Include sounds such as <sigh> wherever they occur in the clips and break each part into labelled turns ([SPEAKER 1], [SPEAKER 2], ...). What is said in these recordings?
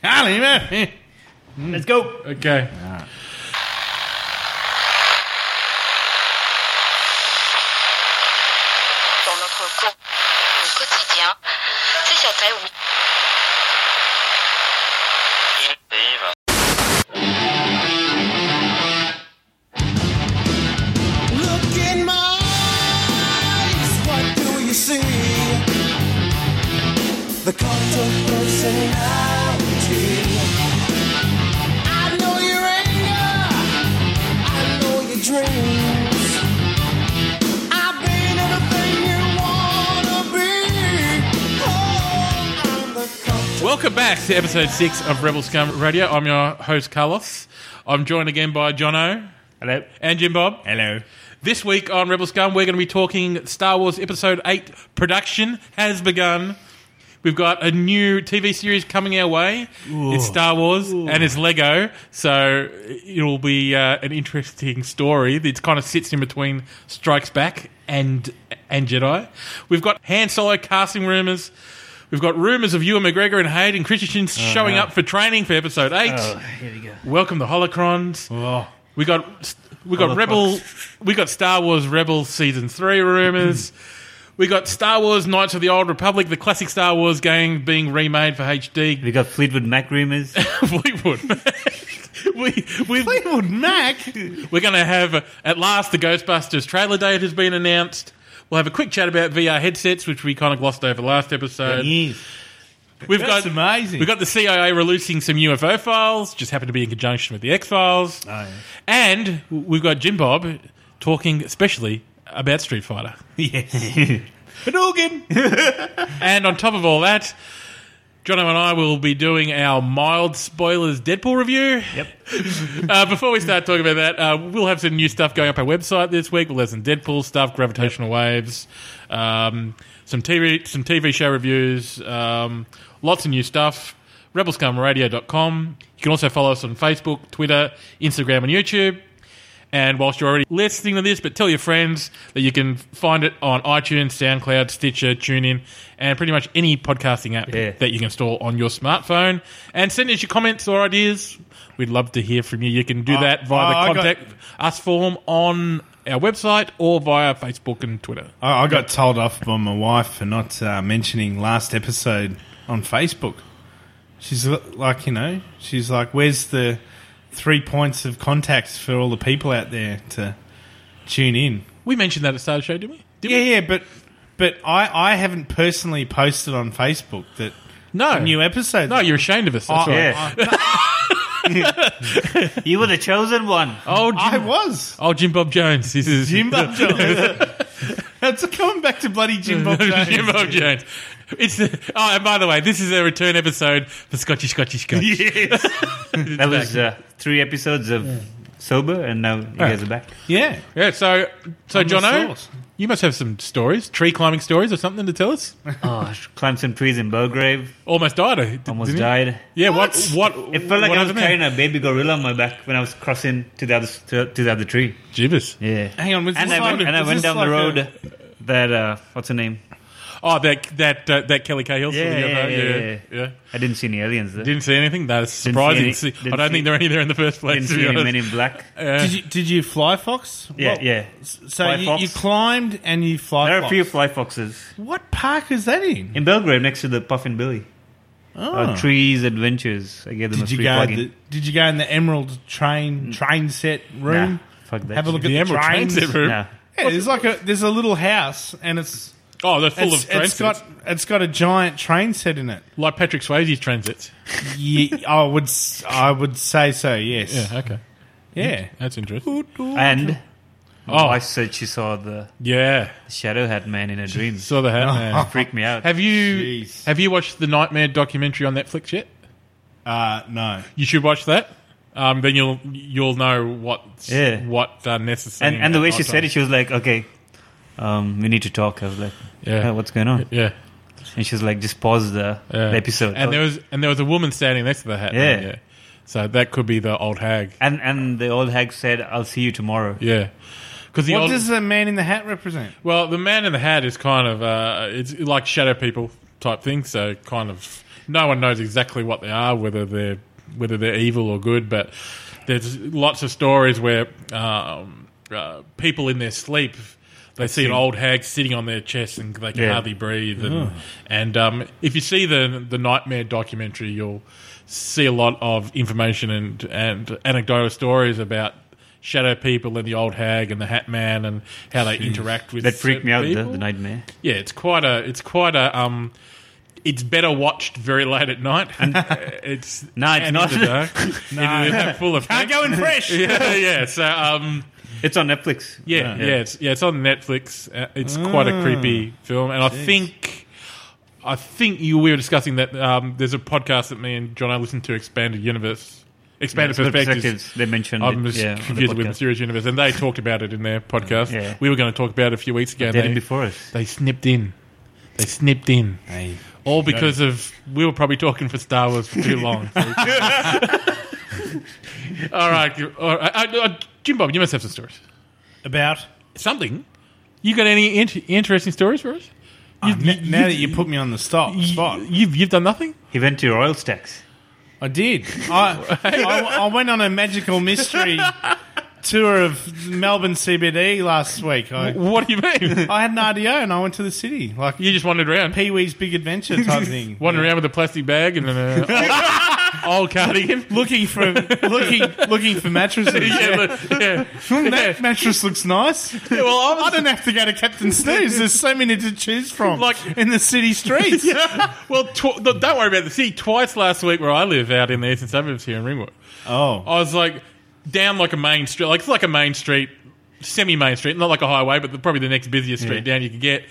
[SPEAKER 1] Golly, man.
[SPEAKER 2] Let's go.
[SPEAKER 3] Okay.
[SPEAKER 4] Pour notre co- au quotidien, c'est sur ta oui.
[SPEAKER 5] Look in my eyes, what do you see? The cult of personality. I know your anger, I know your dreams. I've been everything you wanna be. Oh, I'm the cult of
[SPEAKER 3] Welcome back to episode six of Rebel Scum Radio. I'm your host, Carlos. I'm joined again by Jono
[SPEAKER 2] Hello.
[SPEAKER 3] and Jim Bob.
[SPEAKER 1] Hello.
[SPEAKER 3] This week on Rebel Scum, we're going to be talking Star Wars Episode 8 production has begun. We've got a new TV series coming our way. It's Star Wars and it's Lego, so it'll be uh, an interesting story that kind of sits in between Strikes Back and and Jedi. We've got Han Solo casting rumors. We've got rumors of Ewan McGregor and Hayden Christensen showing up for training for Episode 8.
[SPEAKER 1] <laughs>
[SPEAKER 2] Oh, here we go.
[SPEAKER 3] Welcome to Holocrons. We got we got Rebel we got Star Wars Rebels season three rumors. we got Star Wars Knights of the Old Republic, the classic Star Wars game being remade for HD.
[SPEAKER 2] We got Fleetwood Mac rumors.
[SPEAKER 3] <laughs> Fleetwood. <laughs> we we
[SPEAKER 1] <laughs> Fleetwood Mac.
[SPEAKER 3] we're going to have uh, at last the Ghostbusters trailer date has been announced. We'll have a quick chat about VR headsets, which we kind of glossed over last episode.
[SPEAKER 2] Yes.
[SPEAKER 3] We've
[SPEAKER 1] That's
[SPEAKER 3] got
[SPEAKER 1] amazing.
[SPEAKER 3] We've got the CIA releasing some UFO files, just happened to be in conjunction with the X Files.
[SPEAKER 1] Oh,
[SPEAKER 3] And we've got Jim Bob talking especially about Street Fighter.
[SPEAKER 1] Yes. Hadouken.
[SPEAKER 3] and on top of all that, Jono and I will be doing our mild spoilers Deadpool review.
[SPEAKER 2] Yep.
[SPEAKER 3] <laughs> Uh, before we start talking about that, uh, we'll have some new stuff going up our website this week. We'll have some Deadpool stuff, gravitational waves, um, some TV some TV show reviews, um, lots of new stuff. RebelscumRadio.com. You can also follow us on Facebook, Twitter, Instagram, and YouTube. And whilst you're already listening to this, but tell your friends that you can find it on iTunes, SoundCloud, Stitcher, TuneIn, and pretty much any podcasting app
[SPEAKER 2] Yeah.
[SPEAKER 3] that you can install on your smartphone. And send us your comments or ideas. We'd love to hear from you. You can do that
[SPEAKER 1] oh, I
[SPEAKER 3] via the
[SPEAKER 1] got-
[SPEAKER 3] contact us form on our website or via Facebook and Twitter.
[SPEAKER 1] I, I got told off by my wife for not uh, mentioning last episode on Facebook. She's l- like, you know, she's like, where's the three points of contacts for all the people out there to tune in?
[SPEAKER 3] We mentioned that at the start of the show, didn't we? Did
[SPEAKER 1] Yeah,
[SPEAKER 3] we?
[SPEAKER 1] yeah, but but I, I haven't personally posted on Facebook that
[SPEAKER 3] No.
[SPEAKER 1] new episode.
[SPEAKER 3] no, you're ashamed of us. That's
[SPEAKER 1] Oh,
[SPEAKER 3] right.
[SPEAKER 2] Yeah. <laughs> you were the chosen one.
[SPEAKER 3] Oh, Jim, <laughs>
[SPEAKER 1] I was.
[SPEAKER 3] oh, Jim Bob Jones. This is
[SPEAKER 1] Jim <laughs> Bob Jones. That's coming back to bloody
[SPEAKER 3] <laughs>
[SPEAKER 1] Jim Bob Jones.
[SPEAKER 3] Jim Bob Jones. It's the, oh, and by the way, this is a return episode for Scotchy Scotchy Scotch.
[SPEAKER 1] <laughs> Yes.
[SPEAKER 2] <laughs> That was uh, three episodes of Sober, and now you guys are back.
[SPEAKER 1] Yeah.
[SPEAKER 3] Yeah, so so
[SPEAKER 1] I'm the
[SPEAKER 3] Jono,
[SPEAKER 1] source.
[SPEAKER 3] you must have some stories, tree climbing stories or something to tell us.
[SPEAKER 2] Oh, climbed some trees in Belgrave.
[SPEAKER 3] Almost died. eh, did-
[SPEAKER 2] Almost
[SPEAKER 3] didn't you?
[SPEAKER 2] died.
[SPEAKER 3] Yeah, what what,
[SPEAKER 2] It felt like
[SPEAKER 3] what
[SPEAKER 2] I was
[SPEAKER 3] happened there?
[SPEAKER 2] carrying a baby gorilla on my back when I was crossing to the other to, to the other tree.
[SPEAKER 3] Jeebus.
[SPEAKER 2] Yeah.
[SPEAKER 1] Hang on, was
[SPEAKER 2] and
[SPEAKER 1] this
[SPEAKER 2] I went,
[SPEAKER 1] like-
[SPEAKER 2] and I
[SPEAKER 1] was
[SPEAKER 2] went
[SPEAKER 1] this
[SPEAKER 2] down the
[SPEAKER 1] like
[SPEAKER 2] road
[SPEAKER 1] a-
[SPEAKER 2] that uh, what's her name?
[SPEAKER 3] Oh, that that uh, that Kelly Cahill.
[SPEAKER 2] Yeah,
[SPEAKER 3] sort of,
[SPEAKER 2] yeah,
[SPEAKER 3] uh,
[SPEAKER 2] yeah, yeah.
[SPEAKER 3] yeah.
[SPEAKER 2] I didn't see any aliens there.
[SPEAKER 3] Didn't see anything. That's surprising.
[SPEAKER 2] any-
[SPEAKER 3] See-
[SPEAKER 2] didn't
[SPEAKER 3] I don't
[SPEAKER 2] see-
[SPEAKER 3] think there are any there in the first place.
[SPEAKER 2] Didn't
[SPEAKER 3] to be
[SPEAKER 2] see any
[SPEAKER 3] honest.
[SPEAKER 2] men in black.
[SPEAKER 1] Did you, did you fly fox?
[SPEAKER 2] Yeah,
[SPEAKER 1] What-
[SPEAKER 2] yeah.
[SPEAKER 1] So
[SPEAKER 2] Fly
[SPEAKER 1] you,
[SPEAKER 2] fox.
[SPEAKER 1] you climbed and you fly
[SPEAKER 2] There are a
[SPEAKER 1] fox.
[SPEAKER 2] few fly foxes
[SPEAKER 1] what park is that in?
[SPEAKER 2] in Belgrave next to the Puffin Billy.
[SPEAKER 1] Oh.
[SPEAKER 3] Ah.
[SPEAKER 2] Uh, trees Adventures. I gave them
[SPEAKER 1] did
[SPEAKER 2] a
[SPEAKER 1] you
[SPEAKER 2] free
[SPEAKER 1] go?
[SPEAKER 2] plugin.
[SPEAKER 1] The, did you go in the Emerald Train train set room?
[SPEAKER 2] Nah, fuck that.
[SPEAKER 1] Have a look
[SPEAKER 3] The
[SPEAKER 1] at the
[SPEAKER 3] Emerald Train
[SPEAKER 1] trains.
[SPEAKER 3] set room.
[SPEAKER 2] Nah.
[SPEAKER 1] Yeah, there's like a there's a little house and it's
[SPEAKER 3] Oh, they're full
[SPEAKER 1] it's,
[SPEAKER 3] of transits.
[SPEAKER 1] it's got it's got a giant train set in it.
[SPEAKER 3] like Patrick Swayze's transits.
[SPEAKER 1] Ye I would s- I would say so. Yes.
[SPEAKER 3] Yeah, okay,
[SPEAKER 1] Yeah.
[SPEAKER 3] that's interesting.
[SPEAKER 2] And
[SPEAKER 3] Oh,
[SPEAKER 2] I said she saw the
[SPEAKER 3] yeah,
[SPEAKER 2] shadow hat man in her dreams.
[SPEAKER 3] saw the hat
[SPEAKER 2] <laughs>
[SPEAKER 3] man.
[SPEAKER 2] Freaked me out.
[SPEAKER 3] Have you
[SPEAKER 1] Jeez.
[SPEAKER 3] have you watched the Nightmare documentary on Netflix yet?
[SPEAKER 1] Uh, no.
[SPEAKER 3] You should watch that. Um, then you'll you'll know what
[SPEAKER 2] Yeah.
[SPEAKER 3] what uh, necessary
[SPEAKER 2] and and the way she said it, she was like, "Okay, um, we need to talk." I was like,
[SPEAKER 3] Yeah.
[SPEAKER 2] "Yeah, what's going on?"
[SPEAKER 3] yeah,
[SPEAKER 2] And she was like, "Just pause the,
[SPEAKER 3] yeah.
[SPEAKER 2] the episode."
[SPEAKER 3] And there was and there was a woman standing next to the hat. man,
[SPEAKER 2] Yeah.
[SPEAKER 3] So that could be the old hag.
[SPEAKER 2] and and the old hag said, "I'll see you tomorrow."
[SPEAKER 3] Yeah. Because the
[SPEAKER 1] What
[SPEAKER 3] old,
[SPEAKER 1] does the man in the hat represent?
[SPEAKER 3] well, the man in the hat is kind of uh, it's like shadow people type thing. So kind of no one knows exactly what they are, whether they're whether they're evil or good. But there's lots of stories where um, uh, people in their sleep they see an old hag sitting on their chest and they can
[SPEAKER 2] Yeah.
[SPEAKER 3] hardly breathe. And, and um, if you see the the nightmare documentary, you'll see a lot of information and and anecdotal stories about. Shadow people and the old hag and the Hat Man and how they interact with
[SPEAKER 2] That freaked me out,
[SPEAKER 3] certain
[SPEAKER 2] the,
[SPEAKER 3] people.
[SPEAKER 2] the nightmare.
[SPEAKER 3] Yeah, it's quite a. It's quite a. Um, it's better watched very late at night. And <laughs> it's
[SPEAKER 2] <laughs> No, it's
[SPEAKER 3] and
[SPEAKER 2] not.
[SPEAKER 3] in the dark. no, it's full of
[SPEAKER 1] Can't go in
[SPEAKER 3] <laughs>
[SPEAKER 1] fresh.
[SPEAKER 3] yeah, yeah. So um,
[SPEAKER 2] It's on Netflix.
[SPEAKER 3] yeah, yeah, it's yeah, it's on Netflix. Uh, It's quite
[SPEAKER 2] Mm.
[SPEAKER 3] a creepy film, and I think. I think you we were discussing that um, there's a podcast that me and John I listen to, Expanded Universe, Expanded Perspectives.
[SPEAKER 2] Perspectives, They mentioned
[SPEAKER 3] I'm
[SPEAKER 2] it.
[SPEAKER 3] just
[SPEAKER 2] Yeah, on the
[SPEAKER 3] confused with
[SPEAKER 2] podcast.
[SPEAKER 3] Mysterious Universe, and they talked about it in their podcast.
[SPEAKER 2] Yeah.
[SPEAKER 3] We were going to talk about it a few weeks ago. and
[SPEAKER 2] They did
[SPEAKER 3] they-
[SPEAKER 2] it before us.
[SPEAKER 3] they snipped in. They snipped in.
[SPEAKER 1] Hey.
[SPEAKER 3] All because of we were probably talking for Star Wars for too
[SPEAKER 1] <laughs>
[SPEAKER 3] long. all right, all right. I, I, Jim Bob, you must have some stories.
[SPEAKER 1] About
[SPEAKER 3] Something. You got any int- interesting stories for us?
[SPEAKER 1] Ah, n- now that you put me on the stop spot,
[SPEAKER 3] You, you've you've done nothing.
[SPEAKER 2] He went to Royal Stacks.
[SPEAKER 1] I did. <laughs> I, I, I went on a magical mystery tour of Melbourne CBD last week. I,
[SPEAKER 3] <laughs> What do you mean?
[SPEAKER 1] I had an RDO and I went to the city, <laughs> like
[SPEAKER 3] you just wandered around,
[SPEAKER 1] Pee Wee's Big Adventure type thing.
[SPEAKER 3] wandered around with a plastic bag and an uh, old, old cardigan.
[SPEAKER 1] <laughs>
[SPEAKER 3] <laughs>
[SPEAKER 1] Looking for looking looking for mattresses.
[SPEAKER 3] Yeah,
[SPEAKER 1] <laughs>
[SPEAKER 3] but- yeah.
[SPEAKER 1] Hmm, That mattress looks nice.
[SPEAKER 3] Well, I
[SPEAKER 1] I
[SPEAKER 3] was
[SPEAKER 1] don't have to go to Captain Snooze. There's so many to choose from,
[SPEAKER 3] Like-
[SPEAKER 1] in the city streets.
[SPEAKER 3] well. Tw- don't worry about the city. Twice last week, where I live out in the eastern suburbs here in Ringwood,
[SPEAKER 1] Oh,
[SPEAKER 3] I was like down like a main street, like it's like a main street, semi main street, not like a highway, but the, probably the next busiest street down you could get.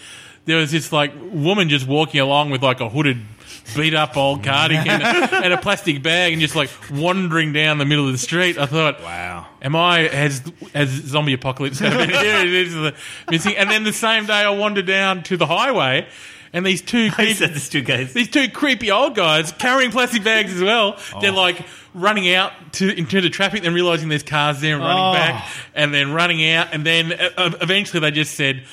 [SPEAKER 3] There was this like woman just walking along with like a hooded, beat up old cardigan and, a, and a plastic bag, and just like wandering down the middle of the street. I thought,
[SPEAKER 1] wow.
[SPEAKER 3] Am I as as zombie apocalypse happened here? It is the missing. And then the same day, I wander down to the highway, and these two
[SPEAKER 2] He
[SPEAKER 3] creep-
[SPEAKER 2] said this two guys.
[SPEAKER 3] these two creepy old guys carrying plastic bags as well. They're like running out to into the traffic, then realizing there's cars there and running
[SPEAKER 1] Oh.
[SPEAKER 3] back, and then running out, and then uh, uh, eventually they just said.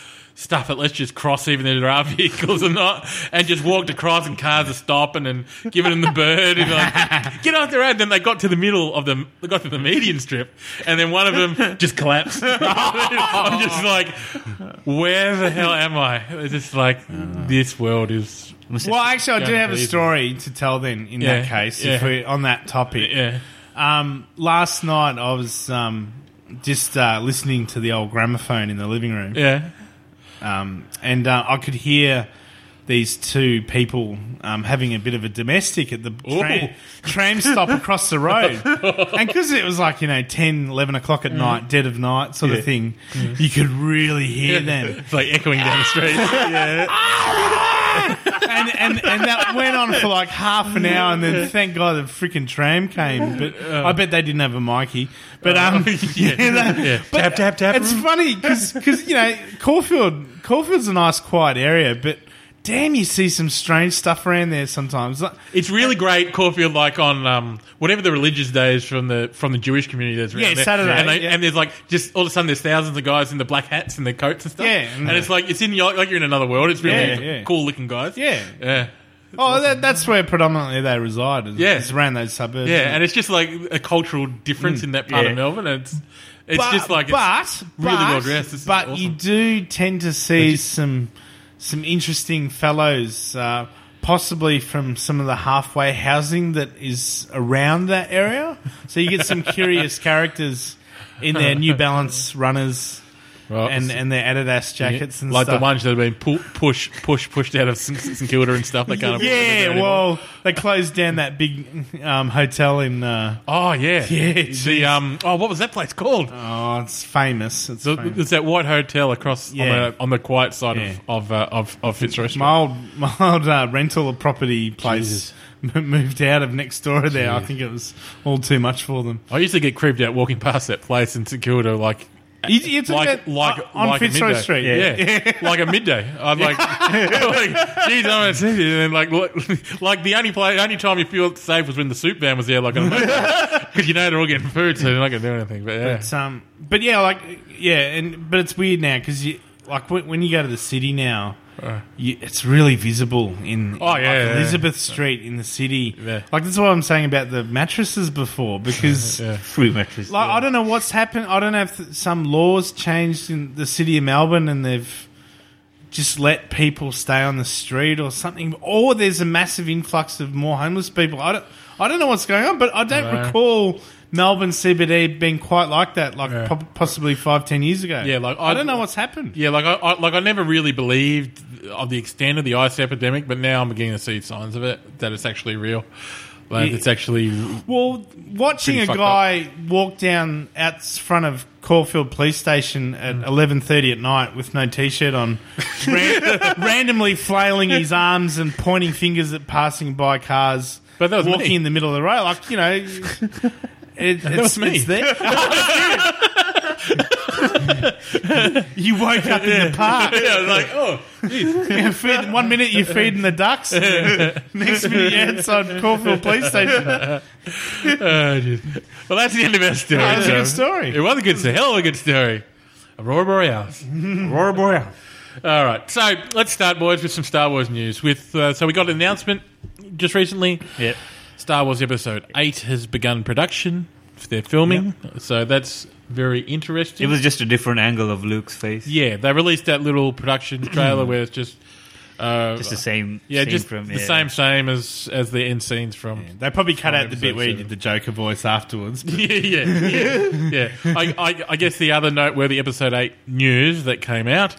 [SPEAKER 3] Stuff it. Let's just cross, even if there are <laughs> vehicles or not, and just walked across, and cars are stopping and giving them the bird, and like get off the road. Then they got to the middle of the, they got to the median strip, and then one of them just collapsed. I'm just like, where the hell am I? It's just like this world is
[SPEAKER 1] Well, actually, I do
[SPEAKER 3] Don't
[SPEAKER 1] have a
[SPEAKER 3] believe it.
[SPEAKER 1] story to tell. Then, in
[SPEAKER 3] Yeah,
[SPEAKER 1] that case, if
[SPEAKER 3] yeah.
[SPEAKER 1] we're on that topic,
[SPEAKER 3] Yeah.
[SPEAKER 1] Um, last night I was um, just uh, listening to the old gramophone in the living room,
[SPEAKER 3] Yeah.
[SPEAKER 1] um, and uh, I could hear these two people um, having a bit of a domestic at the tram, tram stop across the road. and because it was like, you know, 10, 11 o'clock at night, dead of night sort of thing, you could really hear them.
[SPEAKER 3] <laughs> It's like echoing down the street.
[SPEAKER 1] <laughs>
[SPEAKER 3] yeah.
[SPEAKER 1] and, and and that went on for like half an hour, and then thank God the freaking tram came. But I bet they didn't have a Mikey. But um, yeah, <laughs> that-
[SPEAKER 3] Oh, <laughs> Yeah.
[SPEAKER 1] but
[SPEAKER 3] Tap, tap, tap.
[SPEAKER 1] It's funny because you know Caulfield Caulfield's a nice quiet area, but damn, you see some strange stuff around there sometimes. Like,
[SPEAKER 3] It's really great, Caulfield, like on um, whatever the religious days from the from the Jewish community that's around
[SPEAKER 1] Yeah,
[SPEAKER 3] there.
[SPEAKER 1] Saturday,
[SPEAKER 3] And, they,
[SPEAKER 1] yeah.
[SPEAKER 3] and there's like just all of a sudden there's thousands of guys in the black hats and their coats and stuff.
[SPEAKER 1] Yeah.
[SPEAKER 3] And it's like it's in your, like you're in another world. It's really
[SPEAKER 1] Yeah, yeah.
[SPEAKER 3] cool looking guys.
[SPEAKER 1] yeah.
[SPEAKER 3] Yeah.
[SPEAKER 1] Oh, that, that's where predominantly they reside. is-
[SPEAKER 3] Yeah.
[SPEAKER 1] is around those suburbs.
[SPEAKER 3] Yeah. And it's just like a cultural difference in that part
[SPEAKER 2] Yeah.
[SPEAKER 3] of Melbourne. And it's it's
[SPEAKER 1] Mm. but,
[SPEAKER 3] just like
[SPEAKER 1] but
[SPEAKER 3] really
[SPEAKER 1] but-
[SPEAKER 3] well dressed. This is
[SPEAKER 1] but
[SPEAKER 3] awesome.
[SPEAKER 1] you do tend to see some some interesting fellows, uh, possibly from some of the halfway housing that is around that area. So you
[SPEAKER 3] <laughs>
[SPEAKER 1] get some curious characters in their New Balance runners
[SPEAKER 3] it's, Well,
[SPEAKER 1] and and their Adidas jackets and
[SPEAKER 3] like
[SPEAKER 1] stuff.
[SPEAKER 3] the ones that have been pu- push push pushed out of St. St Kilda and stuff. They can't afford to do
[SPEAKER 1] <laughs> yeah,
[SPEAKER 3] anymore.
[SPEAKER 1] well, they closed down that big um, hotel in. Uh,
[SPEAKER 3] Oh yeah,
[SPEAKER 1] Yeah,
[SPEAKER 3] The
[SPEAKER 1] jeez.
[SPEAKER 3] um, oh, what was that place called?
[SPEAKER 1] oh, it's famous. It's
[SPEAKER 3] So
[SPEAKER 1] famous.
[SPEAKER 3] it's that white hotel across
[SPEAKER 1] Yeah.
[SPEAKER 3] on, the, on the quiet side
[SPEAKER 1] Yeah.
[SPEAKER 3] of of, uh, of of Fitzroy Street.
[SPEAKER 1] My old, <laughs> my old uh, rental property place <laughs> m- moved out of next door there. I think it was all too much for them.
[SPEAKER 3] I used to get creeped out walking past that place in St Kilda, like
[SPEAKER 1] You, you took
[SPEAKER 3] like
[SPEAKER 1] that
[SPEAKER 3] like
[SPEAKER 1] uh, on
[SPEAKER 3] like a
[SPEAKER 1] Fitzroy
[SPEAKER 3] midday.
[SPEAKER 1] Street.
[SPEAKER 3] yeah,
[SPEAKER 1] <laughs>
[SPEAKER 3] like a midday. I'm like, <laughs> I'm like, geez, I want to see you. And then like, look- <laughs> like the only play, only time you feel safe was when the soup van was there, like
[SPEAKER 1] <laughs>
[SPEAKER 3] because you know they're all getting food, so they're not going to do anything. But yeah,
[SPEAKER 1] But, um, but yeah, like yeah, and but it's weird now because you like when, when you go to the city now, you, it's really visible in
[SPEAKER 3] Oh, yeah,
[SPEAKER 1] like
[SPEAKER 3] yeah,
[SPEAKER 1] Elizabeth Street in the city.
[SPEAKER 3] Yeah.
[SPEAKER 1] Like that's what I'm saying about the
[SPEAKER 3] <laughs>
[SPEAKER 1] mattresses before because
[SPEAKER 2] Free mattress.
[SPEAKER 1] like I don't know what's happened. I don't know if th- some laws changed in the city of Melbourne and they've just let people stay on the street or something. Or there's a massive influx of more homeless people. I don't. I don't know what's going on, but I don't
[SPEAKER 3] know.
[SPEAKER 1] recall Melbourne CBD being quite like that, like
[SPEAKER 3] Yeah.
[SPEAKER 1] po- possibly five, ten years ago.
[SPEAKER 3] Yeah, like,
[SPEAKER 1] I,
[SPEAKER 3] I-
[SPEAKER 1] don't know what's happened.
[SPEAKER 3] Yeah, like I, I like I never really believed of the extent of the ice epidemic, but now I'm beginning to see signs of it that it's actually real. Like
[SPEAKER 1] Yeah.
[SPEAKER 3] it's actually
[SPEAKER 1] Well, watching
[SPEAKER 3] Pretty
[SPEAKER 1] a
[SPEAKER 3] fucked
[SPEAKER 1] guy walk down out front of Caulfield Police Station at
[SPEAKER 3] Hmm.
[SPEAKER 1] eleven thirty at night with no
[SPEAKER 3] <laughs>
[SPEAKER 1] t-shirt on, ran- randomly flailing his arms and pointing fingers at passing by cars,
[SPEAKER 3] But that was
[SPEAKER 1] walking
[SPEAKER 3] me.
[SPEAKER 1] in the middle of the road, like you know, it,
[SPEAKER 3] <laughs>
[SPEAKER 1] it's,
[SPEAKER 3] was me.
[SPEAKER 1] it's there. you woke up
[SPEAKER 2] <laughs>
[SPEAKER 1] in the park.
[SPEAKER 3] yeah, like <laughs> oh,
[SPEAKER 1] You feed, one minute you're feeding the
[SPEAKER 3] <laughs>
[SPEAKER 1] ducks, next minute you're outside Caulfield Police Station. That
[SPEAKER 3] Oh, well that's the end of our story.
[SPEAKER 1] was a
[SPEAKER 3] so-
[SPEAKER 1] good story.
[SPEAKER 3] It was a good story. Hell of a good story. Aurora Borealis.
[SPEAKER 2] Aurora Borealis.
[SPEAKER 3] All right, so let's start, boys, with some Star Wars news. With uh, so we got an announcement just recently.
[SPEAKER 2] Yeah.
[SPEAKER 3] Star Wars Episode Eight has begun production. They're filming, so that's very interesting.
[SPEAKER 2] It was just a different angle of Luke's face.
[SPEAKER 3] yeah, they released that little production trailer where it's just uh,
[SPEAKER 2] Just the same.
[SPEAKER 3] yeah,
[SPEAKER 2] Hmm. scene
[SPEAKER 3] just
[SPEAKER 2] from,
[SPEAKER 3] the
[SPEAKER 2] yeah.
[SPEAKER 3] same same as as the end scenes from.
[SPEAKER 1] They probably cut out the bit where you
[SPEAKER 3] Episode
[SPEAKER 1] did the Joker voice afterwards. <laughs>
[SPEAKER 3] <laughs>
[SPEAKER 1] but-
[SPEAKER 3] Yeah, yeah, yeah. yeah. I, I, I guess the other noteworthy episode eight news that came out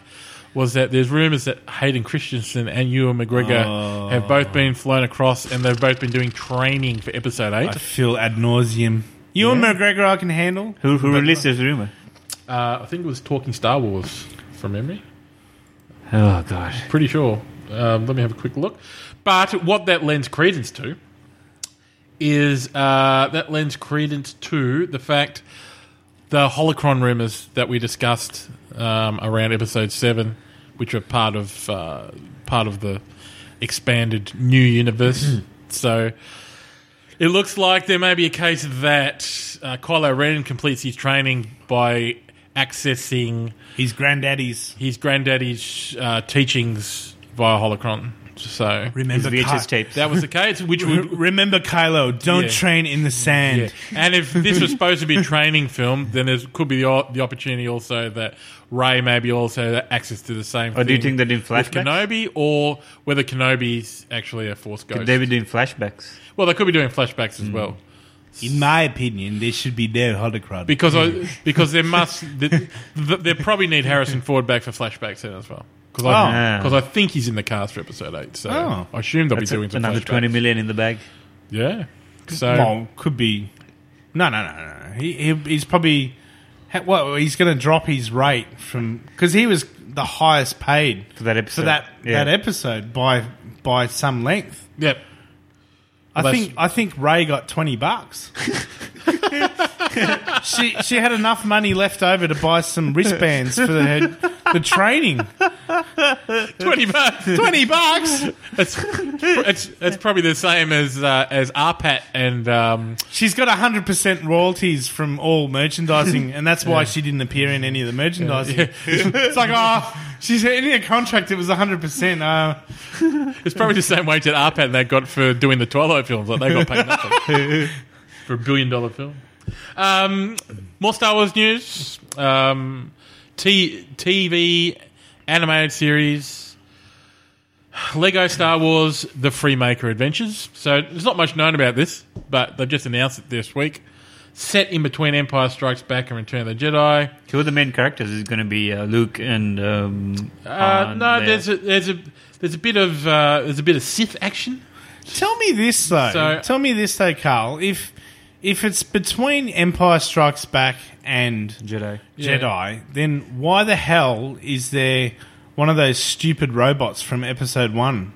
[SPEAKER 3] was that there's rumours that Hayden Christensen and Ewan McGregor have both been flown across and they've both been doing training for episode eight.
[SPEAKER 1] I feel ad nauseum. You and McGregor, I can handle.
[SPEAKER 2] Who, who released this rumor?
[SPEAKER 3] Uh, I think it was Talking Star Wars from memory.
[SPEAKER 2] Oh gosh.
[SPEAKER 3] Pretty sure. Um, let me have a quick look. But what that lends credence to is uh, that lends credence to the fact the holocron rumors that we discussed um, around episode seven, which are part of uh, part of the expanded new universe. so. It looks like there may be a case that uh, Kylo Ren completes his training by accessing
[SPEAKER 1] His granddaddy's.
[SPEAKER 3] his granddaddy's uh, teachings via holocron. So
[SPEAKER 2] His
[SPEAKER 1] Remember,
[SPEAKER 2] VHS
[SPEAKER 1] Ky-
[SPEAKER 2] tapes.
[SPEAKER 3] that was the case, which
[SPEAKER 2] <laughs>
[SPEAKER 3] would.
[SPEAKER 1] remember Kylo. Don't
[SPEAKER 3] Yeah.
[SPEAKER 1] train in the sand.
[SPEAKER 3] Yeah. And if this was supposed to be a training film, then there could be the, o- the opportunity also that Ray maybe also had access to the same.
[SPEAKER 2] Or Oh, do you
[SPEAKER 3] thing
[SPEAKER 2] think that in
[SPEAKER 3] with
[SPEAKER 2] flashbacks?
[SPEAKER 3] Kenobi, or whether Kenobi's actually a Force ghost?
[SPEAKER 2] They Hmm. were doing flashbacks.
[SPEAKER 3] well, they could be doing flashbacks as well.
[SPEAKER 1] In my opinion, they should be their holocron.
[SPEAKER 3] because
[SPEAKER 1] Hmm.
[SPEAKER 3] I, because there
[SPEAKER 1] <laughs>
[SPEAKER 3] must they, they probably need Harrison Ford back for flashbacks then as well because
[SPEAKER 1] Oh.
[SPEAKER 3] I
[SPEAKER 2] Yeah.
[SPEAKER 3] because I think he's in the cast for episode eight so
[SPEAKER 1] Oh.
[SPEAKER 3] I assume they'll
[SPEAKER 2] That's
[SPEAKER 3] be doing some
[SPEAKER 2] another
[SPEAKER 3] flashbacks.
[SPEAKER 2] 20 million in the bag.
[SPEAKER 3] yeah so
[SPEAKER 1] well, could be. No, no, no, no. no. He, he, he's probably. ha- Well, he's going to drop his rate from because he was the highest paid
[SPEAKER 2] For that episode.
[SPEAKER 1] for that
[SPEAKER 2] Yeah.
[SPEAKER 1] that episode by by some length.
[SPEAKER 3] yep
[SPEAKER 1] I
[SPEAKER 3] Well,
[SPEAKER 1] think I think Ray got twenty bucks. she she had enough money left over to buy some wristbands for her the training.
[SPEAKER 3] twenty bucks
[SPEAKER 1] Twenty <laughs> bucks.
[SPEAKER 3] it's, it's it's probably the same as uh, as Arpat and um,
[SPEAKER 1] She's got hundred percent royalties from all merchandising, and that's why she didn't appear in any of the merchandising. <laughs> it's like oh, she's in a contract. It was hundred percent. Uh,
[SPEAKER 3] it's probably the same wage that Arpat they got for doing the Twilight films like they got paid nothing <laughs> for a billion dollar film. Um, more Star Wars news. Um, T- TV animated series. Lego Star Wars: The Freemaker Adventures. So there's not much known about this, but they've just announced it this week. Set in between Empire Strikes Back and Return of the Jedi. Uh,
[SPEAKER 2] Two of the main characters is going to be uh, Luke and. Um,
[SPEAKER 3] Uh,
[SPEAKER 2] Han
[SPEAKER 3] no,
[SPEAKER 2] Leia.
[SPEAKER 3] there's a, there's a there's a bit of uh, there's a bit of Sith action.
[SPEAKER 1] Tell me this though.
[SPEAKER 3] So-
[SPEAKER 1] Tell me this though, Carl. If if it's between Empire Strikes Back and
[SPEAKER 2] Jedi.
[SPEAKER 1] Jedi, then why the hell is there one of those stupid robots from Episode One?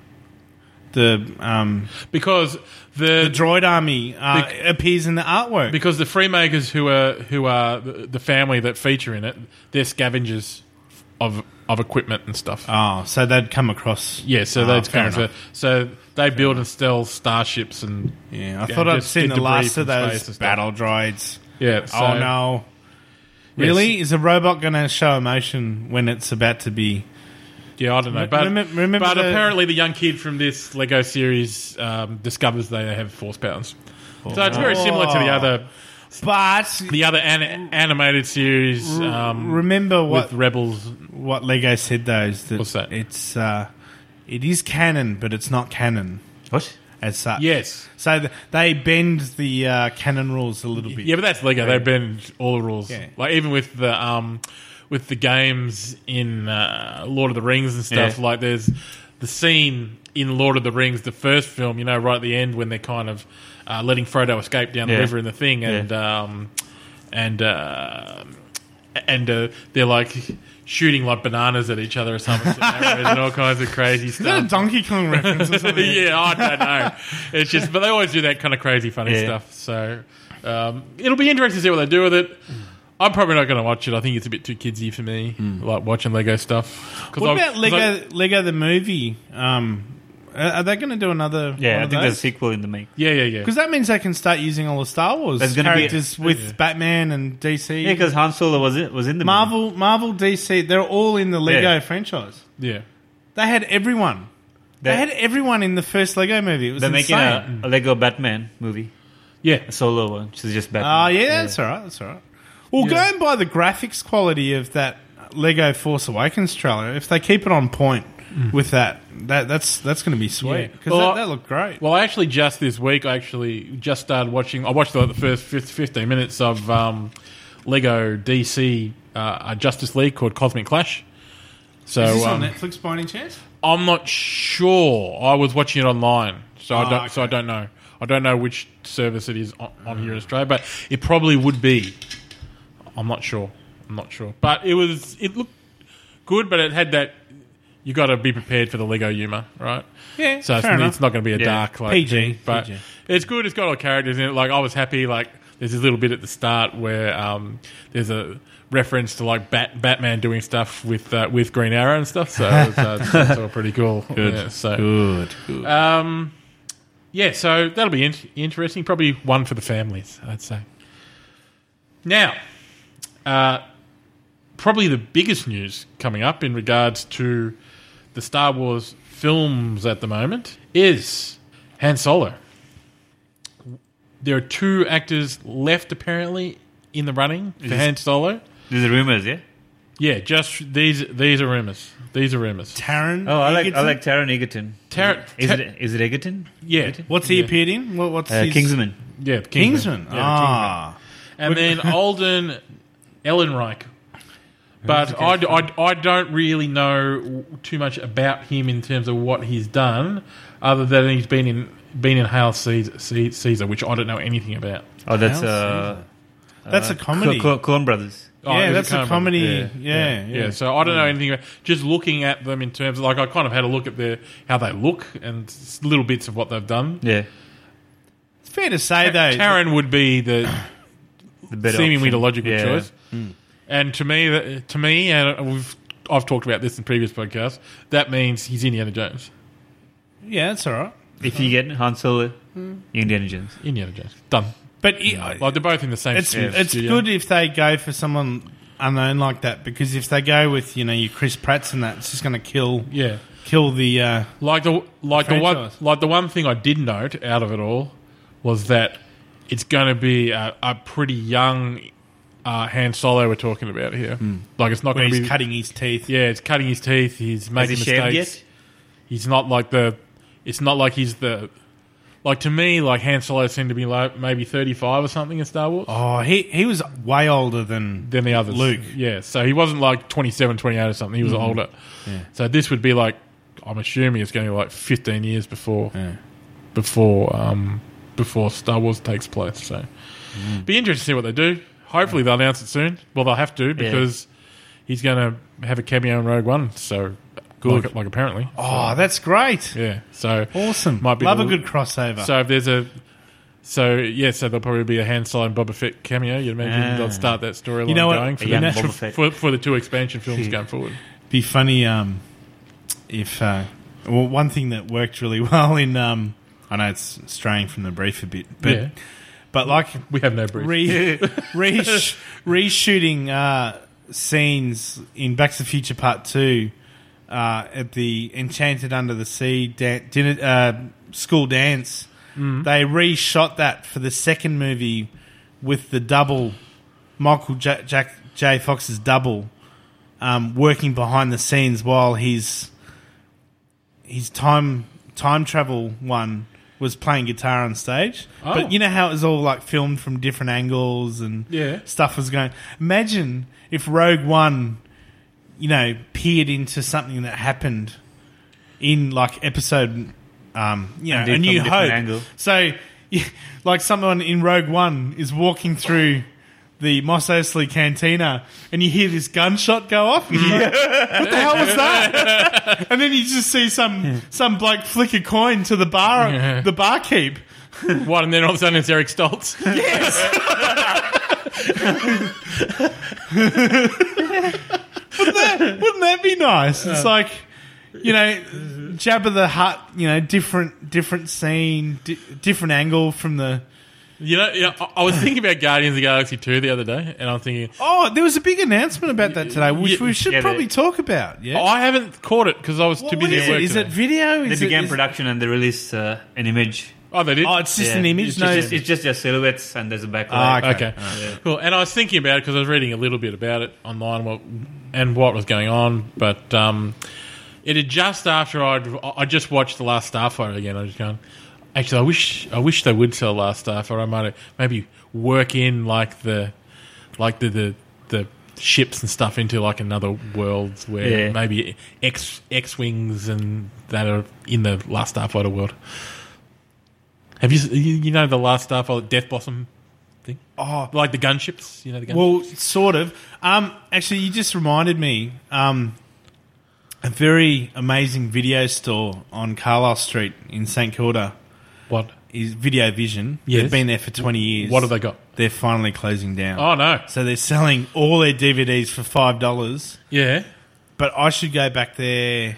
[SPEAKER 1] The um,
[SPEAKER 3] because the,
[SPEAKER 1] the droid army uh,
[SPEAKER 3] Bec-
[SPEAKER 1] appears in the artwork.
[SPEAKER 3] because the freemakers who are who are the, the family that feature in it, they're scavengers of of equipment and stuff.
[SPEAKER 1] oh, so they'd come across.
[SPEAKER 3] yeah, so
[SPEAKER 1] Ah,
[SPEAKER 3] that's
[SPEAKER 1] fair
[SPEAKER 3] kind of
[SPEAKER 1] enough.
[SPEAKER 3] so they build and steal starships and
[SPEAKER 1] Yeah,
[SPEAKER 3] Yeah,
[SPEAKER 1] I thought I'd
[SPEAKER 3] just
[SPEAKER 1] seen
[SPEAKER 3] get
[SPEAKER 1] the
[SPEAKER 3] debris
[SPEAKER 1] last
[SPEAKER 3] from
[SPEAKER 1] of
[SPEAKER 3] space and
[SPEAKER 1] those
[SPEAKER 3] stuff.
[SPEAKER 1] battle droids.
[SPEAKER 3] yeah. so-
[SPEAKER 1] oh no! Really, is a robot going to show emotion when it's about to be
[SPEAKER 3] Yeah, I don't know.
[SPEAKER 1] Re-
[SPEAKER 3] But,
[SPEAKER 1] remem- remember
[SPEAKER 3] but
[SPEAKER 1] the-
[SPEAKER 3] apparently, the young kid from this Lego series um, discovers they have force powers.
[SPEAKER 1] Oh,
[SPEAKER 3] So it's very similar to the other
[SPEAKER 1] But
[SPEAKER 3] the other an- animated series um,
[SPEAKER 1] remember Mm. what
[SPEAKER 3] with Rebels.
[SPEAKER 1] what Lego said though is that,
[SPEAKER 3] What's that?
[SPEAKER 1] it's uh, it is canon, but it's not canon
[SPEAKER 2] What?
[SPEAKER 1] as such.
[SPEAKER 3] Yes.
[SPEAKER 1] So th- they bend the uh, canon rules a little bit.
[SPEAKER 3] Yeah, but that's Lego. They bend all the rules.
[SPEAKER 1] Yeah.
[SPEAKER 3] Like even with the um, with the games in uh, Lord of the Rings and stuff.
[SPEAKER 2] Yeah.
[SPEAKER 3] Like there's the scene in Lord of the Rings, the first film. You know, right at the end when they're kind of uh, letting Frodo escape down the
[SPEAKER 2] Yeah.
[SPEAKER 3] river in the thing, and um, and uh, and uh, they're like shooting like bananas at each other or something and all kinds of crazy
[SPEAKER 1] Is that a
[SPEAKER 3] stuff.
[SPEAKER 1] Donkey <laughs> Kong reference or something?
[SPEAKER 3] <laughs> yeah, I don't know. It's just, but they always do that kind of crazy, funny
[SPEAKER 2] Yeah.
[SPEAKER 3] stuff. So um, it'll be interesting to see what they do with it. I'm probably not going to watch it. I think it's a bit too kidsy for me, like watching Lego stuff. 'Cause
[SPEAKER 1] Hmm. What
[SPEAKER 3] I've-
[SPEAKER 1] about
[SPEAKER 3] 'cause
[SPEAKER 1] Lego
[SPEAKER 3] I've-
[SPEAKER 1] Lego the movie? Um, are are they going to do another?
[SPEAKER 2] Yeah,
[SPEAKER 1] one
[SPEAKER 2] I
[SPEAKER 1] of
[SPEAKER 2] think there's a
[SPEAKER 1] those?
[SPEAKER 2] sequel in the make.
[SPEAKER 3] yeah, yeah, yeah.
[SPEAKER 1] Because that means they can start using all the Star Wars
[SPEAKER 2] There's gonna be-
[SPEAKER 1] characters with Batman and DC.
[SPEAKER 2] Yeah, because Han Solo was in, was in the
[SPEAKER 1] Marvel, Marvel, DC, they're all in the Lego
[SPEAKER 2] Yeah.
[SPEAKER 1] franchise.
[SPEAKER 3] Yeah.
[SPEAKER 1] They had everyone. They,
[SPEAKER 2] They-
[SPEAKER 1] had everyone in the first Lego movie. It was
[SPEAKER 2] They're
[SPEAKER 1] insane.
[SPEAKER 2] making a, a Lego Batman movie,
[SPEAKER 3] Yeah.
[SPEAKER 2] a solo one, which is just
[SPEAKER 1] Oh,
[SPEAKER 2] Batman.
[SPEAKER 1] yeah, that's all right. That's all right. Well,
[SPEAKER 3] Yeah.
[SPEAKER 1] going by the graphics quality of that Lego Force Awakens trailer, if they keep it on point with that, that that's that's going to be sweet
[SPEAKER 3] Yeah.
[SPEAKER 1] because
[SPEAKER 3] Well,
[SPEAKER 1] that, that looked great.
[SPEAKER 3] Well, I actually just this week, I actually just started watching. I watched like the first fif- 15 minutes of um, Lego DC uh, uh, Justice League called Cosmic Clash. So
[SPEAKER 1] Is this
[SPEAKER 3] um,
[SPEAKER 1] on Netflix by any chance?
[SPEAKER 3] I'm not sure. I was watching it online, so I
[SPEAKER 1] Oh,
[SPEAKER 3] don't. So I
[SPEAKER 1] okay.
[SPEAKER 3] don't know. I don't know which service it is on, on here in Australia, but it probably would be. I'm not sure. I'm not sure, but it was. It looked good, but it had that. You got to be prepared for the Lego humor, right?
[SPEAKER 1] Yeah,
[SPEAKER 3] So it's,
[SPEAKER 1] fair enough.
[SPEAKER 3] it's not going to be a
[SPEAKER 2] Yeah.
[SPEAKER 3] dark like,
[SPEAKER 1] PG,
[SPEAKER 3] thing, but
[SPEAKER 1] PG.
[SPEAKER 3] it's good. It's got all the characters in it. Like I was happy. Like there's this little bit at the start where um, there's a reference to like Bat- Batman doing stuff with uh, with Green Arrow and stuff. So it's, uh, <laughs> it's all pretty cool. Good. Yeah, so
[SPEAKER 1] Good.
[SPEAKER 3] um, yeah, so that'll be in- interesting. Probably one for the families, I'd say. Now, uh, probably the biggest news coming up in regards to the Star Wars films at the moment is Han Solo. There are two actors left apparently in the running for Han Solo.
[SPEAKER 2] There's rumors, yeah?
[SPEAKER 3] Yeah, just these these are rumors. These are rumors.
[SPEAKER 1] Taron.
[SPEAKER 2] Oh, I like, I
[SPEAKER 1] Egerton?
[SPEAKER 2] like Taron Egerton.
[SPEAKER 3] Tar-
[SPEAKER 2] Is
[SPEAKER 3] Tar-
[SPEAKER 2] it, is it Egerton?
[SPEAKER 3] yeah,
[SPEAKER 1] What's he
[SPEAKER 3] Yeah.
[SPEAKER 1] appeared in? What, what's
[SPEAKER 2] Uh,
[SPEAKER 1] his...
[SPEAKER 2] Kingsman.
[SPEAKER 3] Yeah,
[SPEAKER 1] Kingsman.
[SPEAKER 3] Yeah, the
[SPEAKER 1] Ah,
[SPEAKER 3] and
[SPEAKER 1] <laughs>
[SPEAKER 3] then Alden Ellenreich. But I, d- I d- I don't really know w- too much about him in terms of what he's done, other than he's been in been in Hail Caesar, Ce- Caesar which I don't know anything about.
[SPEAKER 2] Oh, that's
[SPEAKER 1] Hell,
[SPEAKER 2] uh,
[SPEAKER 1] that's a comedy.
[SPEAKER 2] Clone Brothers.
[SPEAKER 3] Oh,
[SPEAKER 1] yeah,
[SPEAKER 3] it was
[SPEAKER 1] that's a comedy. Yeah, yeah.
[SPEAKER 3] Yeah, so I don't know anything. About, just looking at them in terms of like I kind of had a look at their how they look and s- little bits of what they've done.
[SPEAKER 2] Yeah.
[SPEAKER 1] It's fair to say though.
[SPEAKER 3] Taron would be the
[SPEAKER 2] The better
[SPEAKER 3] seemingly
[SPEAKER 2] option.
[SPEAKER 3] the logical
[SPEAKER 2] Yeah. Mm.
[SPEAKER 3] choice. And to me, that- to me, and we've I've talked about this in previous podcasts. That means he's Indiana Jones.
[SPEAKER 1] Yeah, that's all right.
[SPEAKER 2] If you get Han Solo,
[SPEAKER 1] Hmm.
[SPEAKER 2] Indiana Jones.
[SPEAKER 3] Indiana Jones, done.
[SPEAKER 1] But yeah,
[SPEAKER 3] Mm, Like they're both in the same.
[SPEAKER 1] It's
[SPEAKER 3] studio.
[SPEAKER 1] it's good if they go for someone unknown like that because if they go with you know your Chris Pratt's and that, it's just going to kill
[SPEAKER 3] Yeah,
[SPEAKER 1] kill the. Uh,
[SPEAKER 3] like the like the, one
[SPEAKER 1] Franchise.
[SPEAKER 3] like the one thing I did note out of it all was that it's going to be a, a pretty young uh, Han Solo we're talking about here.
[SPEAKER 2] Mm.
[SPEAKER 3] Like it's not
[SPEAKER 1] where
[SPEAKER 3] going to
[SPEAKER 1] he's
[SPEAKER 3] be.
[SPEAKER 1] cutting his teeth.
[SPEAKER 3] yeah, it's cutting his teeth. He's
[SPEAKER 2] Has
[SPEAKER 3] making
[SPEAKER 2] he
[SPEAKER 3] mistakes.
[SPEAKER 2] shaved yet?
[SPEAKER 3] he's not like the it's not like he's the like to me like Han Solo seemed to be like maybe 35 or something in Star Wars
[SPEAKER 1] Oh, he he was way older than
[SPEAKER 3] than the others Mm-hmm.
[SPEAKER 1] Luke.
[SPEAKER 3] yeah so he wasn't like 27 28 or something he was older so this would be like I'm assuming it's going to be like 15 years before before um before Star Wars takes place so be interesting to see what they do hopefully they'll announce it soon well they'll have to because he's going to have a cameo in Rogue One so good like, like apparently
[SPEAKER 1] Oh, that's great.
[SPEAKER 3] yeah so
[SPEAKER 1] Awesome.
[SPEAKER 3] Might be
[SPEAKER 1] Love
[SPEAKER 3] the-
[SPEAKER 1] a good <laughs> crossover.
[SPEAKER 3] So if there's a so yeah, so there'll probably be a Han Solo and Boba Fett cameo. You'd imagine
[SPEAKER 2] Ah.
[SPEAKER 3] they'll start that storyline
[SPEAKER 1] You know what?
[SPEAKER 3] going for,
[SPEAKER 1] A
[SPEAKER 3] the,
[SPEAKER 1] young
[SPEAKER 2] Boba
[SPEAKER 3] for,
[SPEAKER 2] Fett.
[SPEAKER 3] for, the two expansion films going forward.
[SPEAKER 1] be funny um, if uh, well, one thing that worked really <laughs> well in um, I know it's straying from the brief a bit, but
[SPEAKER 3] yeah,
[SPEAKER 1] but like
[SPEAKER 3] we have no brief.
[SPEAKER 1] re, resh, reshooting uh, scenes in Back to the Future Part Two uh, at the Enchanted Under the Sea dan- dinner, uh, school dance. They reshot that for the second movie with the double Michael J- Jack J Fox's double um, working behind the scenes while his his time time travel one was playing guitar on stage.
[SPEAKER 3] Oh.
[SPEAKER 1] But you know how it was all like filmed from different angles and
[SPEAKER 3] Yeah.
[SPEAKER 1] stuff was going. Imagine if Rogue One, you know, peered into something that happened in like episode, um, you know,
[SPEAKER 2] And did
[SPEAKER 1] A New
[SPEAKER 2] from a different
[SPEAKER 1] Hope.
[SPEAKER 2] angle.
[SPEAKER 1] So, <laughs> yeah, like someone in Rogue One is walking through the Mos Eisley Cantina, and you hear this gunshot go off. And you're like, what the hell was that? <laughs> and then you just see some some bloke flick a coin to the bar
[SPEAKER 3] Yeah.
[SPEAKER 1] the barkeep.
[SPEAKER 3] What? And then all of a sudden it's Eric
[SPEAKER 1] <laughs>
[SPEAKER 3] Stoltz.
[SPEAKER 1] Wouldn't that be nice? It's like, you know, Jabba the Hutt. You know, different different scene, di- different angle from the.
[SPEAKER 3] You know, you know, I- I was thinking about Guardians of the Galaxy 2 the other day, and I'm thinking,
[SPEAKER 1] Oh, there was a big announcement about that today, which
[SPEAKER 3] Yeah,
[SPEAKER 1] we should
[SPEAKER 2] yeah, Oh, they-
[SPEAKER 1] probably talk about. Yeah,
[SPEAKER 3] I haven't caught it because I was too
[SPEAKER 1] what
[SPEAKER 3] busy
[SPEAKER 1] is
[SPEAKER 3] at work.
[SPEAKER 1] it? Is
[SPEAKER 3] today.
[SPEAKER 1] it video?
[SPEAKER 2] They
[SPEAKER 1] Is it-
[SPEAKER 2] began
[SPEAKER 1] is-
[SPEAKER 2] production and they released uh, an image.
[SPEAKER 3] Oh, they did?
[SPEAKER 1] Oh, it's just
[SPEAKER 2] Yeah.
[SPEAKER 1] an image.
[SPEAKER 2] It's
[SPEAKER 1] no,
[SPEAKER 2] just, it's just their silhouettes and there's a backlight.
[SPEAKER 1] Ah, okay.
[SPEAKER 3] Okay, cool. And I was thinking about it because I was reading a little bit about it online, what and what was going on. But um, it had just after I'd I just watched the Last Starfighter again. I was going, actually, I wish I wish they would sell Last Starfighter. I might maybe work in like the like the the, the ships and stuff into like another worlds where
[SPEAKER 2] Yeah.
[SPEAKER 3] maybe X X wings and that are in the Last Starfighter world. Have you you you know the Last Starfighter Death Blossom thing?
[SPEAKER 1] Oh,
[SPEAKER 3] like the gunships, you know the gunships.
[SPEAKER 1] well, sort of. Um, actually, you just reminded me. Um, a very amazing video store on Carlisle Street in St Kilda
[SPEAKER 3] what?
[SPEAKER 1] is Video Vision.
[SPEAKER 3] Yes.
[SPEAKER 1] They've been there for twenty years.
[SPEAKER 3] What have they got?
[SPEAKER 1] They're finally closing down.
[SPEAKER 3] Oh no!
[SPEAKER 1] So they're selling all their DVDs for five dollars.
[SPEAKER 3] Yeah,
[SPEAKER 1] But I should go back there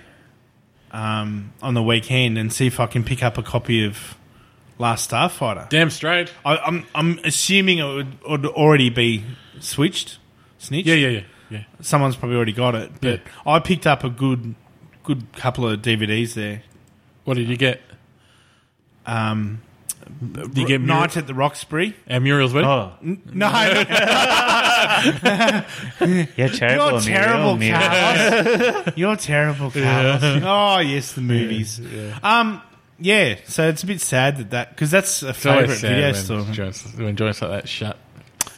[SPEAKER 1] um, on the weekend and see if I can pick up a copy of Last Starfighter.
[SPEAKER 3] damn straight.
[SPEAKER 1] I, I'm I'm assuming it would, would already be switched, snitched.
[SPEAKER 3] Yeah, yeah, yeah, yeah.
[SPEAKER 1] Someone's probably already got it. But I picked up a good good couple of DVDs there.
[SPEAKER 3] What did you get?
[SPEAKER 1] Um,
[SPEAKER 3] Did you get Muriel,
[SPEAKER 1] Night at the Roxbury.
[SPEAKER 3] uh, Muriel's wedding?
[SPEAKER 2] Oh,
[SPEAKER 3] <laughs>
[SPEAKER 1] No,
[SPEAKER 2] yeah, terrible.
[SPEAKER 1] you're
[SPEAKER 2] Oh, Muriel,
[SPEAKER 1] terrible,
[SPEAKER 2] Muriel.
[SPEAKER 3] <laughs>
[SPEAKER 1] Carlos. you're terrible, Carlos. Oh yes, the movies. Um, yeah. So it's a bit sad that that because that's a
[SPEAKER 3] It's always
[SPEAKER 1] favorite
[SPEAKER 3] sad
[SPEAKER 1] video
[SPEAKER 3] when
[SPEAKER 1] store.
[SPEAKER 3] joints- when joints like that shut.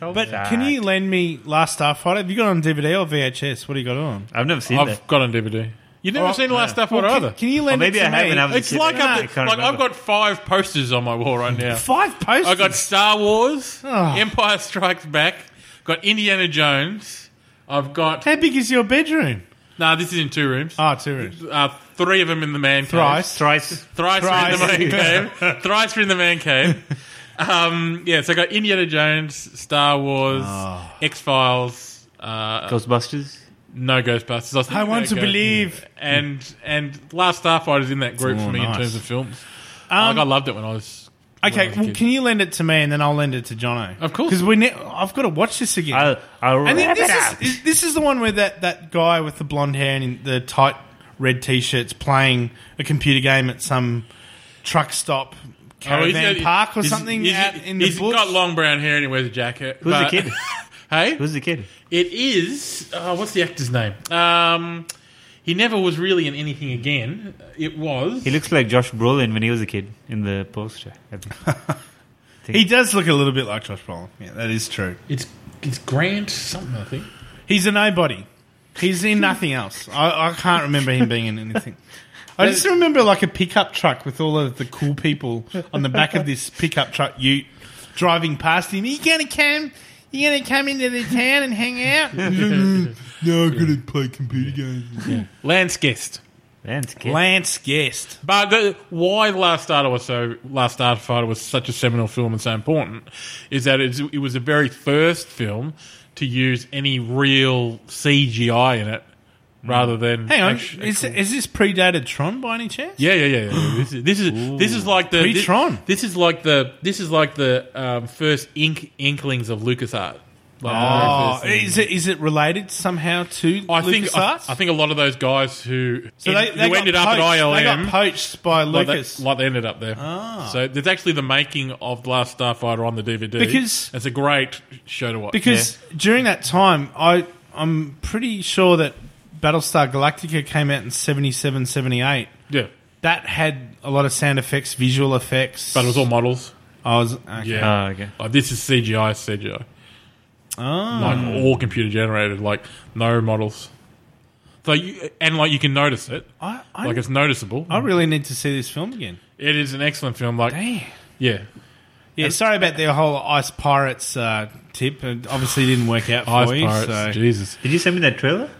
[SPEAKER 1] But can you lend me Last Starfighter? Have you got it on DVD or VHS? What do you got it on?
[SPEAKER 2] I've never seen that.
[SPEAKER 3] I've got on DVD. You never
[SPEAKER 1] Oh,
[SPEAKER 3] seen the last stuff
[SPEAKER 1] Well,
[SPEAKER 3] on
[SPEAKER 1] can,
[SPEAKER 3] either?
[SPEAKER 1] can you lend
[SPEAKER 2] Or maybe
[SPEAKER 1] it to
[SPEAKER 2] I have
[SPEAKER 1] me?
[SPEAKER 2] and I was
[SPEAKER 3] it's
[SPEAKER 2] Yeah,
[SPEAKER 3] like
[SPEAKER 2] I
[SPEAKER 3] I've,
[SPEAKER 2] can't
[SPEAKER 3] like
[SPEAKER 2] remember.
[SPEAKER 3] I've got five posters on my wall right now.
[SPEAKER 1] Five posters.
[SPEAKER 3] I got Star Wars,
[SPEAKER 1] Oh.
[SPEAKER 3] Empire Strikes Back, got Indiana Jones. I've got
[SPEAKER 1] How big is your bedroom?
[SPEAKER 3] no. This is in two rooms.
[SPEAKER 1] Ah, two rooms.
[SPEAKER 3] Uh, three of them in the man cave.
[SPEAKER 1] Thrice.
[SPEAKER 2] Thrice.
[SPEAKER 3] Thrice,
[SPEAKER 1] Thrice.
[SPEAKER 3] we're in the man
[SPEAKER 1] <laughs>
[SPEAKER 3] cave. Thrice we're in the man cave. Um, yeah, so I got Indiana Jones, Star Wars,
[SPEAKER 1] Ah.
[SPEAKER 3] X Files, uh,
[SPEAKER 2] Ghostbusters.
[SPEAKER 3] no Ghostbusters. I, was thinking
[SPEAKER 1] I want
[SPEAKER 3] about
[SPEAKER 1] to
[SPEAKER 3] Ghost-
[SPEAKER 1] believe.
[SPEAKER 3] and and Last Starfighter is in that group
[SPEAKER 1] Oh,
[SPEAKER 3] for me
[SPEAKER 1] nice. Um,
[SPEAKER 3] in terms of films. like I loved it when I was when I
[SPEAKER 1] Okay,
[SPEAKER 3] was a
[SPEAKER 1] well,
[SPEAKER 3] kid.
[SPEAKER 1] can you lend it to me and then I'll lend it to Jono?
[SPEAKER 3] Of course.
[SPEAKER 1] Because we ne- I've got to watch this again.
[SPEAKER 2] I'll, I'll
[SPEAKER 1] and then
[SPEAKER 2] wrap
[SPEAKER 1] this
[SPEAKER 2] it
[SPEAKER 1] is,
[SPEAKER 2] up.
[SPEAKER 1] is- this is the one where that, that guy with the blonde hair and in the tight red t-shirt's playing a computer game at some truck stop
[SPEAKER 3] Oh, he's
[SPEAKER 1] caravan
[SPEAKER 3] got-
[SPEAKER 1] park or
[SPEAKER 3] he's-
[SPEAKER 1] something
[SPEAKER 3] he's-
[SPEAKER 1] out in the
[SPEAKER 3] he's
[SPEAKER 1] bush.
[SPEAKER 3] got long brown hair and he wears a jacket.
[SPEAKER 2] Who's the
[SPEAKER 3] but-
[SPEAKER 2] kid?
[SPEAKER 3] <laughs> hey,
[SPEAKER 2] Who's the kid?
[SPEAKER 3] It is. Uh, what's the actor's name? Um, he never was really in anything again. It was.
[SPEAKER 2] He looks like Josh Brolin when he was a kid in the poster. I think.
[SPEAKER 1] he does look a little bit like Josh Brolin. Yeah, that is true.
[SPEAKER 3] it's it's Grant something. I think.
[SPEAKER 1] He's a nobody. He's in nothing else. I, I can't remember him being in anything. I just remember like a pickup truck with all of the cool people on the back of this pickup truck ute driving past him. You gonna come? You gonna come into the town and hang <laughs> out? no, I'm gonna play computer games.
[SPEAKER 3] Lance Guest.
[SPEAKER 2] Man's kid.
[SPEAKER 1] Lance Guest.
[SPEAKER 3] But the, why Last Starfighter was so Last Starfighter was such a seminal film and so important is that it's, it was the very first film to use any real CGI in it, rather than
[SPEAKER 1] Hang on,
[SPEAKER 3] actu-
[SPEAKER 1] is, is this predated Tron by any chance?
[SPEAKER 3] Yeah, yeah, yeah. yeah. This is this is, this is like the this,
[SPEAKER 1] Pre-Tron.
[SPEAKER 3] this is like the this is like the um, first ink inklings of LucasArts Like,
[SPEAKER 1] Oh,
[SPEAKER 3] there's-
[SPEAKER 1] is it is it related somehow to
[SPEAKER 3] I think I,
[SPEAKER 1] LucasArts?
[SPEAKER 3] I think a lot of those guys who
[SPEAKER 1] so they, they
[SPEAKER 3] who
[SPEAKER 1] got
[SPEAKER 3] ended
[SPEAKER 1] poached,
[SPEAKER 3] up at ILM
[SPEAKER 1] They got poached by
[SPEAKER 3] like they-
[SPEAKER 1] Lucas. Ah.
[SPEAKER 3] like they ended up there. So there's actually the making of The Last Starfighter on the DVD.
[SPEAKER 1] Because-
[SPEAKER 3] it's a great show to watch.
[SPEAKER 1] Because during that time, I I'm pretty sure that Battlestar Galactica came out in 77, 78.
[SPEAKER 3] yeah. Yeah.
[SPEAKER 1] That had a lot of sound effects, visual effects.
[SPEAKER 3] but it was all models.
[SPEAKER 1] I was okay.
[SPEAKER 3] Yeah,
[SPEAKER 2] Ah, okay.
[SPEAKER 3] like, this is CGI, CGI,
[SPEAKER 1] Oh.
[SPEAKER 3] like all computer generated, like no models. So you, and like you can notice it,
[SPEAKER 1] I, I,
[SPEAKER 3] like it's noticeable.
[SPEAKER 1] I really need to see this film again.
[SPEAKER 3] It is an excellent film. Like
[SPEAKER 1] Damn.
[SPEAKER 3] yeah,
[SPEAKER 1] Yeah, sorry about the whole Ice Pirates uh, tip. It obviously didn't work out for
[SPEAKER 3] Ice
[SPEAKER 1] you.
[SPEAKER 3] Pirates,
[SPEAKER 1] so.
[SPEAKER 3] Jesus.
[SPEAKER 2] Did you send me that trailer?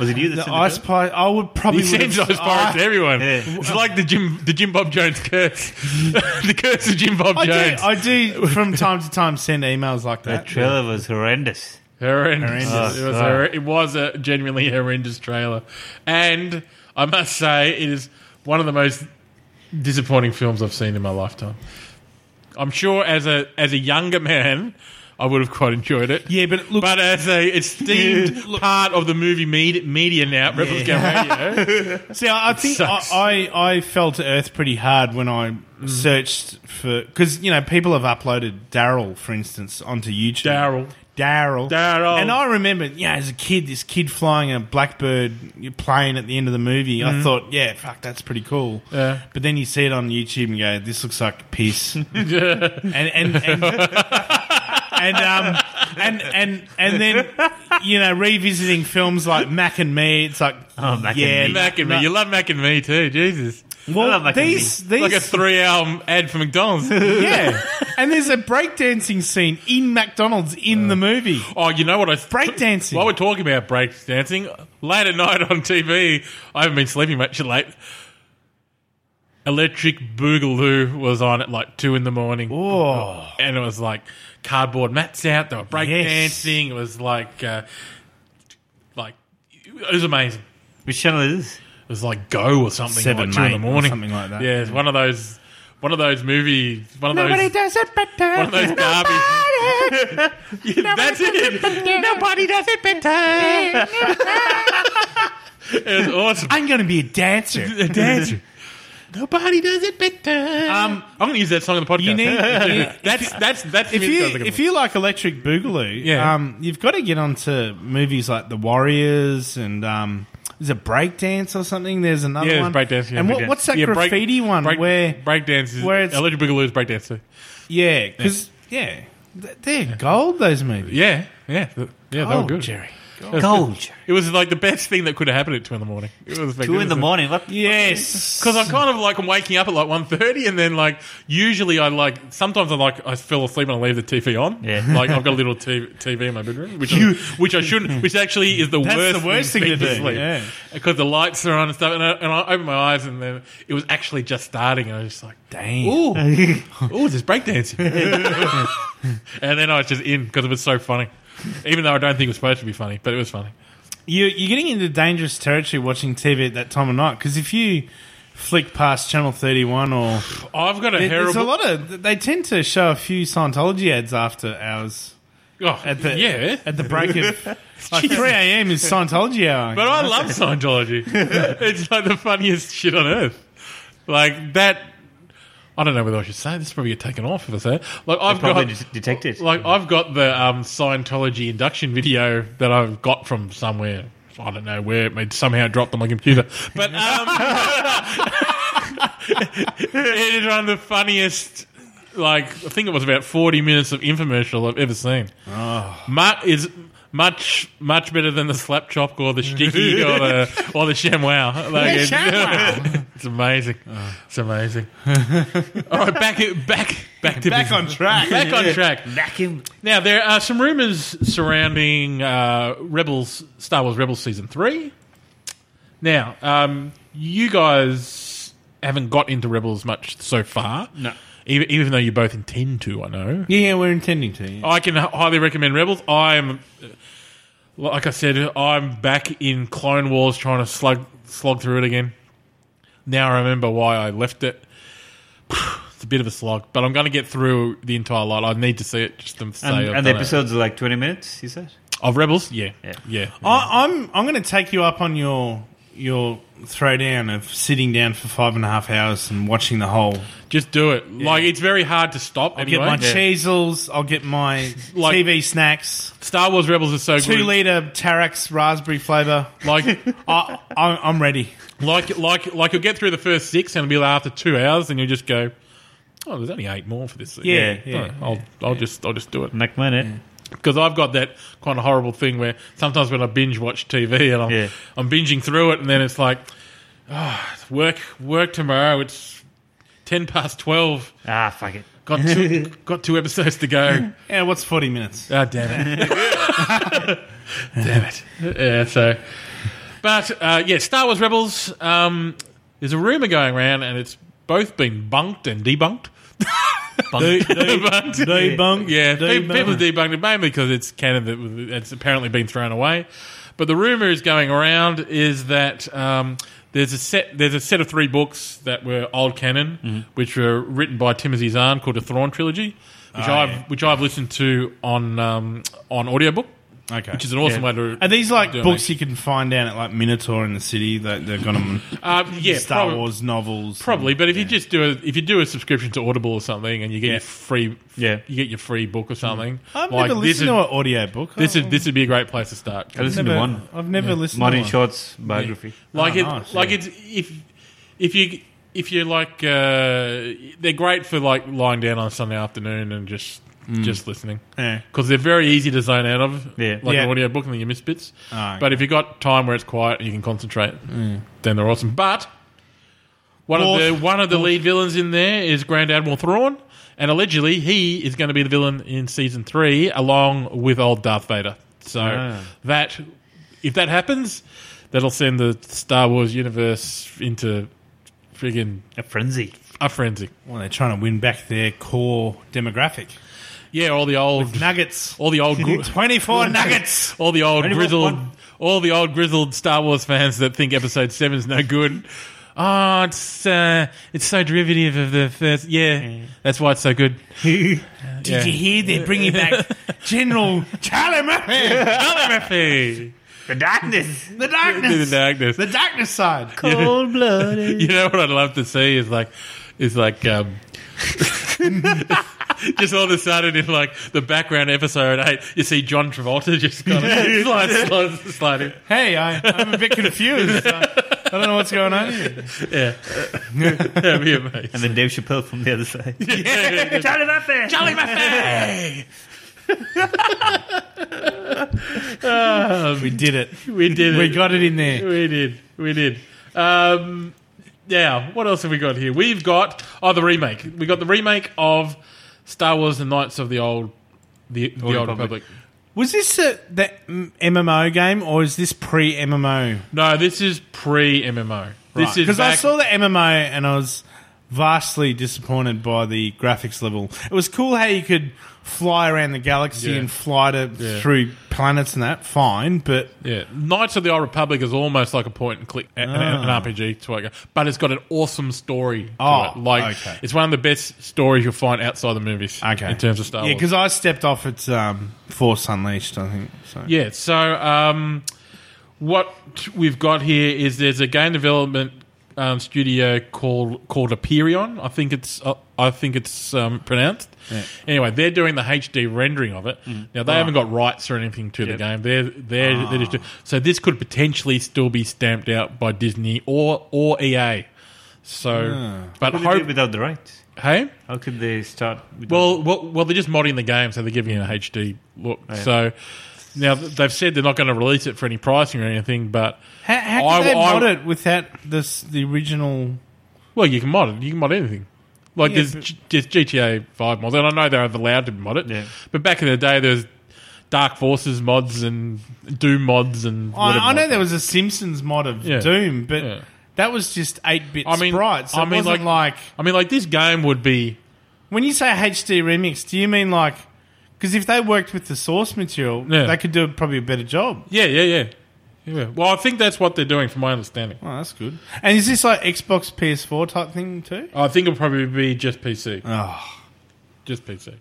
[SPEAKER 2] Was it you that
[SPEAKER 1] The
[SPEAKER 2] sent
[SPEAKER 1] Ice
[SPEAKER 2] the
[SPEAKER 1] Pirate. I would probably.
[SPEAKER 3] He sends
[SPEAKER 1] would've- Ah.
[SPEAKER 3] those pirates to
[SPEAKER 1] I-
[SPEAKER 3] everyone.
[SPEAKER 2] Yeah.
[SPEAKER 3] It's like the Jim the Jim Bob Jones curse, <laughs> the curse of Jim Bob
[SPEAKER 1] I do,
[SPEAKER 3] Jones.
[SPEAKER 1] I do from time to time send emails like
[SPEAKER 2] trailer?
[SPEAKER 1] that.
[SPEAKER 2] That trailer was horrendous.
[SPEAKER 3] horrendous.
[SPEAKER 1] Horrendous. Ah.
[SPEAKER 3] It was
[SPEAKER 2] Oh,
[SPEAKER 3] hor- it was a genuinely horrendous trailer, and I must say it is one of the most disappointing films I've seen in my lifetime. I'm sure as a as a younger man. I would have quite enjoyed it.
[SPEAKER 1] Yeah, but look-
[SPEAKER 3] but as a esteemed
[SPEAKER 1] <laughs>
[SPEAKER 3] part of the movie med- media now, at Rebel Scum Radio,
[SPEAKER 1] <laughs> See, I, I think I,
[SPEAKER 3] sucks. Mm.
[SPEAKER 1] I, I fell to earth pretty hard when I searched for because you know people have uploaded Daryl, for instance, onto YouTube.
[SPEAKER 3] Daryl.
[SPEAKER 1] Daryl,
[SPEAKER 3] Daryl.
[SPEAKER 1] and I remember, yeah, as a kid, this kid flying a blackbird plane at the end of the movie. I thought, yeah, fuck, that's pretty cool.
[SPEAKER 3] Mm-hmm. Yeah.
[SPEAKER 1] But then you see it on YouTube and go, this looks like
[SPEAKER 3] <laughs>
[SPEAKER 1] piss. and and and. And um and and and then you know revisiting films like Mac and Me, it's like
[SPEAKER 2] Oh, Mac and
[SPEAKER 1] yeah,
[SPEAKER 2] Me.
[SPEAKER 3] Mac and me, you love Mac and me too, Jesus.
[SPEAKER 1] well,
[SPEAKER 2] I love Mac and Me.
[SPEAKER 1] these, these,
[SPEAKER 3] like a three hour ad for McDonald's.
[SPEAKER 1] yeah. and there's a breakdancing scene in McDonald's
[SPEAKER 2] Uh.
[SPEAKER 1] in the movie.
[SPEAKER 3] oh, you know what? I
[SPEAKER 1] Breakdancing.
[SPEAKER 3] While we're talking about breakdancing, late at night on TV, I haven't been sleeping much late. Electric Boogaloo was on at like two in the morning,
[SPEAKER 1] Oh,
[SPEAKER 3] and it was like cardboard mats out. They were breakdancing. It was like, uh, like it was amazing.
[SPEAKER 2] Which channel is this?
[SPEAKER 3] It was like Go or something.
[SPEAKER 1] Seven
[SPEAKER 3] like two in
[SPEAKER 1] Mate
[SPEAKER 3] the
[SPEAKER 1] or
[SPEAKER 3] morning,
[SPEAKER 1] something like that.
[SPEAKER 3] Yeah, it's one of those, one of those movies. One of those.
[SPEAKER 1] does it better.
[SPEAKER 3] One of those garbage.
[SPEAKER 1] <laughs>
[SPEAKER 3] <laughs> Yeah, That's it. Nobody does it better. it's awesome.
[SPEAKER 1] I'm going to be a dancer.
[SPEAKER 3] dancer. <laughs> Nobody does it better. Um, I'm going to use that song in the podcast.
[SPEAKER 1] You need-
[SPEAKER 3] <laughs> that's that's that's
[SPEAKER 1] If
[SPEAKER 3] the music I was
[SPEAKER 1] you
[SPEAKER 3] looking
[SPEAKER 1] if
[SPEAKER 3] for.
[SPEAKER 1] you like Electric Boogaloo,
[SPEAKER 3] Yeah.
[SPEAKER 1] um, you've got to get onto movies like The Warriors and um, there's a breakdance or something. There's another
[SPEAKER 3] yeah,
[SPEAKER 1] one
[SPEAKER 3] it's breakdance. Yeah,
[SPEAKER 1] and what,
[SPEAKER 3] breakdance.
[SPEAKER 1] what's that
[SPEAKER 3] Yeah, break-
[SPEAKER 1] graffiti one
[SPEAKER 3] break-
[SPEAKER 1] where
[SPEAKER 3] breakdance is
[SPEAKER 1] where it's-
[SPEAKER 3] Electric Boogaloo is breakdance. too.
[SPEAKER 1] yeah because yeah. th- they're gold those movies.
[SPEAKER 3] Yeah, yeah, th- yeah. They were
[SPEAKER 1] Oh,
[SPEAKER 3] good.
[SPEAKER 1] Jerry. <laughs>
[SPEAKER 2] Gold.
[SPEAKER 3] It was like the best thing that could have happened at two in the morning. It was
[SPEAKER 2] Two in the morning. What?
[SPEAKER 1] Yes,
[SPEAKER 3] because I kind of like I'm waking up at like 1.30 and then like usually I like sometimes I like I fell asleep and I leave the TV on.
[SPEAKER 2] Yeah.
[SPEAKER 3] <laughs> like I've got a little TV, TV in my bedroom, which I, <laughs> which I shouldn't, which actually is the
[SPEAKER 1] That's
[SPEAKER 3] worst.
[SPEAKER 1] the worst thing to do, yeah.
[SPEAKER 3] because the lights are on and stuff, and I, and I open my eyes and then it was actually just starting, and I was just like,
[SPEAKER 1] Damn. <laughs>
[SPEAKER 3] ooh, ooh, there's breakdancing, <laughs> and then I was just in because it was so funny, even though I don't think it was supposed to be funny, but it was funny.
[SPEAKER 1] you, you're getting into dangerous territory watching TV at that time of night because if you flick past channel 31 or
[SPEAKER 3] I've got a
[SPEAKER 1] There- there's a
[SPEAKER 3] terrible.
[SPEAKER 1] lot of they tend to show a few Scientology ads after hours
[SPEAKER 3] oh,
[SPEAKER 1] at the
[SPEAKER 3] yeah,
[SPEAKER 1] at the break
[SPEAKER 3] <laughs>
[SPEAKER 1] of like 3 a.m. is Scientology hour.
[SPEAKER 3] But I love Scientology.
[SPEAKER 2] <laughs>
[SPEAKER 3] it's like the funniest shit on earth. Like that. I don't know whether I should say it. this. Is probably get taken off if I say it. Like I've
[SPEAKER 2] Probably
[SPEAKER 3] got,
[SPEAKER 2] det- detected.
[SPEAKER 3] like I've got the um, Scientology induction video that I've got from somewhere. I don't know where it may somehow it dropped on my computer, but um, <laughs> it is one of the funniest. Like I think it was about forty minutes of infomercial I've ever seen.
[SPEAKER 1] Ah.
[SPEAKER 3] Mu- is much much better than the slap chop or the
[SPEAKER 1] <laughs>
[SPEAKER 3] sticky or the or the ShamWow. Like, it's, it's <laughs> amazing.
[SPEAKER 1] Ah.
[SPEAKER 3] It's
[SPEAKER 1] <laughs>
[SPEAKER 3] amazing. All right, back back back to
[SPEAKER 1] back on
[SPEAKER 3] business.
[SPEAKER 1] <laughs> track.
[SPEAKER 3] Back on track.
[SPEAKER 2] Back him.
[SPEAKER 3] Now there are some rumors surrounding uh, Rebels, Star Wars Rebels season three. Now, um, you guys haven't got into Rebels much so far.
[SPEAKER 2] No.
[SPEAKER 3] even, even though you both intend to, I know.
[SPEAKER 1] yeah, yeah, we're intending to. yeah.
[SPEAKER 3] I can h- highly recommend Rebels. I'm, like I said, I'm back in Clone Wars trying to slug slog through it again. Now I remember why I left it. <sighs> It's a bit of a slog, but I'm going to get through the entire lot. I need to see it just to say
[SPEAKER 2] And,
[SPEAKER 3] I've
[SPEAKER 2] and the
[SPEAKER 3] done it.
[SPEAKER 2] episodes are like 20 minutes, you said?
[SPEAKER 3] of Rebels. Yeah,
[SPEAKER 2] Yeah.
[SPEAKER 3] yeah.
[SPEAKER 1] I, I'm I'm going to take you up on your your throwdown of sitting down for five and a half hours and watching the whole.
[SPEAKER 3] Just do it. Like it's very hard to stop.
[SPEAKER 1] I'll
[SPEAKER 3] anyway.
[SPEAKER 1] get my
[SPEAKER 3] Yeah.
[SPEAKER 1] cheesels. I'll get my
[SPEAKER 3] <laughs> Like-
[SPEAKER 1] TV snacks.
[SPEAKER 3] Star Wars Rebels is so
[SPEAKER 1] Two
[SPEAKER 3] good.
[SPEAKER 1] liter Tarek's raspberry flavor. <laughs>
[SPEAKER 3] Like,
[SPEAKER 1] I, I, I'm ready.
[SPEAKER 3] like, like, like you'll get through the first six, and it'll be like after two hours, and you'll just go, "Oh, there's only eight more for this." thing."
[SPEAKER 1] Yeah, yeah,
[SPEAKER 3] Fine. I'll, I'll just, I'll just do it
[SPEAKER 2] Like minute.
[SPEAKER 3] because I've got that kind of horrible thing where sometimes when I binge watch TV and I'm,
[SPEAKER 2] Yeah.
[SPEAKER 3] I'm binging through it, and then it's like, "Ah, work, work tomorrow. It's ten past twelve.
[SPEAKER 2] Ah, fuck it.
[SPEAKER 3] Got
[SPEAKER 1] <laughs>
[SPEAKER 3] two, got two episodes to go."
[SPEAKER 1] Yeah, what's 40 minutes?
[SPEAKER 3] Ah, damn Ah, it. <laughs> damn it. Yeah, so. But, uh, yeah, Star Wars Rebels, um, there's a rumour going around, and it's both been bunked and debunked. <laughs> Debunked.
[SPEAKER 1] Debunk.
[SPEAKER 3] Yeah,
[SPEAKER 1] Debunk.
[SPEAKER 3] people people debunked it mainly because it's canon that was- it's apparently been thrown away. But the rumor is going around is that um, there's a set there's a set of three books that were old canon,
[SPEAKER 1] Mm-hmm.
[SPEAKER 3] which were written by Timothy Zahn called the Thrawn trilogy, which I've
[SPEAKER 1] Oh, yeah.
[SPEAKER 3] which I've listened to on um, on audiobook,
[SPEAKER 1] Okay.
[SPEAKER 3] which is an awesome way to
[SPEAKER 1] Are these like
[SPEAKER 3] Doing
[SPEAKER 1] books you can find down at like Minotaur in the city that they've got them?
[SPEAKER 3] uh, <laughs> yeah
[SPEAKER 1] Star
[SPEAKER 3] prob-
[SPEAKER 1] Wars novels.
[SPEAKER 3] Probably, but if you just do a, if you do a subscription to Audible or something, and you get your free
[SPEAKER 2] Yeah.
[SPEAKER 3] you get your free book or something,
[SPEAKER 1] Mm. I've
[SPEAKER 3] like,
[SPEAKER 1] never
[SPEAKER 3] this
[SPEAKER 1] listened
[SPEAKER 3] is-
[SPEAKER 1] to an audiobook.
[SPEAKER 3] This is this would be a great place to start.
[SPEAKER 2] I listened
[SPEAKER 1] Oh. never,
[SPEAKER 2] to one.
[SPEAKER 1] I've never listened
[SPEAKER 2] Martin
[SPEAKER 1] to one.
[SPEAKER 2] Short's biography.
[SPEAKER 3] Like
[SPEAKER 1] Oh,
[SPEAKER 3] it,
[SPEAKER 1] nice,
[SPEAKER 3] like
[SPEAKER 1] yeah.
[SPEAKER 3] it's if if you if you're like uh, they're great for like lying down on a Sunday afternoon and just just listening
[SPEAKER 1] Yeah.
[SPEAKER 3] because they're very easy to zone out of.
[SPEAKER 2] Yeah.
[SPEAKER 3] like
[SPEAKER 1] Yeah.
[SPEAKER 3] an audio book and then you miss bits.
[SPEAKER 1] Ah, Mm.
[SPEAKER 3] But if you got time where it's quiet and you can concentrate, then they're awesome. But one
[SPEAKER 1] Boss.
[SPEAKER 3] of the one of the lead villains in there is Grand Admiral Thrawn, and allegedly he is going to be the villain in season three, along with old Darth Vader. So
[SPEAKER 1] Ah.
[SPEAKER 3] that if that happens, that'll send the Star Wars universe into friggin'
[SPEAKER 2] A frenzy.
[SPEAKER 3] a frenzy.
[SPEAKER 1] Well, they're trying to win back their core
[SPEAKER 3] <laughs>
[SPEAKER 1] demographic.
[SPEAKER 3] Yeah, all the old
[SPEAKER 1] <laughs> Nuggets.
[SPEAKER 3] all the old gr-
[SPEAKER 1] 24 nuggets.
[SPEAKER 3] all the old
[SPEAKER 2] Ready for
[SPEAKER 3] grizzled,
[SPEAKER 2] one?
[SPEAKER 3] all the old grizzled Star Wars fans that think Episode Seven's no good. Oh, it's uh, it's so derivative of the first. Yeah, that's why it's so good.
[SPEAKER 1] Did you hear they're
[SPEAKER 3] <laughs>
[SPEAKER 1] bringing back General Charlie Murphy?
[SPEAKER 3] Murphy,
[SPEAKER 2] The
[SPEAKER 1] <laughs>
[SPEAKER 2] darkness.
[SPEAKER 1] The
[SPEAKER 3] the
[SPEAKER 1] darkness.
[SPEAKER 3] darkness.
[SPEAKER 1] The darkness side.
[SPEAKER 3] <laughs>
[SPEAKER 2] Cold blooded.
[SPEAKER 3] You know what I'd love to see is like, is like. Um, <laughs> Just all of a sudden, in like the background episode eight, you see John Travolta just kind of slide, slide, slide in.
[SPEAKER 1] Hey, I,
[SPEAKER 3] <laughs>
[SPEAKER 1] I'm a bit confused. I don't know what's going on here.
[SPEAKER 3] Yeah, that'd be amazing.
[SPEAKER 2] And then Dave Chappelle from the other
[SPEAKER 1] <laughs>
[SPEAKER 2] side. <laughs>
[SPEAKER 3] Charlie Murphy. Charlie Murphy.
[SPEAKER 1] We did it.
[SPEAKER 3] <laughs> We did it.
[SPEAKER 1] We got it in there.
[SPEAKER 3] We did. We did. Um, now, what else have we got here? We've got oh the remake. We got the remake of Star Wars: The Knights of the Old the, the Old, Republic.
[SPEAKER 2] Republic.
[SPEAKER 1] Was this a, the mm, MMO game or is this pre MMO?
[SPEAKER 3] No, this is pre MMO. This is
[SPEAKER 1] because I
[SPEAKER 3] back,
[SPEAKER 1] saw the MMO and I was vastly disappointed by the graphics level. It was cool how you could fly around the galaxy
[SPEAKER 3] Yeah.
[SPEAKER 1] and fly to
[SPEAKER 3] Yeah.
[SPEAKER 1] through planets and that. Fine, but
[SPEAKER 3] yeah Knights of the Old Republic is almost like a point and click an, an RPG to it, but it's got an awesome story. To
[SPEAKER 1] Ah. Oh,
[SPEAKER 3] it. like
[SPEAKER 1] okay.
[SPEAKER 3] it's one of the best stories you'll find outside the movies.
[SPEAKER 1] okay,
[SPEAKER 3] in terms of Star
[SPEAKER 1] yeah,
[SPEAKER 3] Wars.
[SPEAKER 1] because I stepped off at um, Force Unleashed. I think so.
[SPEAKER 3] Yeah. So um, what we've got here is there's a game development um, studio called called Aperion. I think it's uh, I think it's um, pronounced. Anyway, they're doing the HD rendering of it.
[SPEAKER 2] Mm.
[SPEAKER 3] Now they haven't got rights or anything to the game. They're they're, they're
[SPEAKER 2] Ah.
[SPEAKER 3] just so this could potentially still be stamped out by Disney or or EA. So, but
[SPEAKER 2] How Ah. could they do it
[SPEAKER 3] hope
[SPEAKER 2] without the right?
[SPEAKER 3] hey.
[SPEAKER 2] How could they start? With
[SPEAKER 3] Well, well, well, they're just modding the game, so they're giving it an HD look. So now th- they've said they're not going to release it for any pricing or anything, but
[SPEAKER 1] How, how could
[SPEAKER 3] I-
[SPEAKER 1] they
[SPEAKER 3] I-
[SPEAKER 1] mod it without this the original?
[SPEAKER 3] well, you can mod it. You can mod anything. Like
[SPEAKER 1] Yeah,
[SPEAKER 3] there's,
[SPEAKER 1] but-
[SPEAKER 3] G- there's GTA Five mods, and I know they're allowed to mod it.
[SPEAKER 2] Yeah.
[SPEAKER 3] But back in the day, there's Dark Forces mods and Doom mods and. whatever
[SPEAKER 1] I, I know
[SPEAKER 3] mod.
[SPEAKER 1] there was a Simpsons mod of
[SPEAKER 3] Yeah.
[SPEAKER 1] Doom, but
[SPEAKER 3] Yeah.
[SPEAKER 1] that was just eight bit
[SPEAKER 3] I mean,
[SPEAKER 1] sprites. So
[SPEAKER 3] I
[SPEAKER 1] it
[SPEAKER 3] mean,
[SPEAKER 1] wasn't like
[SPEAKER 3] I mean, like this game would be
[SPEAKER 1] When you say HD remix, do you mean like? Because if they worked with the source material,
[SPEAKER 3] Yeah.
[SPEAKER 1] they could do probably a better job.
[SPEAKER 3] yeah, yeah, yeah. Yeah. Well, I think that's what they're doing, from my understanding.
[SPEAKER 1] Oh, that's good. And is this like Xbox PS4 type thing too?
[SPEAKER 3] I think it'll probably be just PC.
[SPEAKER 1] Oh,
[SPEAKER 3] Just PC.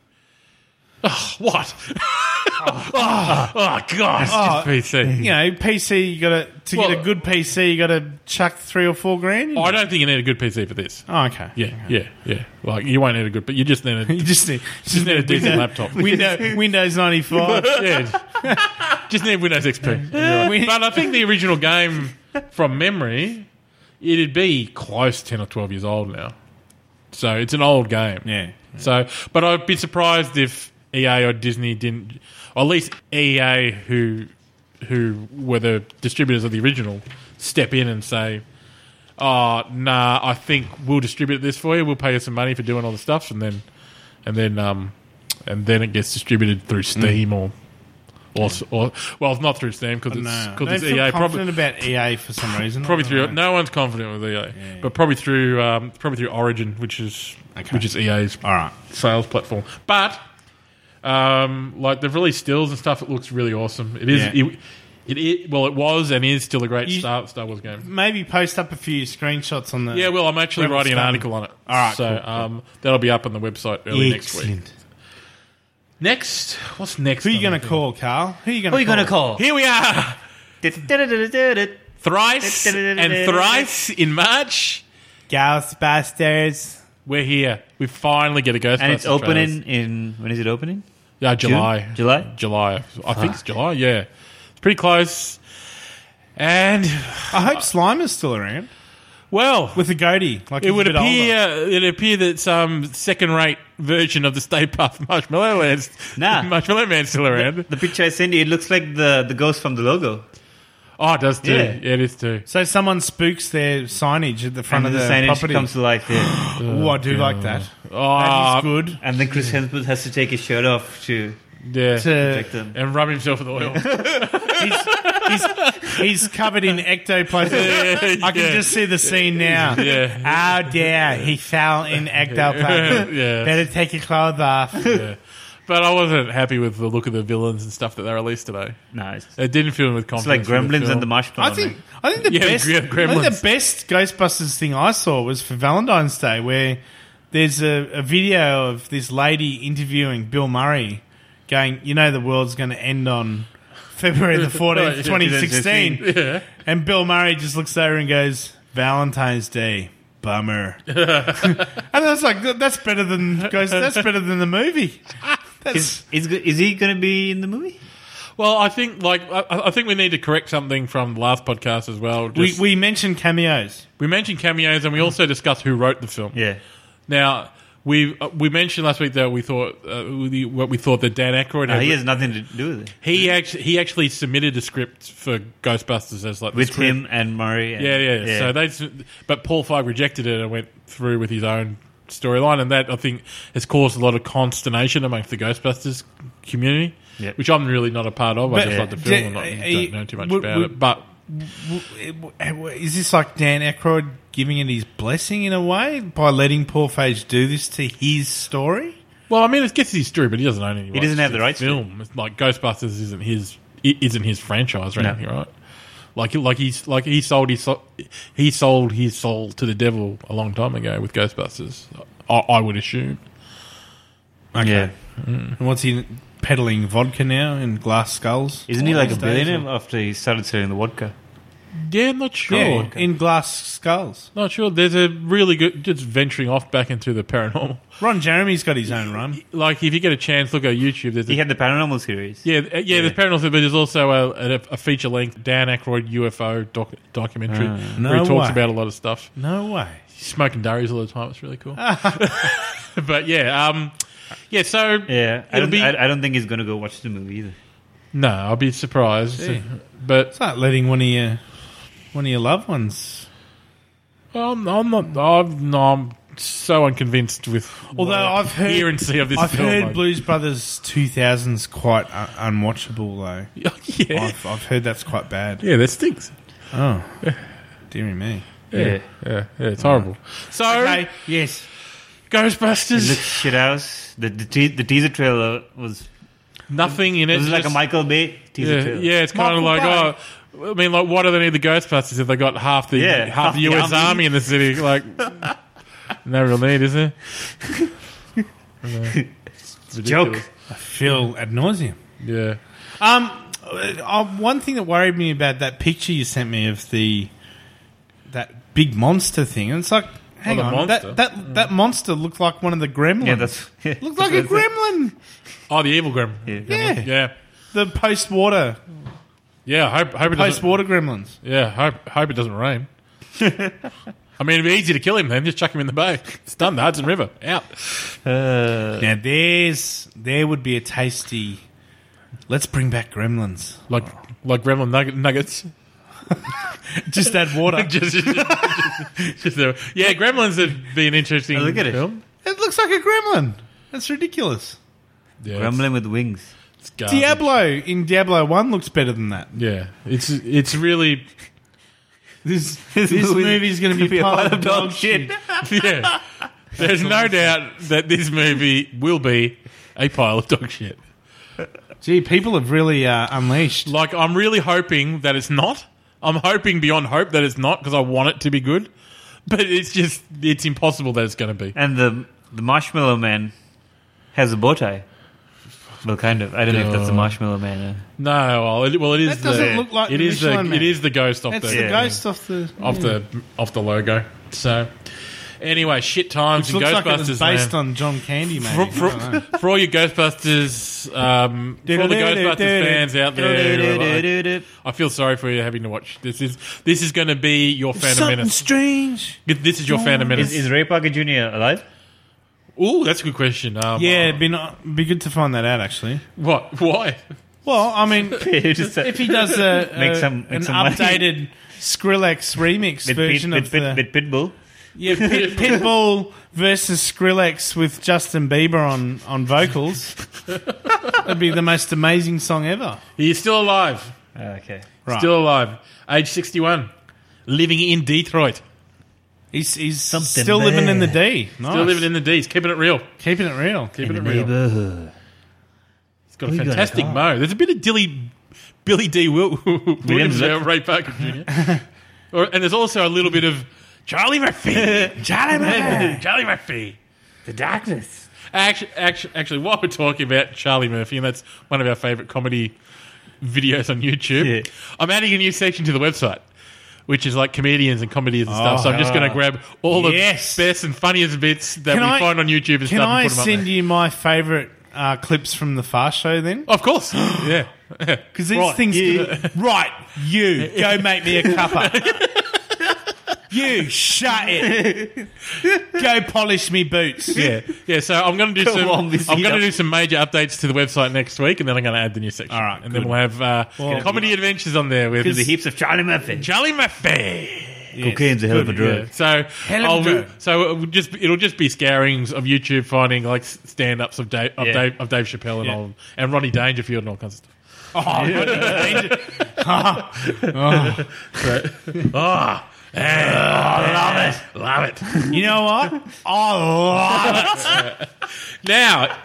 [SPEAKER 3] Oh, what? <laughs> oh, oh, God. it's
[SPEAKER 1] Oh.
[SPEAKER 3] just PC.
[SPEAKER 1] you know, PC. You got to to get
[SPEAKER 3] Well-
[SPEAKER 1] a good PC. You got to chuck three or four grand. In.
[SPEAKER 3] Oh, I don't think you need a good PC for this.
[SPEAKER 1] Oh, okay.
[SPEAKER 3] Yeah, yeah, yeah. Like, you won't need a good, but you just need a,
[SPEAKER 1] <laughs> You just need,
[SPEAKER 3] <laughs> just need a decent laptop.
[SPEAKER 1] <laughs> Windows, Windows
[SPEAKER 3] <laughs>
[SPEAKER 1] ninety <laughs> five.
[SPEAKER 3] yeah. Just need Windows XP.
[SPEAKER 1] Win-
[SPEAKER 3] But I think the original game, from memory, it'd be close ten or twelve years old now. So it's an old game.
[SPEAKER 1] Yeah.
[SPEAKER 3] So, but I'd be surprised if EA or Disney didn't, or at least EA, who who were the distributors of the original, step in and say, "Oh, nah, I think we'll distribute this for you. We'll pay you some money for doing all the stuff, and then and then um and then it gets distributed through
[SPEAKER 1] Mm.
[SPEAKER 3] Steam or." Or, or, well, it's not through Steam because it's,
[SPEAKER 1] No,
[SPEAKER 3] 'cause
[SPEAKER 1] I
[SPEAKER 3] it's
[SPEAKER 1] don't feel
[SPEAKER 3] EA. Probably,
[SPEAKER 1] confident about EA
[SPEAKER 3] <laughs>
[SPEAKER 1] for some reason.
[SPEAKER 3] probably
[SPEAKER 1] I
[SPEAKER 3] through
[SPEAKER 1] don't know.
[SPEAKER 3] no one's confident with EA, but probably through um, probably through Origin, which is
[SPEAKER 1] Okay.
[SPEAKER 3] which is E EA's
[SPEAKER 1] All right.
[SPEAKER 3] sales platform. But um, like they've released stills and stuff, it looks really awesome. It is
[SPEAKER 1] Yeah.
[SPEAKER 3] it, it, i- well, it was and is still a great
[SPEAKER 1] You-
[SPEAKER 3] Star, Star Wars game.
[SPEAKER 1] Maybe post up a few screenshots on the.
[SPEAKER 3] Yeah, well, I'm actually
[SPEAKER 1] Rebel
[SPEAKER 3] writing an
[SPEAKER 1] Star.
[SPEAKER 3] article on it.
[SPEAKER 1] All right,
[SPEAKER 3] so
[SPEAKER 1] cool,
[SPEAKER 3] um, that'll be up on the website early next week.
[SPEAKER 1] Excellent.
[SPEAKER 3] Next, what's next?
[SPEAKER 1] Who are you
[SPEAKER 3] on
[SPEAKER 1] going
[SPEAKER 3] the
[SPEAKER 1] to
[SPEAKER 3] thing?
[SPEAKER 1] call, Carl? Who are you going
[SPEAKER 2] Who are you going to call?
[SPEAKER 3] Here we are, <laughs>
[SPEAKER 2] They're
[SPEAKER 3] thrice and thrice in March.
[SPEAKER 1] Ghostbusters.
[SPEAKER 3] We're here. We finally get a Ghostbusters.
[SPEAKER 2] And it's
[SPEAKER 3] trailer.
[SPEAKER 2] opening in when is it opening?
[SPEAKER 3] Yeah, July.
[SPEAKER 2] July?
[SPEAKER 3] July. I think it's July, yeah. It's pretty close. And,
[SPEAKER 1] I hope Slimer's still around
[SPEAKER 3] well,
[SPEAKER 1] with a goatee. Like
[SPEAKER 3] it
[SPEAKER 1] he's
[SPEAKER 3] would
[SPEAKER 1] a bit older.
[SPEAKER 3] appear it appear that some second rate version of the Stay Puft Marshmallow Man's <laughs>
[SPEAKER 2] Nah.
[SPEAKER 3] Marshmallow Man's still around.
[SPEAKER 2] The picture I sent you, it looks like the, the ghost from the logo.
[SPEAKER 3] Oh, it does too.
[SPEAKER 2] Yeah.
[SPEAKER 3] Yeah, it is too.
[SPEAKER 1] So someone spooks their signage at the front
[SPEAKER 2] And
[SPEAKER 1] of
[SPEAKER 2] the
[SPEAKER 1] the,
[SPEAKER 2] signage
[SPEAKER 1] property.
[SPEAKER 2] comes to life,
[SPEAKER 3] <gasps>
[SPEAKER 2] yeah.
[SPEAKER 1] oh, I do like that. That
[SPEAKER 3] Oh,
[SPEAKER 1] is good.
[SPEAKER 2] and then Chris Hemsworth has to take his shirt off to
[SPEAKER 3] Yeah.
[SPEAKER 2] protect
[SPEAKER 1] To,
[SPEAKER 2] them.
[SPEAKER 3] and rub himself with oil.
[SPEAKER 1] he's, he's covered in ectoplasm. I
[SPEAKER 3] <laughs>
[SPEAKER 1] can
[SPEAKER 3] yeah.
[SPEAKER 1] just see the scene now.
[SPEAKER 3] Yeah.
[SPEAKER 1] Oh dear, he fell
[SPEAKER 3] <laughs>
[SPEAKER 1] in ectoplasm.
[SPEAKER 3] Yeah.
[SPEAKER 1] Better take your clothes off.
[SPEAKER 3] yeah. But I wasn't happy with the look of the villains and stuff that they released today.
[SPEAKER 2] No, it's,
[SPEAKER 3] It didn't fill me with
[SPEAKER 2] it's
[SPEAKER 3] confidence.
[SPEAKER 2] like
[SPEAKER 3] for the
[SPEAKER 2] Gremlins
[SPEAKER 3] film.
[SPEAKER 2] and the Marshmallow.
[SPEAKER 1] I think I think the
[SPEAKER 3] Yeah,
[SPEAKER 1] best
[SPEAKER 3] Gre-
[SPEAKER 1] I think
[SPEAKER 3] Gremlins.
[SPEAKER 1] the best Ghostbusters thing I saw was for Valentine's Day where there's a, a video of this lady interviewing Bill Murray going, You know the world's gonna end on
[SPEAKER 3] <laughs>
[SPEAKER 1] February the
[SPEAKER 3] Oh,
[SPEAKER 1] fourteenth, twenty sixteen
[SPEAKER 3] Yeah.
[SPEAKER 1] and Bill Murray just looks over and goes, Valentine's Day.
[SPEAKER 3] <laughs>
[SPEAKER 1] Bummer. and I was like, that's better than Ghost that's better than
[SPEAKER 3] <laughs>
[SPEAKER 1] the movie. That's
[SPEAKER 2] Is, is, go- is he going to be in the movie?
[SPEAKER 3] Well, I think like I, I think we need to correct something from the last podcast as well.
[SPEAKER 1] we,
[SPEAKER 3] Just-
[SPEAKER 1] we mentioned cameos.
[SPEAKER 3] we mentioned cameos and we also discussed who wrote the film.
[SPEAKER 2] Yeah.
[SPEAKER 3] Now we uh, we mentioned last week that we thought uh, we- what we thought that Dan Aykroyd
[SPEAKER 2] No,
[SPEAKER 3] had,
[SPEAKER 2] Uh, he has nothing to do with it.
[SPEAKER 3] he actually he actually submitted a script for Ghostbusters as like the
[SPEAKER 2] With
[SPEAKER 3] script.
[SPEAKER 2] him and Murray. And,
[SPEAKER 3] Yeah, yeah, So they, s- but Paul Feig rejected it and went through with his own storyline, and that I think has caused a lot of consternation amongst the Ghostbusters community,
[SPEAKER 2] Yeah.
[SPEAKER 3] which I'm really not a part of. I
[SPEAKER 1] But-
[SPEAKER 3] just like the
[SPEAKER 1] Yeah.
[SPEAKER 3] film, and
[SPEAKER 1] Yeah,
[SPEAKER 3] I
[SPEAKER 1] are you-
[SPEAKER 3] don't know too much
[SPEAKER 1] would-
[SPEAKER 3] about
[SPEAKER 1] would-
[SPEAKER 3] it. But
[SPEAKER 1] Is this like Dan Aykroyd giving it his blessing in a way by letting Paul Fage do this to his story?
[SPEAKER 3] well, I mean, it gets his story, but he doesn't own any. He
[SPEAKER 2] doesn't have the rights to
[SPEAKER 3] Film, it's like Ghostbusters isn't his i- isn't his franchise or
[SPEAKER 2] No.
[SPEAKER 3] anything, right? Like, like he's like he sold his so- he sold his soul to the devil a long time ago with Ghostbusters. I, I would assume.
[SPEAKER 2] Yeah.
[SPEAKER 1] And what's he peddling vodka now in glass skulls?
[SPEAKER 2] Isn't he like a
[SPEAKER 1] Stage
[SPEAKER 2] billionaire Oh, after he started selling the vodka?
[SPEAKER 3] Yeah, I'm not sure.
[SPEAKER 1] Yeah, in glass skulls.
[SPEAKER 3] Not sure. There's a really good just venturing off back into the paranormal. <laughs>
[SPEAKER 1] Ron Jeremy's got his own run.
[SPEAKER 3] Like if you get a chance, look at YouTube. There's a,
[SPEAKER 2] He had the paranormal series.
[SPEAKER 3] yeah, uh, yeah, yeah, there's paranormal, but there's also a, a, a feature length Dan Aykroyd UFO doc, documentary where
[SPEAKER 1] no
[SPEAKER 3] he talks
[SPEAKER 1] way.
[SPEAKER 3] about a lot of stuff.
[SPEAKER 1] No way.
[SPEAKER 3] He's smoking durries all the time. It's really
[SPEAKER 1] <laughs>
[SPEAKER 3] cool. <laughs> but yeah, um, yeah. So
[SPEAKER 2] Yeah, I
[SPEAKER 3] It'll
[SPEAKER 2] don't,
[SPEAKER 3] be-
[SPEAKER 2] I, I don't think he's gonna go watch the movie either.
[SPEAKER 3] no, I'll be surprised. But
[SPEAKER 1] It's like letting one of your one of your loved ones.
[SPEAKER 3] I'm, I'm not. I'm, no, I'm so unconvinced with.
[SPEAKER 1] Although
[SPEAKER 3] what I
[SPEAKER 1] I've heard-
[SPEAKER 3] hear and see of this.
[SPEAKER 1] I've
[SPEAKER 3] film,
[SPEAKER 1] heard
[SPEAKER 3] like-
[SPEAKER 1] Blues Brothers 2000's quite un- unwatchable though.
[SPEAKER 3] <laughs> yeah,
[SPEAKER 1] I've, I've heard that's quite bad.
[SPEAKER 3] yeah, that stinks.
[SPEAKER 1] Oh, dearie me.
[SPEAKER 2] Yeah.
[SPEAKER 3] Yeah, yeah, it's horrible. So
[SPEAKER 1] Okay. Yes.
[SPEAKER 2] It
[SPEAKER 3] Ghostbusters,
[SPEAKER 2] looks shit house. The the, te- the teaser trailer was
[SPEAKER 3] nothing in it.
[SPEAKER 2] it was like a
[SPEAKER 3] just-
[SPEAKER 2] Michael Bay teaser
[SPEAKER 3] yeah,
[SPEAKER 2] trailer.
[SPEAKER 3] yeah, it's kind of
[SPEAKER 1] Michael
[SPEAKER 3] like
[SPEAKER 1] Bay.
[SPEAKER 3] oh, I mean, like, why do they need the Ghostbusters if they got half the
[SPEAKER 2] Yeah,
[SPEAKER 3] half,
[SPEAKER 2] half
[SPEAKER 3] the
[SPEAKER 2] the
[SPEAKER 3] US
[SPEAKER 2] army.
[SPEAKER 3] army. in the city?
[SPEAKER 2] <laughs>
[SPEAKER 3] Like, no real need, is there?
[SPEAKER 2] Joke.
[SPEAKER 1] Feel ad nauseum.
[SPEAKER 3] Yeah.
[SPEAKER 1] Um, uh, one thing that worried me about that picture you sent me of the that big monster thing, and it's like, hang
[SPEAKER 3] the
[SPEAKER 1] on,
[SPEAKER 3] monster?
[SPEAKER 1] that that that monster looked like one of the gremlins.
[SPEAKER 2] <laughs> Yeah, that's <laughs> yeah,
[SPEAKER 1] looked
[SPEAKER 2] that's
[SPEAKER 1] like a
[SPEAKER 2] what I
[SPEAKER 1] gremlin.
[SPEAKER 3] Oh, the evil grim.
[SPEAKER 2] said. Yeah.
[SPEAKER 1] Yeah.
[SPEAKER 3] Yeah.
[SPEAKER 1] the post water,
[SPEAKER 3] Yeah. I Hope, hope it
[SPEAKER 1] post
[SPEAKER 3] doesn't.
[SPEAKER 1] water gremlins.
[SPEAKER 3] Yeah. Hope, hope it doesn't
[SPEAKER 2] <laughs>
[SPEAKER 3] rain. I mean, it'd be easy to kill him then. Just chuck him in the bay. It's done. The Hudson River out.
[SPEAKER 2] Uh,
[SPEAKER 1] Now there's there would be a tasty. Let's bring back gremlins.
[SPEAKER 3] Like like gremlin nugget, nuggets. <laughs>
[SPEAKER 1] <laughs> Just add water.
[SPEAKER 3] just, just, just, just there. Yeah, Gremlins would be an interesting
[SPEAKER 2] Oh, look at it.
[SPEAKER 3] film.
[SPEAKER 1] it looks like a gremlin. That's ridiculous.
[SPEAKER 3] Yeah, it's-
[SPEAKER 2] gremlin with wings.
[SPEAKER 3] it's garbage.
[SPEAKER 1] Diablo in Diablo One looks better than that.
[SPEAKER 3] Yeah, it's it's really
[SPEAKER 1] This <laughs> this
[SPEAKER 2] movie-
[SPEAKER 1] movie's going to be a pile of dog shit.
[SPEAKER 2] <laughs>
[SPEAKER 3] yeah. There's no doubt that this movie will be a pile of dog shit.
[SPEAKER 1] Gee, people have really uh, unleashed.
[SPEAKER 3] Like I'm really hoping that it's not. I'm hoping beyond hope that it's not because I want it to be good. But it's just it's impossible that it's going to be.
[SPEAKER 2] And the the marshmallow man has a bow tie. Well, kind of. I don't know if that's the marshmallow man. uh.
[SPEAKER 3] No, well, it, well, it is.
[SPEAKER 1] That doesn't
[SPEAKER 3] the,
[SPEAKER 1] look like
[SPEAKER 3] it
[SPEAKER 1] the
[SPEAKER 3] is the
[SPEAKER 1] Michelin Man.
[SPEAKER 3] it is the ghost off
[SPEAKER 1] That's
[SPEAKER 3] the
[SPEAKER 1] the ghost off the.
[SPEAKER 2] Oh,
[SPEAKER 3] off the off the logo. So anyway, shit times
[SPEAKER 1] It
[SPEAKER 3] and
[SPEAKER 1] looks like it was
[SPEAKER 3] Ghostbusters.
[SPEAKER 1] based
[SPEAKER 3] man.
[SPEAKER 1] on John Candy,
[SPEAKER 3] for,
[SPEAKER 1] maybe. I don't know.
[SPEAKER 3] for, for all you Ghostbusters, um, for all the Ghostbusters fans out there,
[SPEAKER 2] There,
[SPEAKER 3] I feel sorry for you having to watch. This is this is going to be your Phantom
[SPEAKER 1] Something
[SPEAKER 3] Menace.
[SPEAKER 1] strange.
[SPEAKER 3] This is your Phantom
[SPEAKER 2] is,
[SPEAKER 3] Menace.
[SPEAKER 2] is Ray Parker Jr. alive? <laughs>
[SPEAKER 3] Ooh, that's a good question. Um,
[SPEAKER 1] Yeah, it'd be, not, be good to find that out, actually.
[SPEAKER 3] what? Why?
[SPEAKER 1] Well, I
[SPEAKER 2] <laughs>
[SPEAKER 1] mean,
[SPEAKER 2] Just, uh,
[SPEAKER 1] if he does a, a-
[SPEAKER 2] <laughs> Make some- make
[SPEAKER 1] an
[SPEAKER 2] some money.
[SPEAKER 1] updated Skrillex remix
[SPEAKER 2] <laughs> with, Pit,
[SPEAKER 1] version
[SPEAKER 2] with,
[SPEAKER 1] of
[SPEAKER 2] Pit,
[SPEAKER 1] the
[SPEAKER 2] with Pitbull.
[SPEAKER 3] <laughs>
[SPEAKER 1] yeah, Pit, Pitbull versus Skrillex with Justin Bieber on on
[SPEAKER 2] <laughs>
[SPEAKER 1] vocals, that'd be the most amazing song ever.
[SPEAKER 3] He's still alive.
[SPEAKER 2] Ah, okay.
[SPEAKER 1] Right.
[SPEAKER 3] Still alive. Age sixty-one, living in Detroit.
[SPEAKER 1] He's, he's
[SPEAKER 2] Something
[SPEAKER 1] still living in the
[SPEAKER 2] there.
[SPEAKER 1] D. Nice.
[SPEAKER 3] Still living in the D's, keeping it real.
[SPEAKER 1] Keeping it real.
[SPEAKER 3] Keeping it
[SPEAKER 2] the
[SPEAKER 3] real.
[SPEAKER 2] neighborhood.
[SPEAKER 3] It's got a
[SPEAKER 2] We got a
[SPEAKER 3] fantastic
[SPEAKER 2] car.
[SPEAKER 3] mo. There's a bit of Dilly, Billy D. Wil- <laughs> Williams
[SPEAKER 2] look.
[SPEAKER 3] there, Ray Parker Jr.
[SPEAKER 2] <laughs>
[SPEAKER 3] or, and there's also a little bit of Charlie
[SPEAKER 2] <laughs>
[SPEAKER 3] Murphy. Charlie Murphy. Charlie Murphy.
[SPEAKER 2] The darkness.
[SPEAKER 3] Actually, actually, actually, while we're talking about Charlie Murphy, and that's one of our favourite comedy videos on YouTube,
[SPEAKER 2] Yeah.
[SPEAKER 3] I'm adding a new section to the website. Which is like comedians and comedies and stuff. So I'm just going to grab all
[SPEAKER 1] Oh, Yes.
[SPEAKER 3] the best and funniest bits that
[SPEAKER 1] Can
[SPEAKER 3] we
[SPEAKER 1] I-
[SPEAKER 3] find on YouTube and
[SPEAKER 1] Can
[SPEAKER 3] stuff.
[SPEAKER 1] I
[SPEAKER 3] and put 'em up
[SPEAKER 1] send
[SPEAKER 3] there.
[SPEAKER 1] you my favourite uh, clips from the Fast Show then?
[SPEAKER 3] Of
[SPEAKER 1] <gasps>
[SPEAKER 3] course. yeah.
[SPEAKER 1] Because these
[SPEAKER 3] Right,
[SPEAKER 1] things.
[SPEAKER 3] you.
[SPEAKER 1] right,
[SPEAKER 3] <laughs>
[SPEAKER 1] you go make me a cuppa. <laughs> you shut it.
[SPEAKER 3] <laughs>
[SPEAKER 1] go polish me boots.
[SPEAKER 3] Yeah, yeah. So I'm going to do
[SPEAKER 2] Come
[SPEAKER 3] some.
[SPEAKER 2] on, this
[SPEAKER 3] I'm going to
[SPEAKER 2] heat
[SPEAKER 3] do
[SPEAKER 2] up.
[SPEAKER 3] some major updates to the website next week, and then I'm going to add the new section.
[SPEAKER 1] All right,
[SPEAKER 3] and
[SPEAKER 1] good.
[SPEAKER 3] then we'll have uh, comedy adventures on there with
[SPEAKER 2] There's the heaps of Charlie Murphy.
[SPEAKER 3] Charlie Murphy.
[SPEAKER 2] Cocaine's a hell of a drug.
[SPEAKER 3] Yeah. So
[SPEAKER 1] of a
[SPEAKER 3] I'll-
[SPEAKER 1] drug.
[SPEAKER 3] so it'll just it'll just be scourings of YouTube finding like stand ups of Dave of,
[SPEAKER 2] Yeah.
[SPEAKER 3] Dave of Dave Chappelle and all and Ronnie Dangerfield and all kinds of stuff.
[SPEAKER 1] Oh,
[SPEAKER 3] Ah, eh, oh, love it, love it.
[SPEAKER 1] you
[SPEAKER 3] <laughs>
[SPEAKER 1] know what? I love it.
[SPEAKER 3] Now,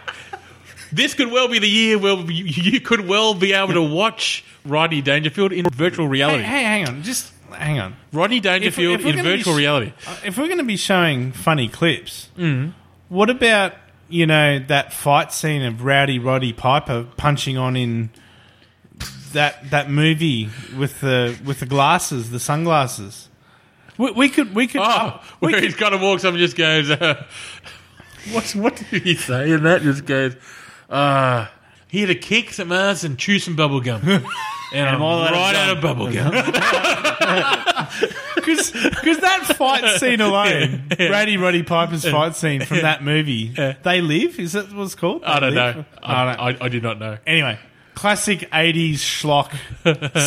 [SPEAKER 3] this could well be the year where you, <laughs> you could well be able to watch Rodney Dangerfield in virtual
[SPEAKER 1] Hey,
[SPEAKER 3] reality.
[SPEAKER 1] hey, hang on. Just hang on.
[SPEAKER 3] Rodney Dangerfield
[SPEAKER 1] if we're
[SPEAKER 3] in
[SPEAKER 1] gonna be
[SPEAKER 3] virtual
[SPEAKER 1] sh-
[SPEAKER 3] reality.
[SPEAKER 1] If we're going to be showing funny clips,
[SPEAKER 3] Mm.
[SPEAKER 1] what about you know that fight scene of Rowdy Roddy Piper punching on in that that movie with the with the glasses, the sunglasses? We, we could we could
[SPEAKER 3] <laughs> Oh,
[SPEAKER 1] we
[SPEAKER 3] where
[SPEAKER 1] could-
[SPEAKER 3] he's kind of walks up and just goes, <laughs> uh, "What's what <laughs> did he say?" And that just goes, uh, "Here to kick some ass and chew some bubble <laughs> gum." And, I'm
[SPEAKER 2] all out of
[SPEAKER 3] right
[SPEAKER 2] gum.
[SPEAKER 3] out of bubble gum.
[SPEAKER 1] Because that
[SPEAKER 3] <laughs>
[SPEAKER 1] fight scene alone, Brady Roddy Piper's fight scene from that movie, They Live, is that what it's
[SPEAKER 3] <laughs>
[SPEAKER 1] called?
[SPEAKER 3] I don't
[SPEAKER 1] They Live?
[SPEAKER 3] know. I, I, I do not know.
[SPEAKER 1] Anyway, classic
[SPEAKER 3] <laughs>
[SPEAKER 1] 80s schlock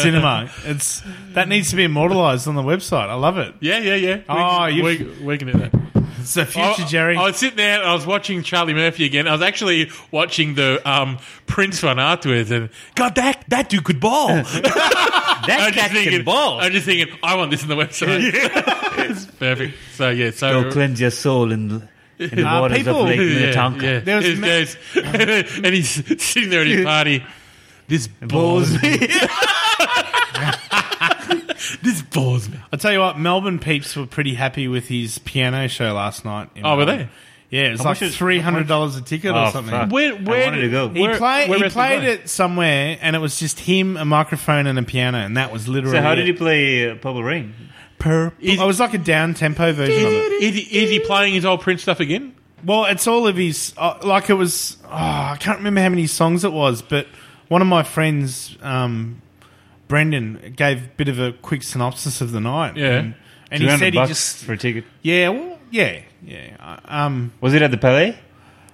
[SPEAKER 1] cinema. It's That needs to be immortalised on the website. I love it.
[SPEAKER 3] Yeah, yeah, yeah. We,
[SPEAKER 1] Oh,
[SPEAKER 3] you
[SPEAKER 1] you-
[SPEAKER 3] we, we can do that. Oh,
[SPEAKER 1] It's the future, Jerry.
[SPEAKER 3] I, I was sitting there and I was watching Charlie Murphy again. I was actually watching the um, Prince one afterwards, and God, that that dude could <laughs> ball. that
[SPEAKER 2] That cat can ball.
[SPEAKER 3] I'm just thinking, I want this in the <laughs> website. it's perfect. So yeah, so.
[SPEAKER 2] Go cleanse your soul in, the- in the
[SPEAKER 1] Uh,
[SPEAKER 2] waters
[SPEAKER 1] people-
[SPEAKER 2] of Lake
[SPEAKER 3] Ah, yeah,
[SPEAKER 2] Minnetonka.
[SPEAKER 3] yeah.
[SPEAKER 1] There was
[SPEAKER 3] There's
[SPEAKER 1] ma-
[SPEAKER 3] guys- <laughs> and he's sitting there at his party. This blows me. This bores me.
[SPEAKER 1] I tell you what, Melbourne peeps were pretty happy with his piano show last night. in
[SPEAKER 3] Oh, were
[SPEAKER 1] Melbourne. Yeah, it was
[SPEAKER 2] How
[SPEAKER 1] like
[SPEAKER 2] much is-
[SPEAKER 1] three hundred dollars a ticket
[SPEAKER 2] Oh,
[SPEAKER 1] or something.
[SPEAKER 2] fuck.
[SPEAKER 3] Where,
[SPEAKER 2] I
[SPEAKER 3] where
[SPEAKER 2] wanted
[SPEAKER 3] did-
[SPEAKER 2] to go.
[SPEAKER 1] He
[SPEAKER 3] where-
[SPEAKER 1] played.
[SPEAKER 3] where
[SPEAKER 1] He
[SPEAKER 3] else did
[SPEAKER 1] played
[SPEAKER 3] play?
[SPEAKER 1] it somewhere, and it was just him, a microphone, and a piano, and that was literally.
[SPEAKER 2] <laughs> So how did
[SPEAKER 1] it.
[SPEAKER 2] he play uh, Purple Rain?
[SPEAKER 1] Purple.
[SPEAKER 3] Is-
[SPEAKER 1] I was like a down tempo version of it.
[SPEAKER 3] Is, he- is he playing his old Prince stuff again?
[SPEAKER 1] Well, it's all of his. Uh, like it was. Oh, I can't remember how many songs it was, but one of my friends, um, Brendan, gave a bit of a quick synopsis of the night.
[SPEAKER 3] Yeah.
[SPEAKER 1] and, and he
[SPEAKER 2] 200
[SPEAKER 1] said he
[SPEAKER 2] bucks
[SPEAKER 1] just.
[SPEAKER 2] for a ticket.
[SPEAKER 1] Yeah, well, yeah, yeah. Um,
[SPEAKER 2] Was it at the Palais?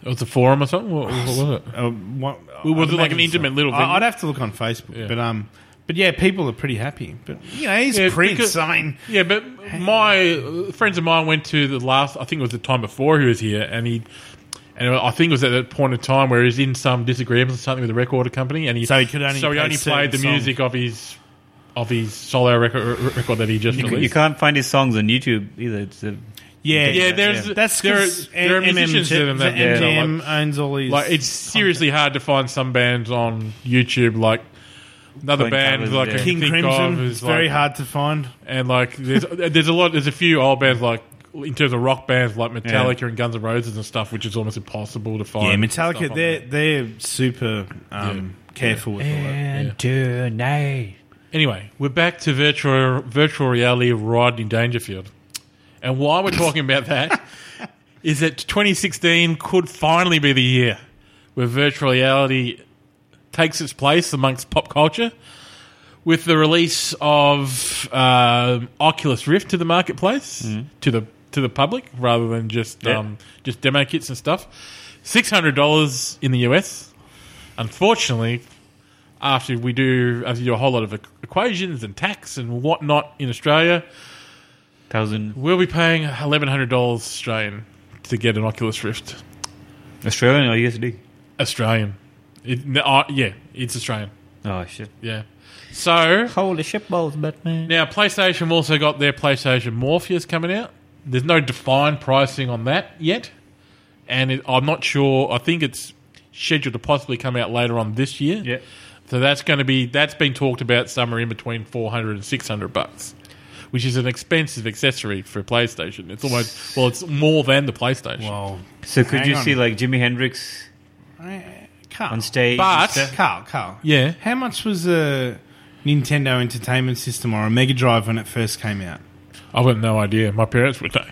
[SPEAKER 3] It was a forum or something? What, what
[SPEAKER 2] <sighs>
[SPEAKER 3] was it?
[SPEAKER 1] uh, what,
[SPEAKER 3] Well, was
[SPEAKER 1] I'd
[SPEAKER 3] it like
[SPEAKER 1] imagine
[SPEAKER 3] an intimate little
[SPEAKER 1] I-
[SPEAKER 3] venue?
[SPEAKER 1] I'd have to look on Facebook,
[SPEAKER 3] Yeah.
[SPEAKER 1] but um, but yeah, people are pretty happy. But you know, he's
[SPEAKER 3] Yeah,
[SPEAKER 1] Prince.
[SPEAKER 3] because-
[SPEAKER 1] I mean,
[SPEAKER 3] Yeah, but my uh, friends of mine went to the last. I think it was the time before he was here, and he. And I think it was at that point in time where he's in some disagreements or something with the record company, and he
[SPEAKER 1] So he could only
[SPEAKER 3] so he
[SPEAKER 1] play
[SPEAKER 3] only played the
[SPEAKER 1] certain
[SPEAKER 3] music of his of his solo record record that he just
[SPEAKER 2] You,
[SPEAKER 3] released.
[SPEAKER 2] you can't find his songs on YouTube either. It's a,
[SPEAKER 1] yeah,
[SPEAKER 3] yeah, there's
[SPEAKER 1] That's
[SPEAKER 3] there are,
[SPEAKER 1] 'cause
[SPEAKER 3] there are
[SPEAKER 1] M-
[SPEAKER 3] musicians
[SPEAKER 1] MMG
[SPEAKER 3] doing that.
[SPEAKER 1] the
[SPEAKER 3] yeah.
[SPEAKER 1] MGM
[SPEAKER 3] Like,
[SPEAKER 1] owns all these.
[SPEAKER 3] like, it's seriously hard to find some bands on YouTube. Like another
[SPEAKER 2] Point
[SPEAKER 3] band
[SPEAKER 2] covers,
[SPEAKER 3] like
[SPEAKER 2] yeah.
[SPEAKER 3] I
[SPEAKER 1] King
[SPEAKER 3] think Of
[SPEAKER 1] Crimson.
[SPEAKER 3] is
[SPEAKER 1] It's very
[SPEAKER 3] like-
[SPEAKER 1] hard to find.
[SPEAKER 3] and like
[SPEAKER 1] <laughs>
[SPEAKER 3] there's there's a lot there's a few old bands like in terms of rock bands like Metallica and Guns N' Roses and stuff, which is almost impossible to find.
[SPEAKER 1] Yeah,
[SPEAKER 3] stuff
[SPEAKER 1] Metallica.
[SPEAKER 3] on
[SPEAKER 1] They're
[SPEAKER 3] there.
[SPEAKER 1] they're super um, careful with all that.
[SPEAKER 2] And tonight.
[SPEAKER 3] Anyway, we're back to virtual virtual reality Rodney Dangerfield, and why we're talking about that is that 2016 could finally be the year where virtual reality takes its place amongst pop culture. With the release of um, Oculus Rift to the marketplace, to the to the public, rather than just
[SPEAKER 2] Yeah.
[SPEAKER 3] um, just demo kits and stuff, six hundred dollars in the US. Unfortunately, after we do after you do a whole lot of equ- equations and tax and whatnot in Australia,
[SPEAKER 2] Thousand
[SPEAKER 3] we'll be paying eleven hundred dollars Australian to get an Oculus Rift.
[SPEAKER 2] Australian or USD?
[SPEAKER 3] Australian, it, no, uh, yeah, it's Australian,
[SPEAKER 2] Oh shit!
[SPEAKER 3] yeah. So
[SPEAKER 2] Holy shit balls, Batman!
[SPEAKER 3] now PlayStation also got their PlayStation Morpheus coming out. There's no defined pricing on that yet, and it, I'm not sure. I think it's scheduled to possibly come out later on this year.
[SPEAKER 2] Yeah,
[SPEAKER 3] So that's going to be that's been talked about somewhere in between 400 and 600 bucks, which is an expensive accessory for PlayStation. It's almost well, it's more than the PlayStation.
[SPEAKER 1] Well,
[SPEAKER 2] So could
[SPEAKER 1] Hang
[SPEAKER 2] you
[SPEAKER 1] on.
[SPEAKER 2] see like Jimi Hendrix
[SPEAKER 1] Carl,
[SPEAKER 2] on stage?
[SPEAKER 3] But-
[SPEAKER 2] and stuff?
[SPEAKER 1] Carl, Carl.
[SPEAKER 3] Yeah.
[SPEAKER 1] How much was a Nintendo Entertainment System or a Mega Drive when it first came out?
[SPEAKER 3] I've got no idea. My parents would know.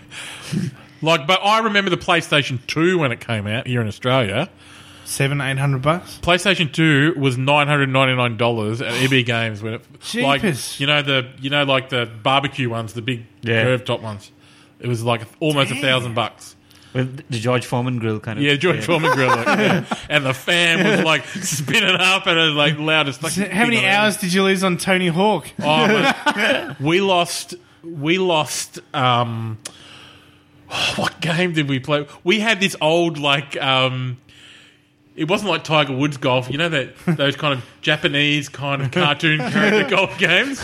[SPEAKER 3] <laughs> like, but I remember the PlayStation 2 when it came out here in Australia.
[SPEAKER 1] Seven, eight hundred bucks.
[SPEAKER 3] PlayStation 2 was $999 at EB Games when it
[SPEAKER 1] Jeepers.
[SPEAKER 3] like you know the you know like the barbecue ones, the big
[SPEAKER 2] Yeah.
[SPEAKER 3] curved top ones. It was like almost a thousand bucks.
[SPEAKER 2] with the George Foreman grill kind of.
[SPEAKER 3] Yeah, George Foreman grill. like, yeah. And the fan was like spinning up and it was like loudest. Like,
[SPEAKER 1] How many hours did you lose on
[SPEAKER 3] <laughs>
[SPEAKER 1] Tony Hawk?
[SPEAKER 3] Oh, mate. we lost. We lost. Um, <laughs> what game did we play? We had this old like. Um, it wasn't like Tiger Woods golf, you know that those kind of Japanese kind of
[SPEAKER 1] <laughs>
[SPEAKER 3] cartoon character golf games.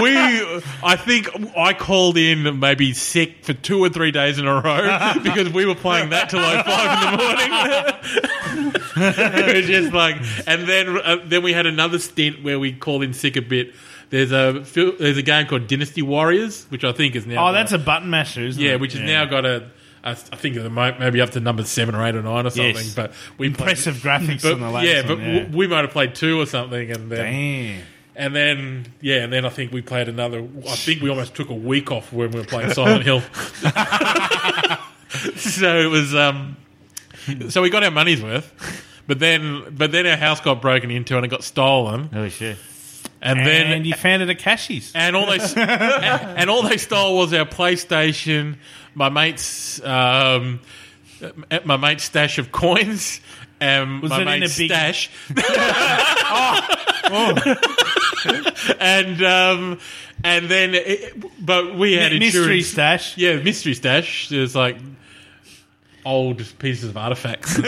[SPEAKER 3] We, I think I called in maybe sick for two or three days in a
[SPEAKER 1] <laughs>
[SPEAKER 3] row because we were playing that till like five in the morning. <laughs> it was just like, and then uh, then we had another stint where we called in sick a bit. There's a fil- there's a game called Dynasty Warriors, which I think is now
[SPEAKER 1] Oh, that's a button masher, isn't it?
[SPEAKER 3] yeah, which has now got a. I s- I think at the moment maybe up to number seven or eight or nine or something.
[SPEAKER 1] Yes.
[SPEAKER 3] But we
[SPEAKER 1] impressive graphics
[SPEAKER 3] Played,
[SPEAKER 1] on the
[SPEAKER 3] <laughs> but,
[SPEAKER 1] latest
[SPEAKER 3] yeah, but
[SPEAKER 1] one,
[SPEAKER 3] w- we might have played two or something, and then
[SPEAKER 1] Damn.
[SPEAKER 3] and then yeah, and then I think we played another. I think we almost took a week off when we were playing Silent Hill. <laughs> so it was. Um, so we got our money's worth, but then but then our house got broken into and it got stolen,
[SPEAKER 2] Oh shit!
[SPEAKER 3] and,
[SPEAKER 1] And,
[SPEAKER 3] then
[SPEAKER 1] you found it at Cashies.
[SPEAKER 3] and all they
[SPEAKER 1] <laughs>
[SPEAKER 3] and, and all they stole was our PlayStation, my mate's um, uh, my mate's stash of coins, and
[SPEAKER 1] Was
[SPEAKER 3] my
[SPEAKER 1] it in
[SPEAKER 3] mate's
[SPEAKER 1] a big- <laughs> Oh.
[SPEAKER 3] stash. <laughs> and um, and then it, but we had
[SPEAKER 1] Mystery
[SPEAKER 3] insurance.
[SPEAKER 1] stash.
[SPEAKER 3] Yeah, mystery stash. There's like old pieces of
[SPEAKER 1] <laughs>
[SPEAKER 3] artifacts. <laughs> and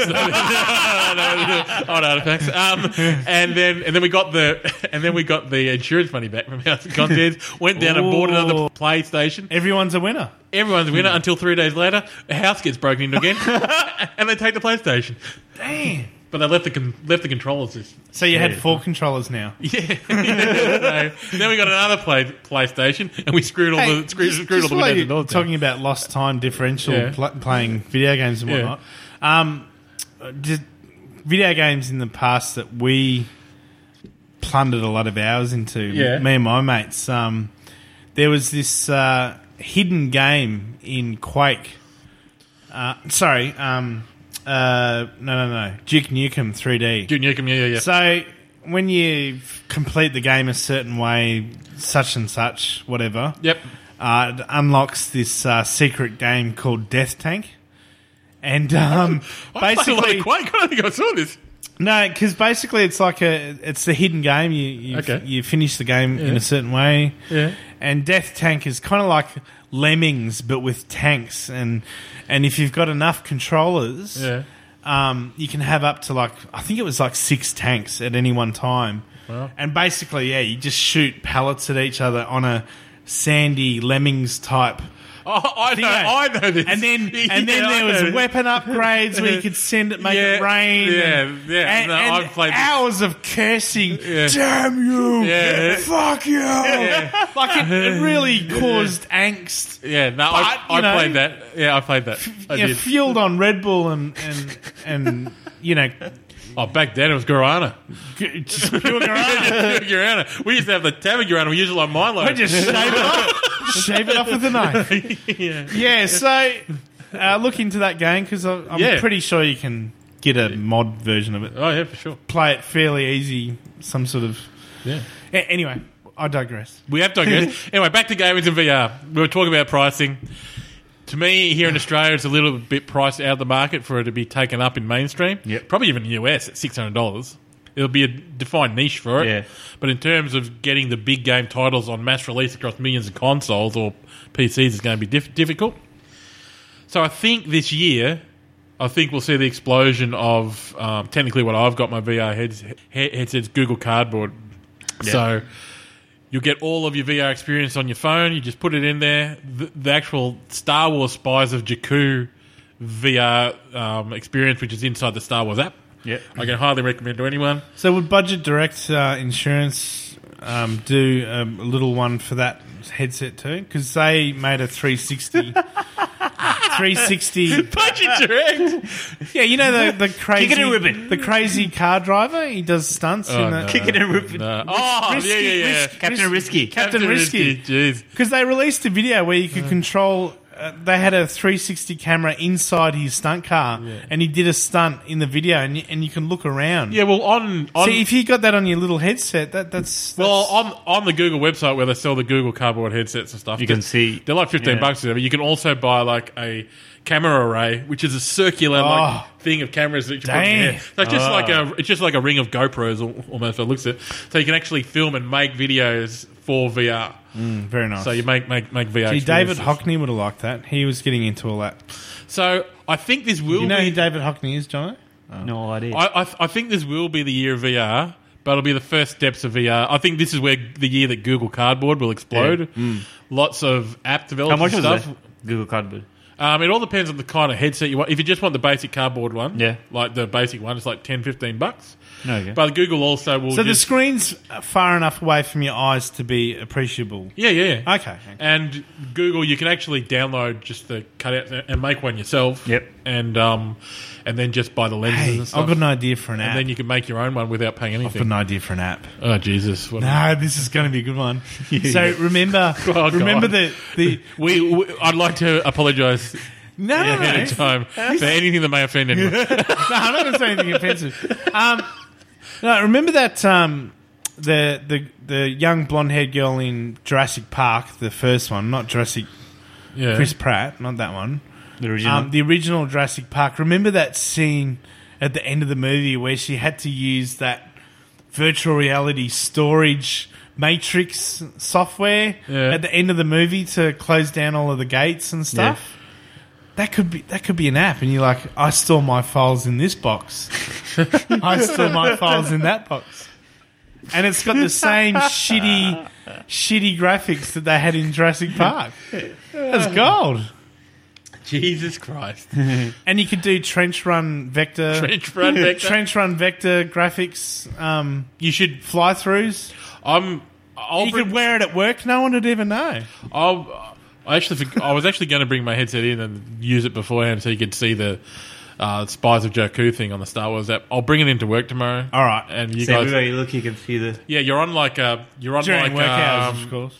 [SPEAKER 3] stuff. old artifacts. Um, and then and then we got the and then we got the insurance money back from House of Contents. Went down and bought another
[SPEAKER 1] Ooh.
[SPEAKER 3] PlayStation.
[SPEAKER 1] Everyone's a winner.
[SPEAKER 3] Everyone's a winner
[SPEAKER 1] <laughs>
[SPEAKER 3] until three days later, a house gets broken into again, and they take the PlayStation.
[SPEAKER 1] Damn.
[SPEAKER 3] But they left the con- left the controllers. This.
[SPEAKER 1] <laughs> So you had four controllers now.
[SPEAKER 3] Yeah. <laughs> so then we got another play- PlayStation, and we screwed all the screwed,
[SPEAKER 1] just-
[SPEAKER 3] screwed
[SPEAKER 1] just
[SPEAKER 3] all the
[SPEAKER 1] while
[SPEAKER 3] way
[SPEAKER 1] you're
[SPEAKER 3] down.
[SPEAKER 1] talking about lost time differential
[SPEAKER 3] Yeah.
[SPEAKER 1] pl- playing video games and
[SPEAKER 3] Yeah.
[SPEAKER 1] whatnot. Um, uh, just video games in the past that we plundered a lot of hours into.
[SPEAKER 3] Yeah.
[SPEAKER 1] me and my mates. Um, there was this uh, hidden game in Quake. Uh, sorry, um, uh, no, no, no, Duke Nukem 3D.
[SPEAKER 3] Duke Nukem, yeah, yeah, yeah.
[SPEAKER 1] So when you complete the game a certain way, such and such, whatever,
[SPEAKER 3] yep.
[SPEAKER 1] uh, it unlocks this uh, secret game called Death Tank. And um,
[SPEAKER 3] <laughs> I played a lot
[SPEAKER 1] basically,
[SPEAKER 3] of Quake. I don't think I saw this.
[SPEAKER 1] no, because basically it's like a it's the hidden game. You you,
[SPEAKER 3] Okay.
[SPEAKER 1] you finish the game in a certain way,
[SPEAKER 3] Yeah.
[SPEAKER 1] And Death Tank is kind of like Lemmings, but with tanks, and and if you've got enough controllers,
[SPEAKER 3] Yeah.
[SPEAKER 1] um, you can have up to like I think it was like six tanks at any one time, and basically, yeah, you just shoot pellets at each other on a sandy Lemmings type.
[SPEAKER 3] Oh, I know, I know this.
[SPEAKER 1] And then,
[SPEAKER 3] <laughs> Yeah,
[SPEAKER 1] and then
[SPEAKER 3] I
[SPEAKER 1] there
[SPEAKER 3] know
[SPEAKER 1] was
[SPEAKER 3] this.
[SPEAKER 1] weapon upgrades where you could send it, make
[SPEAKER 3] Yeah,
[SPEAKER 1] it rain.
[SPEAKER 3] yeah,
[SPEAKER 1] and-
[SPEAKER 3] yeah,
[SPEAKER 1] And,
[SPEAKER 3] no,
[SPEAKER 1] and
[SPEAKER 3] I've played this.
[SPEAKER 1] hours of cursing.
[SPEAKER 3] Yeah.
[SPEAKER 1] Damn you!
[SPEAKER 3] Yeah.
[SPEAKER 1] Fuck you!
[SPEAKER 3] Yeah.
[SPEAKER 1] Like it, it really caused angst.
[SPEAKER 3] Yeah, no, I,
[SPEAKER 1] But, you
[SPEAKER 3] I
[SPEAKER 1] know-
[SPEAKER 3] played that. Yeah, I played that. I
[SPEAKER 1] You know,
[SPEAKER 3] did.
[SPEAKER 1] fueled on Red Bull and and and you know,
[SPEAKER 3] Oh, back then it was Guarana.
[SPEAKER 1] g-
[SPEAKER 3] <laughs>
[SPEAKER 1] just pure garage.
[SPEAKER 3] Guarana. We used to have the tab of Guarana. We used it like mine
[SPEAKER 1] I
[SPEAKER 3] load.
[SPEAKER 1] <laughs> just shave it off. shave it off with a knife. <laughs> yeah. so uh, look into that game because I'm
[SPEAKER 3] Yeah.
[SPEAKER 1] pretty sure you can get a mod version of it.
[SPEAKER 3] oh, yeah, for sure.
[SPEAKER 1] Play it fairly easy. Some sort of
[SPEAKER 3] Yeah.
[SPEAKER 1] A- anyway. I digress.
[SPEAKER 3] We have
[SPEAKER 2] <laughs>
[SPEAKER 3] digressed. anyway, back to games and VR. We were talking about pricing. To me, here in Australia, it's a little bit priced out of the market for it to be taken up in mainstream.
[SPEAKER 2] Yep.
[SPEAKER 3] Probably even in the US at six hundred dollars. It'll be a defined niche for it.
[SPEAKER 2] Yeah.
[SPEAKER 3] But in terms of getting the big game titles on mass release across millions of consoles or PCs is going to be diff- difficult. So I think this year, I think we'll see the explosion of um, technically what I've got my VR heads, he- headsets, Google Cardboard. So you'll get all of your VR experience on your phone. You just put it in there. The, the actual Star Wars Spies of Jakku VR um, experience, which is inside the Star Wars app.
[SPEAKER 2] Yep.
[SPEAKER 3] I can highly recommend to
[SPEAKER 1] <laughs>
[SPEAKER 3] anyone.
[SPEAKER 1] So, would Budget Direct uh, Insurance um, do um, a little one for that headset too? Because they made a <laughs> 360. <laughs> 360
[SPEAKER 3] Budget Direct. <laughs>
[SPEAKER 1] Yeah, you know the the crazy
[SPEAKER 2] and rip it.
[SPEAKER 1] the crazy car driver. He does stunts in
[SPEAKER 3] no.
[SPEAKER 1] that
[SPEAKER 2] Kick it and rip it.
[SPEAKER 3] Uh, oh,
[SPEAKER 1] Risky,
[SPEAKER 3] yeah, yeah, yeah.
[SPEAKER 1] risky.
[SPEAKER 2] Captain Risky.
[SPEAKER 1] Captain Risky.
[SPEAKER 3] Jeez.
[SPEAKER 1] because they released a video where you could
[SPEAKER 3] Mm.
[SPEAKER 1] control. Uh, they had a 360 camera inside his stunt car, and he did a stunt in the video, and you, and you can look around.
[SPEAKER 3] Yeah, well, on on
[SPEAKER 1] See, if you got that on your little headset, that that's, that's
[SPEAKER 3] Well, on on the Google website where they sell the Google cardboard headsets and stuff,
[SPEAKER 2] You can
[SPEAKER 3] they're-
[SPEAKER 2] see-
[SPEAKER 3] they're like fifteen
[SPEAKER 2] yeah.
[SPEAKER 3] bucks. But you can also buy like a camera array, which is a circular
[SPEAKER 1] Oh.
[SPEAKER 3] like thing of cameras that you put in
[SPEAKER 1] Dang. Ah.
[SPEAKER 3] there. So it's just like a it's just like a ring of GoPros al- almost. By the looks at so you can actually film and make videos for VR.
[SPEAKER 1] very nice.
[SPEAKER 3] So you make make make VR.
[SPEAKER 1] See, David
[SPEAKER 3] experiences.
[SPEAKER 1] Hockney would have liked that. He was getting into all that.
[SPEAKER 3] So I think this will
[SPEAKER 1] You know
[SPEAKER 3] be.
[SPEAKER 1] who David Hockney is, John?
[SPEAKER 2] No idea.
[SPEAKER 3] I, I I think this will be the year of VR. But it'll be the first steps of VR. I think this is where the year that Google Cardboard will explode.
[SPEAKER 1] Mm.
[SPEAKER 3] Lots of app
[SPEAKER 2] How
[SPEAKER 3] development
[SPEAKER 2] much was
[SPEAKER 3] stuff.
[SPEAKER 2] that? Google Cardboard.
[SPEAKER 3] Um, it all depends on the kind of headset you want. If you just want the basic cardboard one,
[SPEAKER 2] Yeah.
[SPEAKER 3] like the basic one, it's like 10, 15 bucks.
[SPEAKER 2] Okay.
[SPEAKER 3] But Google also will
[SPEAKER 1] So the
[SPEAKER 3] just,
[SPEAKER 1] screen's far enough away from your eyes to be appreciable.
[SPEAKER 3] yeah, yeah, yeah.
[SPEAKER 1] Okay.
[SPEAKER 3] And Google, you can actually download just the cutout and make one yourself.
[SPEAKER 2] Yep.
[SPEAKER 3] And um, and then just buy the lenses
[SPEAKER 1] Hey,
[SPEAKER 3] and
[SPEAKER 1] I've
[SPEAKER 3] stuff.
[SPEAKER 1] got an idea for an app.
[SPEAKER 3] and then you can make your own one without paying
[SPEAKER 1] I've got
[SPEAKER 3] anything.
[SPEAKER 1] an idea for an app.
[SPEAKER 3] Oh Jesus! What
[SPEAKER 1] No, this is going to be a good one. <laughs> So
[SPEAKER 3] <laughs>
[SPEAKER 1] remember,
[SPEAKER 3] God.
[SPEAKER 1] remember the
[SPEAKER 3] <laughs>
[SPEAKER 1] the
[SPEAKER 3] we, we, I'd like to apologise
[SPEAKER 1] no,
[SPEAKER 3] <laughs>
[SPEAKER 1] no, no,
[SPEAKER 3] ahead of time for anything that may offend
[SPEAKER 1] <laughs>
[SPEAKER 3] anyone.
[SPEAKER 1] No, I'm not going to say anything offensive. Um, no, remember that um, the the the young blonde haired girl in Jurassic Park, the first one, not Jurassic
[SPEAKER 3] Yeah.
[SPEAKER 1] Chris Pratt, not that one.
[SPEAKER 2] the original.
[SPEAKER 1] Um, the original Jurassic Park. Remember that scene at the end of the movie where she had to use that virtual reality storage matrix software
[SPEAKER 3] Yeah.
[SPEAKER 1] at the end of the movie to close down all of the gates and stuff. That could be that could be an app, and you're like, I store my files in this box. I store my files in that box. And it's got the same shitty, shitty graphics that they had in Jurassic Park. That's gold.
[SPEAKER 3] Jesus Christ.
[SPEAKER 1] And you could do trench run vector,
[SPEAKER 3] Trench run vector.
[SPEAKER 1] trench run vector graphics, um,
[SPEAKER 3] You should.
[SPEAKER 1] fly throughs.
[SPEAKER 3] I'm. I'll
[SPEAKER 1] You
[SPEAKER 3] bring-
[SPEAKER 1] could wear it at work. No one would even know.
[SPEAKER 3] I'll, I actually, forg- I was actually going to bring my headset in and use it beforehand so you could see the uh, Spies of Jakku thing on the Star Wars app. I'll bring it into work tomorrow.
[SPEAKER 1] All right.
[SPEAKER 3] and you
[SPEAKER 2] So
[SPEAKER 3] guys,
[SPEAKER 2] everywhere you look, you can see the.
[SPEAKER 3] yeah, you're on like uh you're on
[SPEAKER 1] During
[SPEAKER 3] like
[SPEAKER 1] work hours,
[SPEAKER 3] um,
[SPEAKER 1] of course.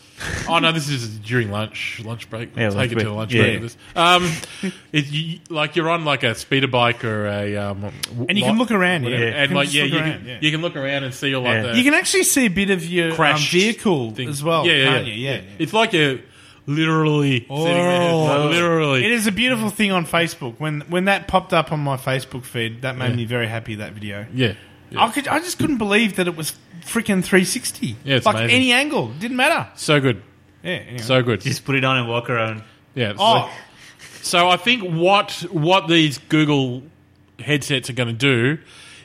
[SPEAKER 3] Oh no, this is during lunch, lunch break.
[SPEAKER 2] Yeah,
[SPEAKER 3] Take
[SPEAKER 2] lunch
[SPEAKER 3] it to
[SPEAKER 2] break.
[SPEAKER 3] the lunch
[SPEAKER 2] Yeah.
[SPEAKER 3] break. This. Um, <laughs> it, you, like you're on like a speeder bike or a, um,
[SPEAKER 1] And you can look around, yeah. You
[SPEAKER 3] and
[SPEAKER 1] can
[SPEAKER 3] like
[SPEAKER 1] just
[SPEAKER 3] yeah,
[SPEAKER 1] look
[SPEAKER 3] you
[SPEAKER 1] around,
[SPEAKER 3] can
[SPEAKER 1] yeah.
[SPEAKER 3] you can look around and see all like
[SPEAKER 2] Yeah.
[SPEAKER 3] the
[SPEAKER 1] You can actually see a bit of your um,
[SPEAKER 3] crashed
[SPEAKER 1] vehicle
[SPEAKER 3] thing.
[SPEAKER 1] as well,
[SPEAKER 3] Yeah, yeah,
[SPEAKER 1] can't
[SPEAKER 3] yeah.
[SPEAKER 1] you? Yeah. yeah.
[SPEAKER 3] It's like you're literally sitting there,
[SPEAKER 1] Oh.
[SPEAKER 3] literally.
[SPEAKER 1] It is a beautiful thing on Facebook. When when that popped up on my Facebook feed, that made me very happy. That video,
[SPEAKER 3] Yeah. Yeah.
[SPEAKER 1] I could, I just couldn't believe that it was freaking 360.
[SPEAKER 3] Yeah, it's
[SPEAKER 1] like
[SPEAKER 3] amazing.
[SPEAKER 1] any angle didn't matter.
[SPEAKER 3] So good.
[SPEAKER 1] Yeah, anyway.
[SPEAKER 3] So good.
[SPEAKER 2] Just put it on and walk around.
[SPEAKER 3] Yeah. it's
[SPEAKER 1] oh,
[SPEAKER 3] So I think what what these Google headsets are going to do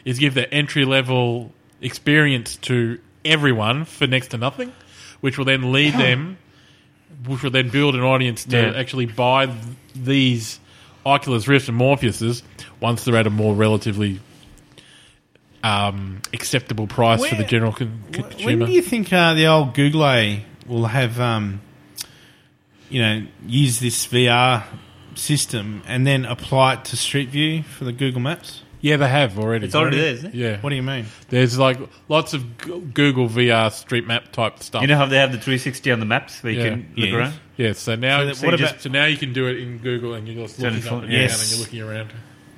[SPEAKER 3] is give the entry level experience to everyone for next to nothing, which will then lead them, which will then build an audience to
[SPEAKER 2] Yeah.
[SPEAKER 3] actually buy th- these Oculus Rift and Morpheuses once they're at a more relatively um, acceptable price for the
[SPEAKER 1] Where-
[SPEAKER 3] general con-
[SPEAKER 1] wh-
[SPEAKER 3] consumer.
[SPEAKER 1] when do you think uh, the old Google A will have, um, you know, use this VR system and then apply it to Street View for the Google Maps?
[SPEAKER 3] yeah, they have already.
[SPEAKER 2] It's already there, isn't it?
[SPEAKER 3] Yeah.
[SPEAKER 1] What do you mean?
[SPEAKER 3] There's like lots of G- Google VR street map type stuff.
[SPEAKER 2] You know how they have the 360 on the maps where you
[SPEAKER 3] Yeah.
[SPEAKER 2] can look
[SPEAKER 1] Yes.
[SPEAKER 2] around?
[SPEAKER 3] Yeah, so now
[SPEAKER 1] that-
[SPEAKER 3] so,
[SPEAKER 1] what
[SPEAKER 3] you just-
[SPEAKER 1] about-
[SPEAKER 3] so now you can do it in Google and you're just
[SPEAKER 2] Turn
[SPEAKER 3] looking
[SPEAKER 2] it
[SPEAKER 3] up
[SPEAKER 2] on,
[SPEAKER 3] and
[SPEAKER 2] yes.
[SPEAKER 3] down and you're looking around.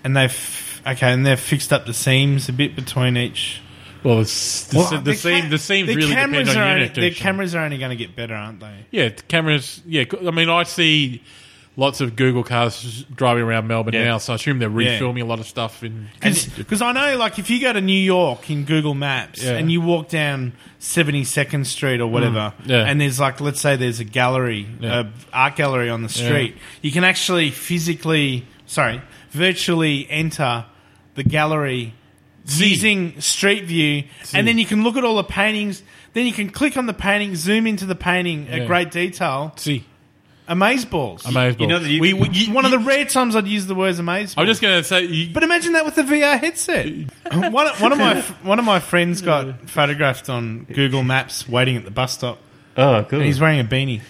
[SPEAKER 1] And they've okay, and they've fixed up the seams a bit between each.
[SPEAKER 3] Well, it's, the, the, seam the seams
[SPEAKER 1] their
[SPEAKER 3] really depend
[SPEAKER 1] cameras
[SPEAKER 3] on
[SPEAKER 1] are
[SPEAKER 3] your
[SPEAKER 1] only,
[SPEAKER 3] unit.
[SPEAKER 1] Their cameras are only going to get better, aren't they?
[SPEAKER 3] yeah, the cameras. Yeah, I mean, I see lots of Google cars driving around Melbourne
[SPEAKER 2] Yeah.
[SPEAKER 3] now, so I assume they're
[SPEAKER 1] Yeah.
[SPEAKER 3] refilming a lot of stuff in.
[SPEAKER 1] Because I know, like, if you go to New York in Google Maps
[SPEAKER 3] Yeah.
[SPEAKER 1] and you walk down 72nd Street or whatever,
[SPEAKER 3] Mm, yeah.
[SPEAKER 1] and there's, like, let's say there's a gallery,
[SPEAKER 3] Yeah.
[SPEAKER 1] a art gallery on the street, you can actually physically, sorry, virtually enter the gallery
[SPEAKER 3] See.
[SPEAKER 1] using Street View, and then you can look at all the paintings. Then you can click on the painting, zoom into the painting
[SPEAKER 3] Yeah.
[SPEAKER 1] at great detail.
[SPEAKER 3] see,
[SPEAKER 1] Amazeballs.
[SPEAKER 3] amazing.
[SPEAKER 2] You know that you
[SPEAKER 3] we,
[SPEAKER 2] can-
[SPEAKER 3] we, you-
[SPEAKER 1] One of the rare times I'd use the words amazeballs.
[SPEAKER 3] I'm just going to say, you,
[SPEAKER 1] But imagine that with a VR headset. <laughs> one, one of my one of my friends got photographed on Google Maps waiting at the bus stop.
[SPEAKER 2] Oh, cool.
[SPEAKER 1] And he's wearing a beanie.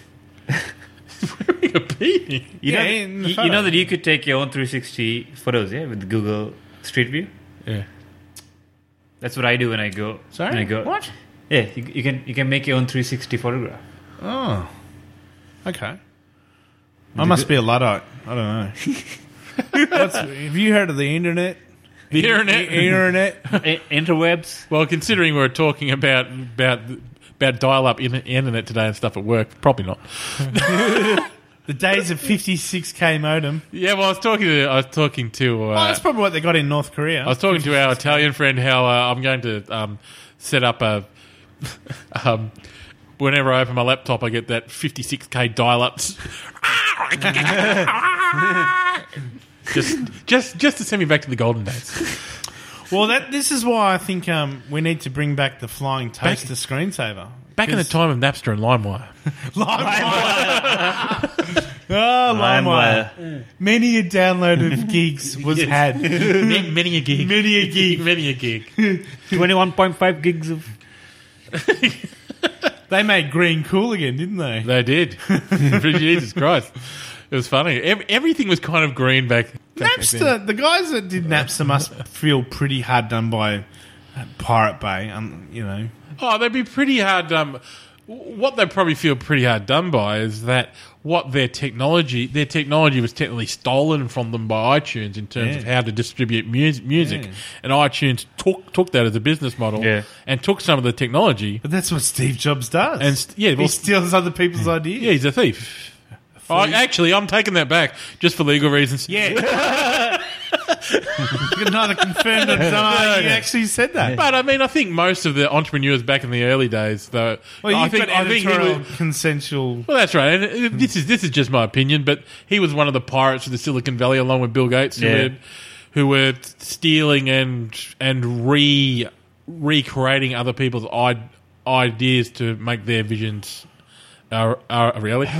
[SPEAKER 3] a beanie.
[SPEAKER 2] You,
[SPEAKER 1] Yeah,
[SPEAKER 2] know,
[SPEAKER 1] in the
[SPEAKER 2] you, you
[SPEAKER 1] photo.
[SPEAKER 2] know that you could take your own 360 photos, yeah, with Google Street View.
[SPEAKER 3] Yeah.
[SPEAKER 2] That's what I do when I go.
[SPEAKER 1] Sorry?
[SPEAKER 2] when I go.
[SPEAKER 1] What?
[SPEAKER 2] Yeah, you, you can you can make your own 360 photograph.
[SPEAKER 1] Oh, okay. I must be a luddite. I don't
[SPEAKER 3] <laughs>
[SPEAKER 1] know. What's, have you heard of the internet?
[SPEAKER 3] The
[SPEAKER 1] The
[SPEAKER 3] internet.
[SPEAKER 1] internet.
[SPEAKER 2] I- <laughs> interwebs.
[SPEAKER 3] <laughs> Well, considering we're talking about about about dial-up in- internet today and stuff at work, probably not.
[SPEAKER 1] The days of 56k modem.
[SPEAKER 3] Yeah, well, I was talking to I was talking to uh,
[SPEAKER 1] Well, that's probably what they got in North
[SPEAKER 3] I
[SPEAKER 1] Korea.
[SPEAKER 3] was talking to our Italian friend how uh, I'm going to um, set up a. <laughs> um, whenever I open my laptop, I get that 56k dial-up. <laughs> just just just to send me back to the golden days.
[SPEAKER 1] Well, that this is why I think um, we need to bring back the flying toaster screensaver.
[SPEAKER 3] Back in the time of Napster and LimeWire.
[SPEAKER 1] LimeWire. oh, LimeWire. Many a download of <laughs> gigs was had.
[SPEAKER 3] many, many a gig. Many a gig. many a gig.
[SPEAKER 2] 21.5 gigs of.
[SPEAKER 1] They made green cool again, didn't they?
[SPEAKER 3] They did. Jesus Christ. It was funny. Ev- everything was kind of green back
[SPEAKER 1] Napster, the guys that did Napster must feel pretty hard done by uh, Pirate Bay, um, you know.
[SPEAKER 3] Oh, they'd be pretty hard. Um, what they probably feel pretty hard done by is that what their technology, their technology was technically stolen from them by iTunes in terms
[SPEAKER 1] Yeah.
[SPEAKER 3] of how to distribute mus- music,
[SPEAKER 1] Yeah.
[SPEAKER 3] and iTunes took took that as a business model
[SPEAKER 2] Yeah.
[SPEAKER 3] and took some of the technology.
[SPEAKER 1] But that's what Steve Jobs does.
[SPEAKER 3] And st- yeah,
[SPEAKER 1] he
[SPEAKER 3] well-
[SPEAKER 1] steals other people's
[SPEAKER 3] Yeah,
[SPEAKER 1] ideas.
[SPEAKER 3] he's a thief. Oh, actually, I'm taking that back just for legal reasons.
[SPEAKER 1] Yeah. <laughs> you can neither <laughs> confirm nor deny he actually said that.
[SPEAKER 3] But I mean, I think most of the entrepreneurs back in the early days, though,
[SPEAKER 1] Well, you've
[SPEAKER 3] I think
[SPEAKER 1] got
[SPEAKER 3] I think he
[SPEAKER 1] editorial
[SPEAKER 3] was-
[SPEAKER 1] consensual
[SPEAKER 3] Well, that's right. And uh, this is this is just my opinion, but he was one of the pirates of the Silicon Valley, along with Bill Gates, who
[SPEAKER 2] Yeah.
[SPEAKER 3] were who were stealing and and re recreating other people's I- ideas to make their visions a, a a reality.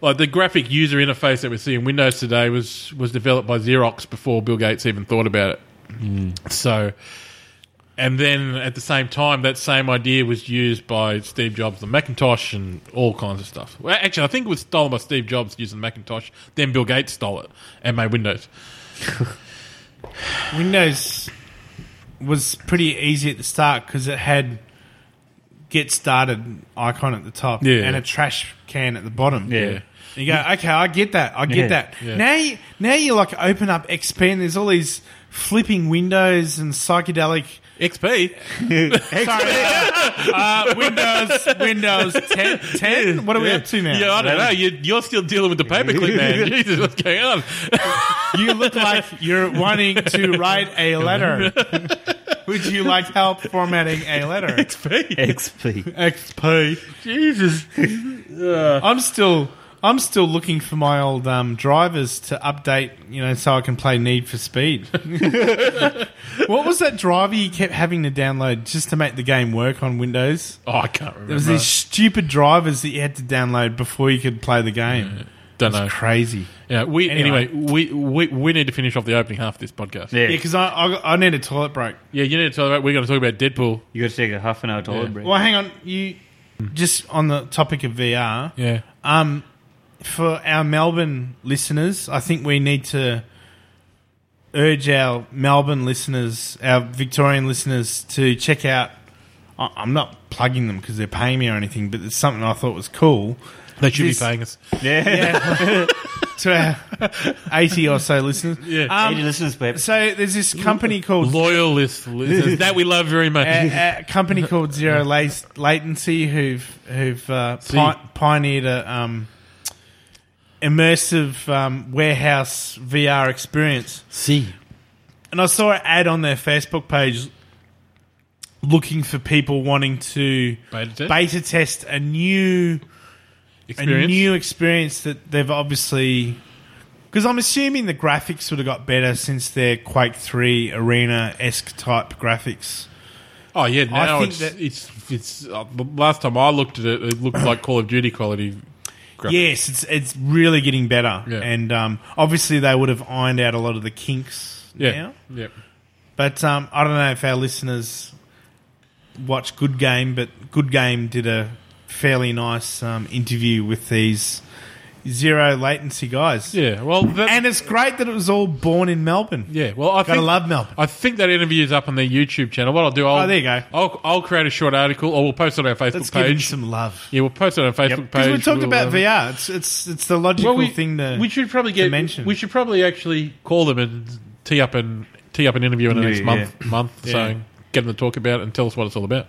[SPEAKER 3] like the graphic user interface that we see in Windows today was was developed by Xerox before Bill Gates even thought about it. So, and then at the same time, that same idea was used by Steve Jobs, the Macintosh, and all kinds of stuff. Well, actually, I think it was stolen by Steve Jobs using the Macintosh. Then Bill Gates stole it and made Windows.
[SPEAKER 1] Windows was pretty easy at the start because it had get started icon at the top
[SPEAKER 3] Yeah.
[SPEAKER 1] and a trash can at the bottom.
[SPEAKER 2] Yeah.
[SPEAKER 1] You go, okay, I get that. I get
[SPEAKER 2] Yeah.
[SPEAKER 1] that.
[SPEAKER 3] Yeah.
[SPEAKER 1] Now, you, now you like open up XP and there's all these flipping windows and
[SPEAKER 2] <laughs>
[SPEAKER 1] psychedelic.
[SPEAKER 3] XP.
[SPEAKER 1] <laughs> Uh, Windows, Windows 10, 10? What are we up to now?
[SPEAKER 3] Yeah, I don't know. You, you're still dealing with the paperclip, man. Jesus, what's going on?
[SPEAKER 1] You look like you're wanting to write a
[SPEAKER 2] <laughs>
[SPEAKER 1] letter. Would you like help formatting a letter?
[SPEAKER 3] XP.
[SPEAKER 2] XP.
[SPEAKER 1] XP.
[SPEAKER 3] Jesus.
[SPEAKER 1] I'm still I'm still looking for my old um, drivers to update, you know, so I can play Need for Speed. what was that driver you kept having to download just to make the game work on Windows?
[SPEAKER 3] Oh, I can't remember.
[SPEAKER 1] There was these stupid drivers that you had to download before you could play the game.
[SPEAKER 3] don't
[SPEAKER 1] It's
[SPEAKER 3] know.
[SPEAKER 1] crazy.
[SPEAKER 3] Yeah, we
[SPEAKER 1] Anyway.
[SPEAKER 3] anyway, we, we we need to finish off the opening half of this podcast.
[SPEAKER 2] Yeah.
[SPEAKER 1] Yeah, because I, I I need a toilet break.
[SPEAKER 3] Yeah, you need to talk about. We're going to talk about Deadpool.
[SPEAKER 2] you got to take a half an hour toilet break.
[SPEAKER 1] Well, hang on, you just on the topic of VR.
[SPEAKER 3] Yeah,
[SPEAKER 1] Um, for our Melbourne listeners, I think we need to urge our Melbourne listeners, our Victorian listeners, to check out. I- I'm not plugging them because they're paying me or anything, but it's something I thought was cool.
[SPEAKER 3] they should
[SPEAKER 1] This-
[SPEAKER 3] be paying us.
[SPEAKER 1] To our 80 or so listeners.
[SPEAKER 3] Yeah.
[SPEAKER 2] Any
[SPEAKER 1] Um,
[SPEAKER 2] listeners, perhaps?
[SPEAKER 1] so there's this company called
[SPEAKER 3] Loyalist listeners that we love very much.
[SPEAKER 1] a, a company called Zero Lace, Latency who've who've uh, pi- pioneered a um, immersive um, warehouse VR experience.
[SPEAKER 2] See.
[SPEAKER 1] And I saw an ad on their Facebook page looking for people wanting to
[SPEAKER 3] Beta test?
[SPEAKER 1] beta test a new
[SPEAKER 3] Experience.
[SPEAKER 1] a new experience that they've obviously because I'm assuming the graphics would have got better since they're Quake Three arena esque type graphics.
[SPEAKER 3] oh yeah, now
[SPEAKER 1] think
[SPEAKER 3] it's,
[SPEAKER 1] that-
[SPEAKER 3] it's it's uh, the last time I looked at it, it looked like Call of Duty quality. graphics.
[SPEAKER 1] Yes, it's it's really getting better,
[SPEAKER 3] Yeah.
[SPEAKER 1] and um, obviously they would have ironed out a lot of the kinks
[SPEAKER 3] yeah,
[SPEAKER 1] now.
[SPEAKER 3] yeah.
[SPEAKER 1] But um, I don't know if our listeners watch Good Game, but Good Game did a fairly nice um, interview with these zero latency guys,
[SPEAKER 3] Yeah, well, that,
[SPEAKER 1] and it's great that it was all born in Melbourne.
[SPEAKER 3] yeah, well, I
[SPEAKER 1] gotta
[SPEAKER 3] think,
[SPEAKER 1] love Melbourne.
[SPEAKER 3] I think that interview is up on their YouTube channel. What I'll do, I'll,
[SPEAKER 1] Oh, there you go.
[SPEAKER 3] I'll, I'll create a short article, or we'll post it on our Facebook
[SPEAKER 1] Let's give them
[SPEAKER 3] page.
[SPEAKER 1] some love
[SPEAKER 3] yeah, we'll post it on our Facebook page.
[SPEAKER 1] because we talked
[SPEAKER 3] We'll,
[SPEAKER 1] about
[SPEAKER 3] um,
[SPEAKER 1] VR. It's it's it's the logical thing to
[SPEAKER 3] we should probably
[SPEAKER 1] to
[SPEAKER 3] get
[SPEAKER 1] mention.
[SPEAKER 3] we should probably actually call them and tee up and tee up an interview in the
[SPEAKER 2] Yeah,
[SPEAKER 3] next
[SPEAKER 2] yeah.
[SPEAKER 3] month month so get them to talk about it and tell us what it's all about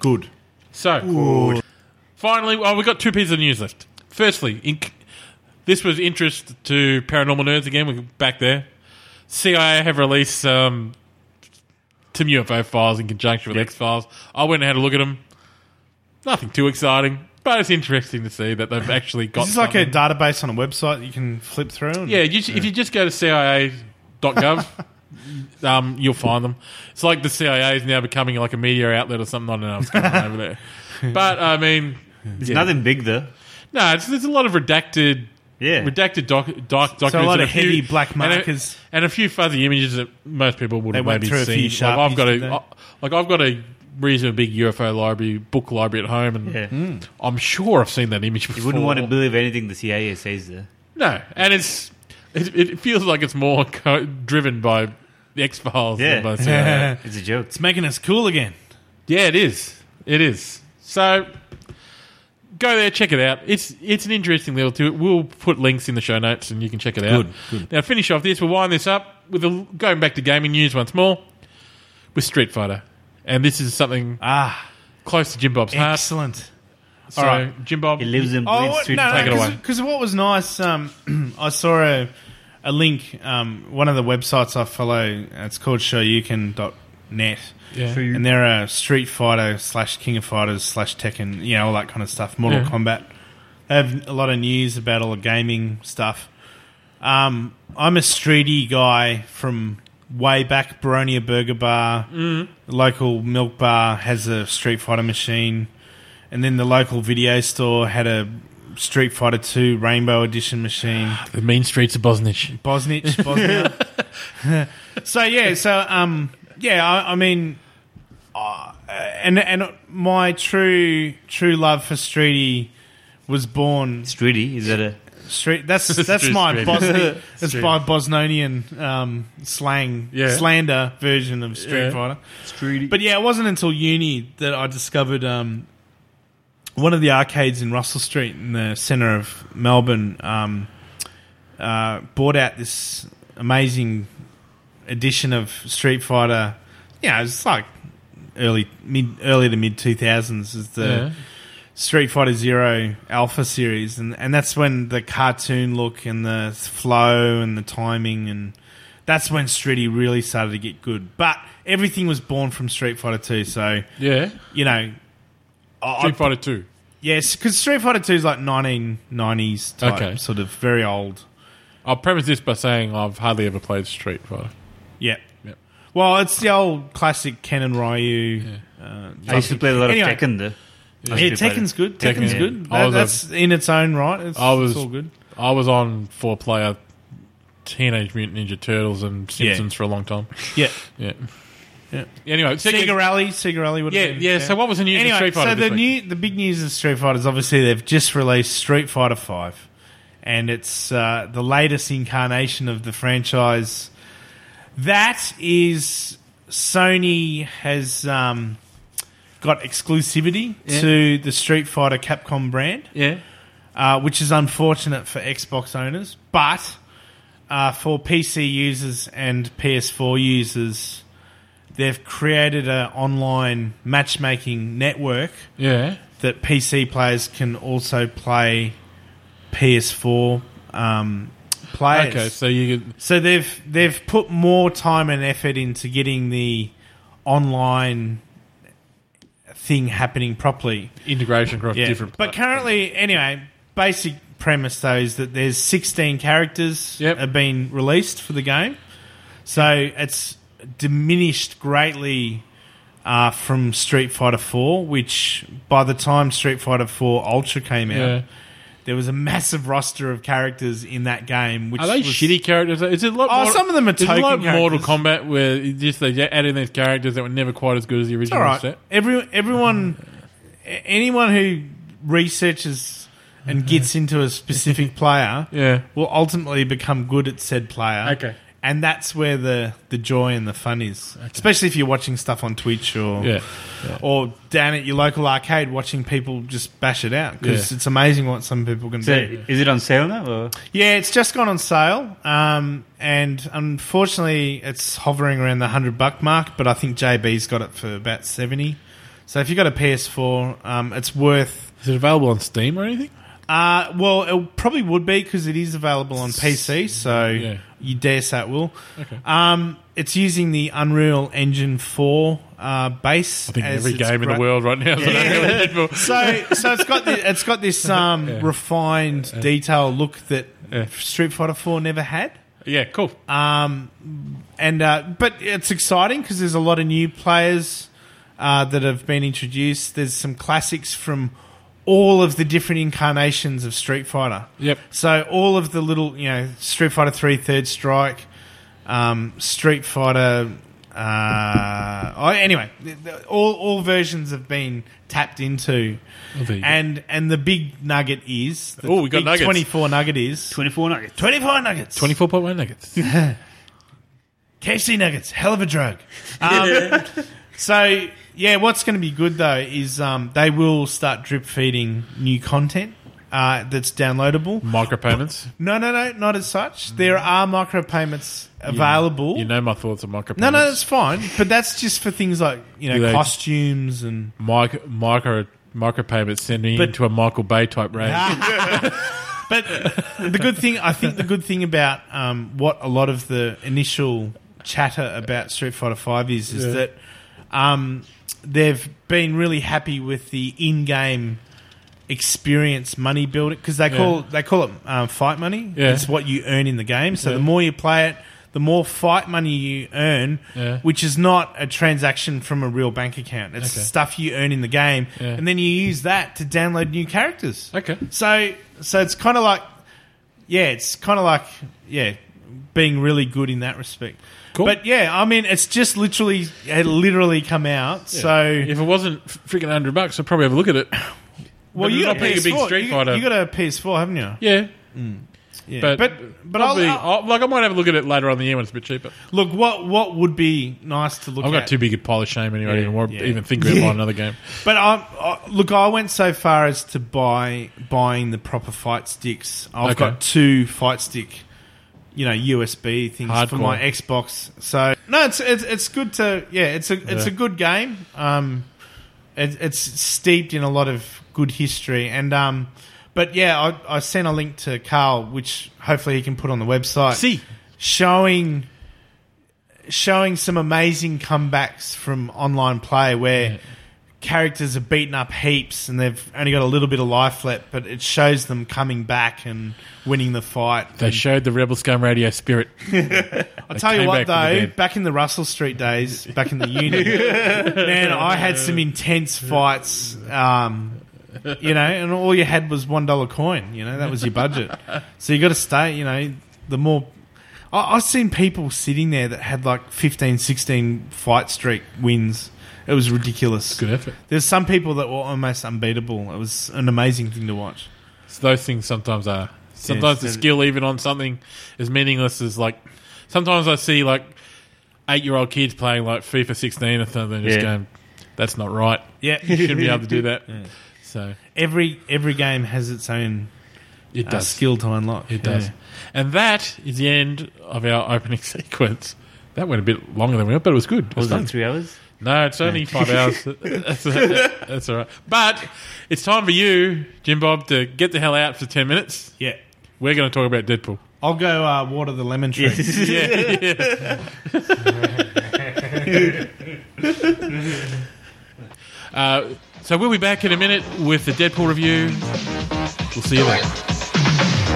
[SPEAKER 1] good.
[SPEAKER 3] so finally oh we've got two pieces of news left firstly inc- this was interest to paranormal nerds again we're back there CIA have released um, some UFO files in conjunction with X Files. I went and had a look at them. Nothing too exciting, but it's interesting to see that they've actually got.
[SPEAKER 1] Is this like a
[SPEAKER 3] something.
[SPEAKER 1] database on a website you can flip through? And
[SPEAKER 3] Yeah, you, if you just go to
[SPEAKER 1] <laughs>
[SPEAKER 3] CIA.gov, um, you'll find them. It's like the CIA is now becoming like a media outlet or something. I don't know what's going on over
[SPEAKER 1] <laughs>
[SPEAKER 3] there. But I mean,
[SPEAKER 2] There's nothing big there.
[SPEAKER 3] no, it's, there's a lot of redacted.
[SPEAKER 2] Yeah.
[SPEAKER 3] Redacted doc, doc documents.
[SPEAKER 1] So a lot
[SPEAKER 3] and
[SPEAKER 1] of heavy
[SPEAKER 3] few-
[SPEAKER 1] black
[SPEAKER 3] and a-
[SPEAKER 1] markers.
[SPEAKER 3] and a, few fuzzy images that most people would
[SPEAKER 1] They
[SPEAKER 3] have
[SPEAKER 1] went
[SPEAKER 3] maybe
[SPEAKER 1] through a
[SPEAKER 3] seen.
[SPEAKER 1] few
[SPEAKER 3] like I've got
[SPEAKER 1] Sharpies, didn't
[SPEAKER 3] a
[SPEAKER 1] they?
[SPEAKER 3] like I've got a reasonably big UFO library book library at home, and
[SPEAKER 2] Yeah.
[SPEAKER 1] Hmm.
[SPEAKER 3] I'm sure I've seen that image before.
[SPEAKER 2] You wouldn't want to believe anything the CIA says there.
[SPEAKER 3] No, and it's it, it feels like it's more co- driven by the X Files.
[SPEAKER 2] Yeah.
[SPEAKER 3] than by
[SPEAKER 1] <laughs>
[SPEAKER 3] CIA.
[SPEAKER 2] It's a joke.
[SPEAKER 1] It's making us cool again.
[SPEAKER 3] yeah, it is. It is. So go there, check it out. It's it's an interesting little tour. We'll put links in the show notes, and you can check it out.
[SPEAKER 2] Good, good.
[SPEAKER 3] Now finish off this. We'll wind this up with a, going back to gaming news once more with Street Fighter, and this is something
[SPEAKER 1] Ah,
[SPEAKER 3] close to Jim Bob's heart.
[SPEAKER 1] excellent.
[SPEAKER 3] So
[SPEAKER 1] right.
[SPEAKER 3] Jim Bob,
[SPEAKER 2] He lives in
[SPEAKER 1] Oh,
[SPEAKER 2] Blade
[SPEAKER 1] what,
[SPEAKER 2] Street.
[SPEAKER 1] no,
[SPEAKER 3] Take it away.
[SPEAKER 1] Because what was nice, um, <clears throat> I saw a, a link, um, one of the websites I follow, uh, it's called showyuken.net.
[SPEAKER 3] Yeah.
[SPEAKER 1] And they're a Street Fighter slash King of Fighters slash Tekken, you know, all that kind of stuff, Mortal
[SPEAKER 3] Yeah.
[SPEAKER 1] Kombat. They have a lot of news about all the gaming stuff. Um, I'm a streety guy from way back, Baronia Burger Bar. The local milk bar has a Street Fighter machine, and then the local video store had a Street Fighter Two Rainbow Edition machine.
[SPEAKER 3] The mean streets of Bosnich.
[SPEAKER 1] Bosnich, Bosnia. <laughs> so yeah, so um, yeah, I, I mean, uh, and and my true true love for Streety was born
[SPEAKER 2] Streety, is that a
[SPEAKER 1] street. That's that's my
[SPEAKER 3] Streety.
[SPEAKER 1] Bosni, that's
[SPEAKER 3] Streety.
[SPEAKER 1] my Bosnonian um, slang
[SPEAKER 3] Yeah.
[SPEAKER 1] slander version of Street
[SPEAKER 3] Yeah.
[SPEAKER 1] Fighter.
[SPEAKER 2] Streety?
[SPEAKER 1] But yeah, it wasn't until uni that I discovered um, one of the arcades in Russell Street in the centre of Melbourne um, uh, bought out this amazing edition of Street Fighter. Yeah, it was like early mid early to mid two thousands is the
[SPEAKER 3] Yeah.
[SPEAKER 1] Street Fighter Zero Alpha series, and, and that's when the cartoon look and the flow and the timing, and that's when Streety really started to get good. But everything was born from Street Fighter Two, so
[SPEAKER 3] Yeah.
[SPEAKER 1] you know, I-
[SPEAKER 3] Street
[SPEAKER 1] I,
[SPEAKER 3] Fighter 2.
[SPEAKER 1] yes, because Street Fighter Two is like nineteen nineties type,
[SPEAKER 3] Okay.
[SPEAKER 1] sort of very old.
[SPEAKER 3] I'll premise this by saying I've hardly ever played Street Fighter.
[SPEAKER 1] Yep.
[SPEAKER 3] Yep.
[SPEAKER 1] Well, it's the old classic Ken and Ryu. Uh,
[SPEAKER 2] I used to play a lot
[SPEAKER 1] Anyway.
[SPEAKER 2] of Tekken though.
[SPEAKER 1] Yeah, Tekken's good. Tekken's
[SPEAKER 3] yeah.
[SPEAKER 1] good.
[SPEAKER 3] I
[SPEAKER 1] That,
[SPEAKER 3] was a-
[SPEAKER 1] that's in its own right. It's,
[SPEAKER 3] I was-
[SPEAKER 1] it's all good.
[SPEAKER 3] I was on four player Teenage Mutant Ninja Turtles and Simpsons for a long time.
[SPEAKER 1] Yeah.
[SPEAKER 3] Yeah.
[SPEAKER 1] Yeah.
[SPEAKER 3] Anyway, so
[SPEAKER 1] Sega Rally, Sega Rally would
[SPEAKER 3] yeah,
[SPEAKER 1] have
[SPEAKER 3] yeah,
[SPEAKER 1] been-
[SPEAKER 3] So what was the news
[SPEAKER 1] anyway,
[SPEAKER 3] of Street Fighter?
[SPEAKER 1] so the
[SPEAKER 3] this week?
[SPEAKER 1] new the big news of Street Fighter is obviously they've just released Street Fighter Five, and it's uh, the latest incarnation of the franchise. That is Sony has um, got exclusivity to the Street Fighter Capcom brand
[SPEAKER 2] Yeah.
[SPEAKER 1] uh, which is unfortunate for Xbox owners, but uh, for PC users and PS4 users, they've created an online matchmaking network
[SPEAKER 3] yeah,
[SPEAKER 1] that PC players can also play PS4 um, players.
[SPEAKER 3] okay. So you could,
[SPEAKER 1] So they've they've put more time and effort into getting the online thing happening properly.
[SPEAKER 3] integration across different.
[SPEAKER 1] But currently, anyway, basic premise though is that there's 16 characters
[SPEAKER 3] Yep.
[SPEAKER 1] have been released for the game, so it's diminished greatly uh, from Street Fighter 4, which by the time Street Fighter 4 Ultra came out.
[SPEAKER 3] Yeah.
[SPEAKER 1] There was a massive roster of characters in that game. Which
[SPEAKER 3] Are they
[SPEAKER 1] was-
[SPEAKER 3] shitty characters? Is it a lot?
[SPEAKER 1] Oh,
[SPEAKER 3] more,
[SPEAKER 1] some of them are
[SPEAKER 3] is it a lot
[SPEAKER 1] token
[SPEAKER 3] like Mortal
[SPEAKER 1] characters.
[SPEAKER 3] Kombat, where you just they added these characters that were never quite as good as the
[SPEAKER 1] All
[SPEAKER 3] original
[SPEAKER 1] right.
[SPEAKER 3] set.
[SPEAKER 1] Every, everyone, a- anyone who researches and
[SPEAKER 3] <laughs>
[SPEAKER 1] gets into a specific player,
[SPEAKER 3] Yeah.
[SPEAKER 1] will ultimately become good at said player.
[SPEAKER 3] Okay.
[SPEAKER 1] And that's where the, the joy and the fun is, especially if you're watching stuff on Twitch or
[SPEAKER 3] Yeah.
[SPEAKER 1] or down at your local arcade watching people just bash it out because
[SPEAKER 3] Yeah.
[SPEAKER 1] it's amazing what some people can
[SPEAKER 2] So
[SPEAKER 1] do.
[SPEAKER 2] is it on sale now? Or?
[SPEAKER 1] Yeah, it's just gone on sale, um, and unfortunately, it's hovering around the hundred buck mark. But I think JB's got it for about seventy. So if you've got a PS4, um, it's worth.
[SPEAKER 3] Is it available on Steam or anything?
[SPEAKER 1] Uh, well, it probably would be because it is available on PC. So
[SPEAKER 3] Yeah.
[SPEAKER 1] you dare say it will. Um, it's using the Unreal Engine four uh, base.
[SPEAKER 3] I think
[SPEAKER 1] as
[SPEAKER 3] every
[SPEAKER 1] its
[SPEAKER 3] game in the
[SPEAKER 1] gra-
[SPEAKER 3] world right now. is on Unreal Engine four.
[SPEAKER 1] so so it's got the, it's
[SPEAKER 3] <laughs>
[SPEAKER 1] got this um, refined detail look that
[SPEAKER 3] Yeah.
[SPEAKER 1] Street Fighter Four never had.
[SPEAKER 3] <laughs> yeah, cool.
[SPEAKER 1] and uh, but it's exciting because there's a lot of new players uh, that have been introduced. There's some classics from all of the different incarnations of Street Fighter.
[SPEAKER 3] Yep.
[SPEAKER 1] So all of the little, you know, Street Fighter Three, Third Strike, um, Street Fighter. Uh, oh, anyway, th- th- all all versions have been tapped into,
[SPEAKER 3] Oh, there you go.
[SPEAKER 1] and and the big nugget is the
[SPEAKER 3] Oh, we got
[SPEAKER 1] big
[SPEAKER 3] nuggets.
[SPEAKER 1] twenty four nugget is
[SPEAKER 2] 24 nuggets.
[SPEAKER 1] twenty four nuggets
[SPEAKER 3] Twenty four point one
[SPEAKER 1] <laughs>
[SPEAKER 3] nuggets.
[SPEAKER 1] KFC nuggets, hell of
[SPEAKER 3] <laughs>
[SPEAKER 1] a drug. Um, so yeah, what's going to be good though is um, they will start drip feeding new content uh, that's downloadable.
[SPEAKER 3] Micropayments.
[SPEAKER 1] No, no, no, not as such. There are micropayments available.
[SPEAKER 3] You know my thoughts on micropayments.
[SPEAKER 1] no, no, that's fine, but that's just for things like you know
[SPEAKER 3] Yeah.
[SPEAKER 1] costumes and
[SPEAKER 3] Mic- micro micropayments sending
[SPEAKER 1] But-
[SPEAKER 3] into a Michael Bay type range.
[SPEAKER 1] but the good thing, I think, the good thing about um, what a lot of the initial chatter about Street Fighter Five is, is
[SPEAKER 3] Yeah.
[SPEAKER 1] that um, they've been really happy with the in-game experience money building because they call they call it um, fight money.
[SPEAKER 3] Yeah.
[SPEAKER 1] It's what you earn in the game. So the more you play it, the more fight money you earn,
[SPEAKER 3] Yeah.
[SPEAKER 1] which is not a transaction from a real bank account. It's
[SPEAKER 3] Okay.
[SPEAKER 1] stuff you earn in the game,
[SPEAKER 3] Yeah.
[SPEAKER 1] and then you use that to download new characters.
[SPEAKER 3] <laughs> Okay.
[SPEAKER 1] So so it's kind of like yeah, it's kind of like yeah, being really good in that respect.
[SPEAKER 3] Cool.
[SPEAKER 1] But yeah, I mean, it's just literally it literally come out. So
[SPEAKER 3] if it wasn't f- freaking hundred bucks, I'd probably have a look at
[SPEAKER 1] <sighs>
[SPEAKER 3] it.
[SPEAKER 1] well,
[SPEAKER 3] but
[SPEAKER 1] you
[SPEAKER 3] we're
[SPEAKER 1] got
[SPEAKER 3] not being a
[SPEAKER 1] PS4.
[SPEAKER 3] big Street
[SPEAKER 1] you,
[SPEAKER 3] Fighter.
[SPEAKER 1] you got a PS4, haven't you?
[SPEAKER 3] Yeah,
[SPEAKER 1] Yeah.
[SPEAKER 3] but
[SPEAKER 1] but but I'll,
[SPEAKER 3] probably-
[SPEAKER 1] I'll-
[SPEAKER 3] I'll- like I might have a look at it later on in the year when it's a bit cheaper.
[SPEAKER 1] look what what would be nice to look.
[SPEAKER 3] I've got
[SPEAKER 1] at.
[SPEAKER 3] too big a pile of shame anyway. I didn't want
[SPEAKER 1] Yeah.
[SPEAKER 3] even think about buying another
[SPEAKER 1] <laughs>
[SPEAKER 3] game.
[SPEAKER 1] But I, I look, I went so far as to buy buying the proper fight sticks. I've
[SPEAKER 3] Okay.
[SPEAKER 1] got two fight stick, you know, USB things for
[SPEAKER 3] Hardcore.
[SPEAKER 1] my Xbox. So no, it's it's, it's good to yeah, it's a it's
[SPEAKER 3] Yeah.
[SPEAKER 1] a good game. Um, it, it's steeped in a lot of good history and um. But yeah, I, I sent a link to Carl, which hopefully he can put on the website.
[SPEAKER 3] See.
[SPEAKER 1] showing showing some amazing comebacks from online play where characters are beaten up heaps and they've only got a little bit of life left, but it shows them coming back and winning the fight.
[SPEAKER 3] They showed the Rebel Scum Radio spirit.
[SPEAKER 1] I tell you
[SPEAKER 3] came back from the
[SPEAKER 1] what, though,
[SPEAKER 3] dead.
[SPEAKER 1] back in the Russell Street days, back in
[SPEAKER 3] <laughs>
[SPEAKER 1] the uni, man, I had some intense fights. Um, you know, and all you had was one dollar coin. You know, that was your budget. So you got to stay. You know, the more I, I've seen people sitting there that had like 15, 16 fight streak wins. It was ridiculous.
[SPEAKER 3] Good effort.
[SPEAKER 1] There's some people that were almost unbeatable. It was an amazing thing to watch.
[SPEAKER 3] So those things sometimes are. Sometimes the
[SPEAKER 1] Yes.
[SPEAKER 3] skill, even on something as meaningless as like. Sometimes I see like eight-year-old kids playing like FIFA 16 or something, and just
[SPEAKER 2] Yeah.
[SPEAKER 3] going, "That's not right.
[SPEAKER 1] Yeah,
[SPEAKER 3] <laughs> You shouldn't be able to do that." So
[SPEAKER 1] Every every game has its own
[SPEAKER 3] it
[SPEAKER 1] uh,
[SPEAKER 3] does.
[SPEAKER 1] skill to unlock.
[SPEAKER 3] It does. And that is the end of our opening <laughs> sequence. That went a bit longer than we went, but it was good. It was
[SPEAKER 2] Was that
[SPEAKER 3] fun.
[SPEAKER 2] three hours?
[SPEAKER 3] No, it's only five <laughs> hours. That's, that's all right. But it's time for you, Jim Bob, to get the hell out for 10 minutes.
[SPEAKER 1] Yeah.
[SPEAKER 3] We're going to talk about Deadpool.
[SPEAKER 1] I'll go uh, water the lemon tree.
[SPEAKER 3] <laughs> Yeah. <laughs> uh, so we'll be back in a minute with the Deadpool review. We'll see you then.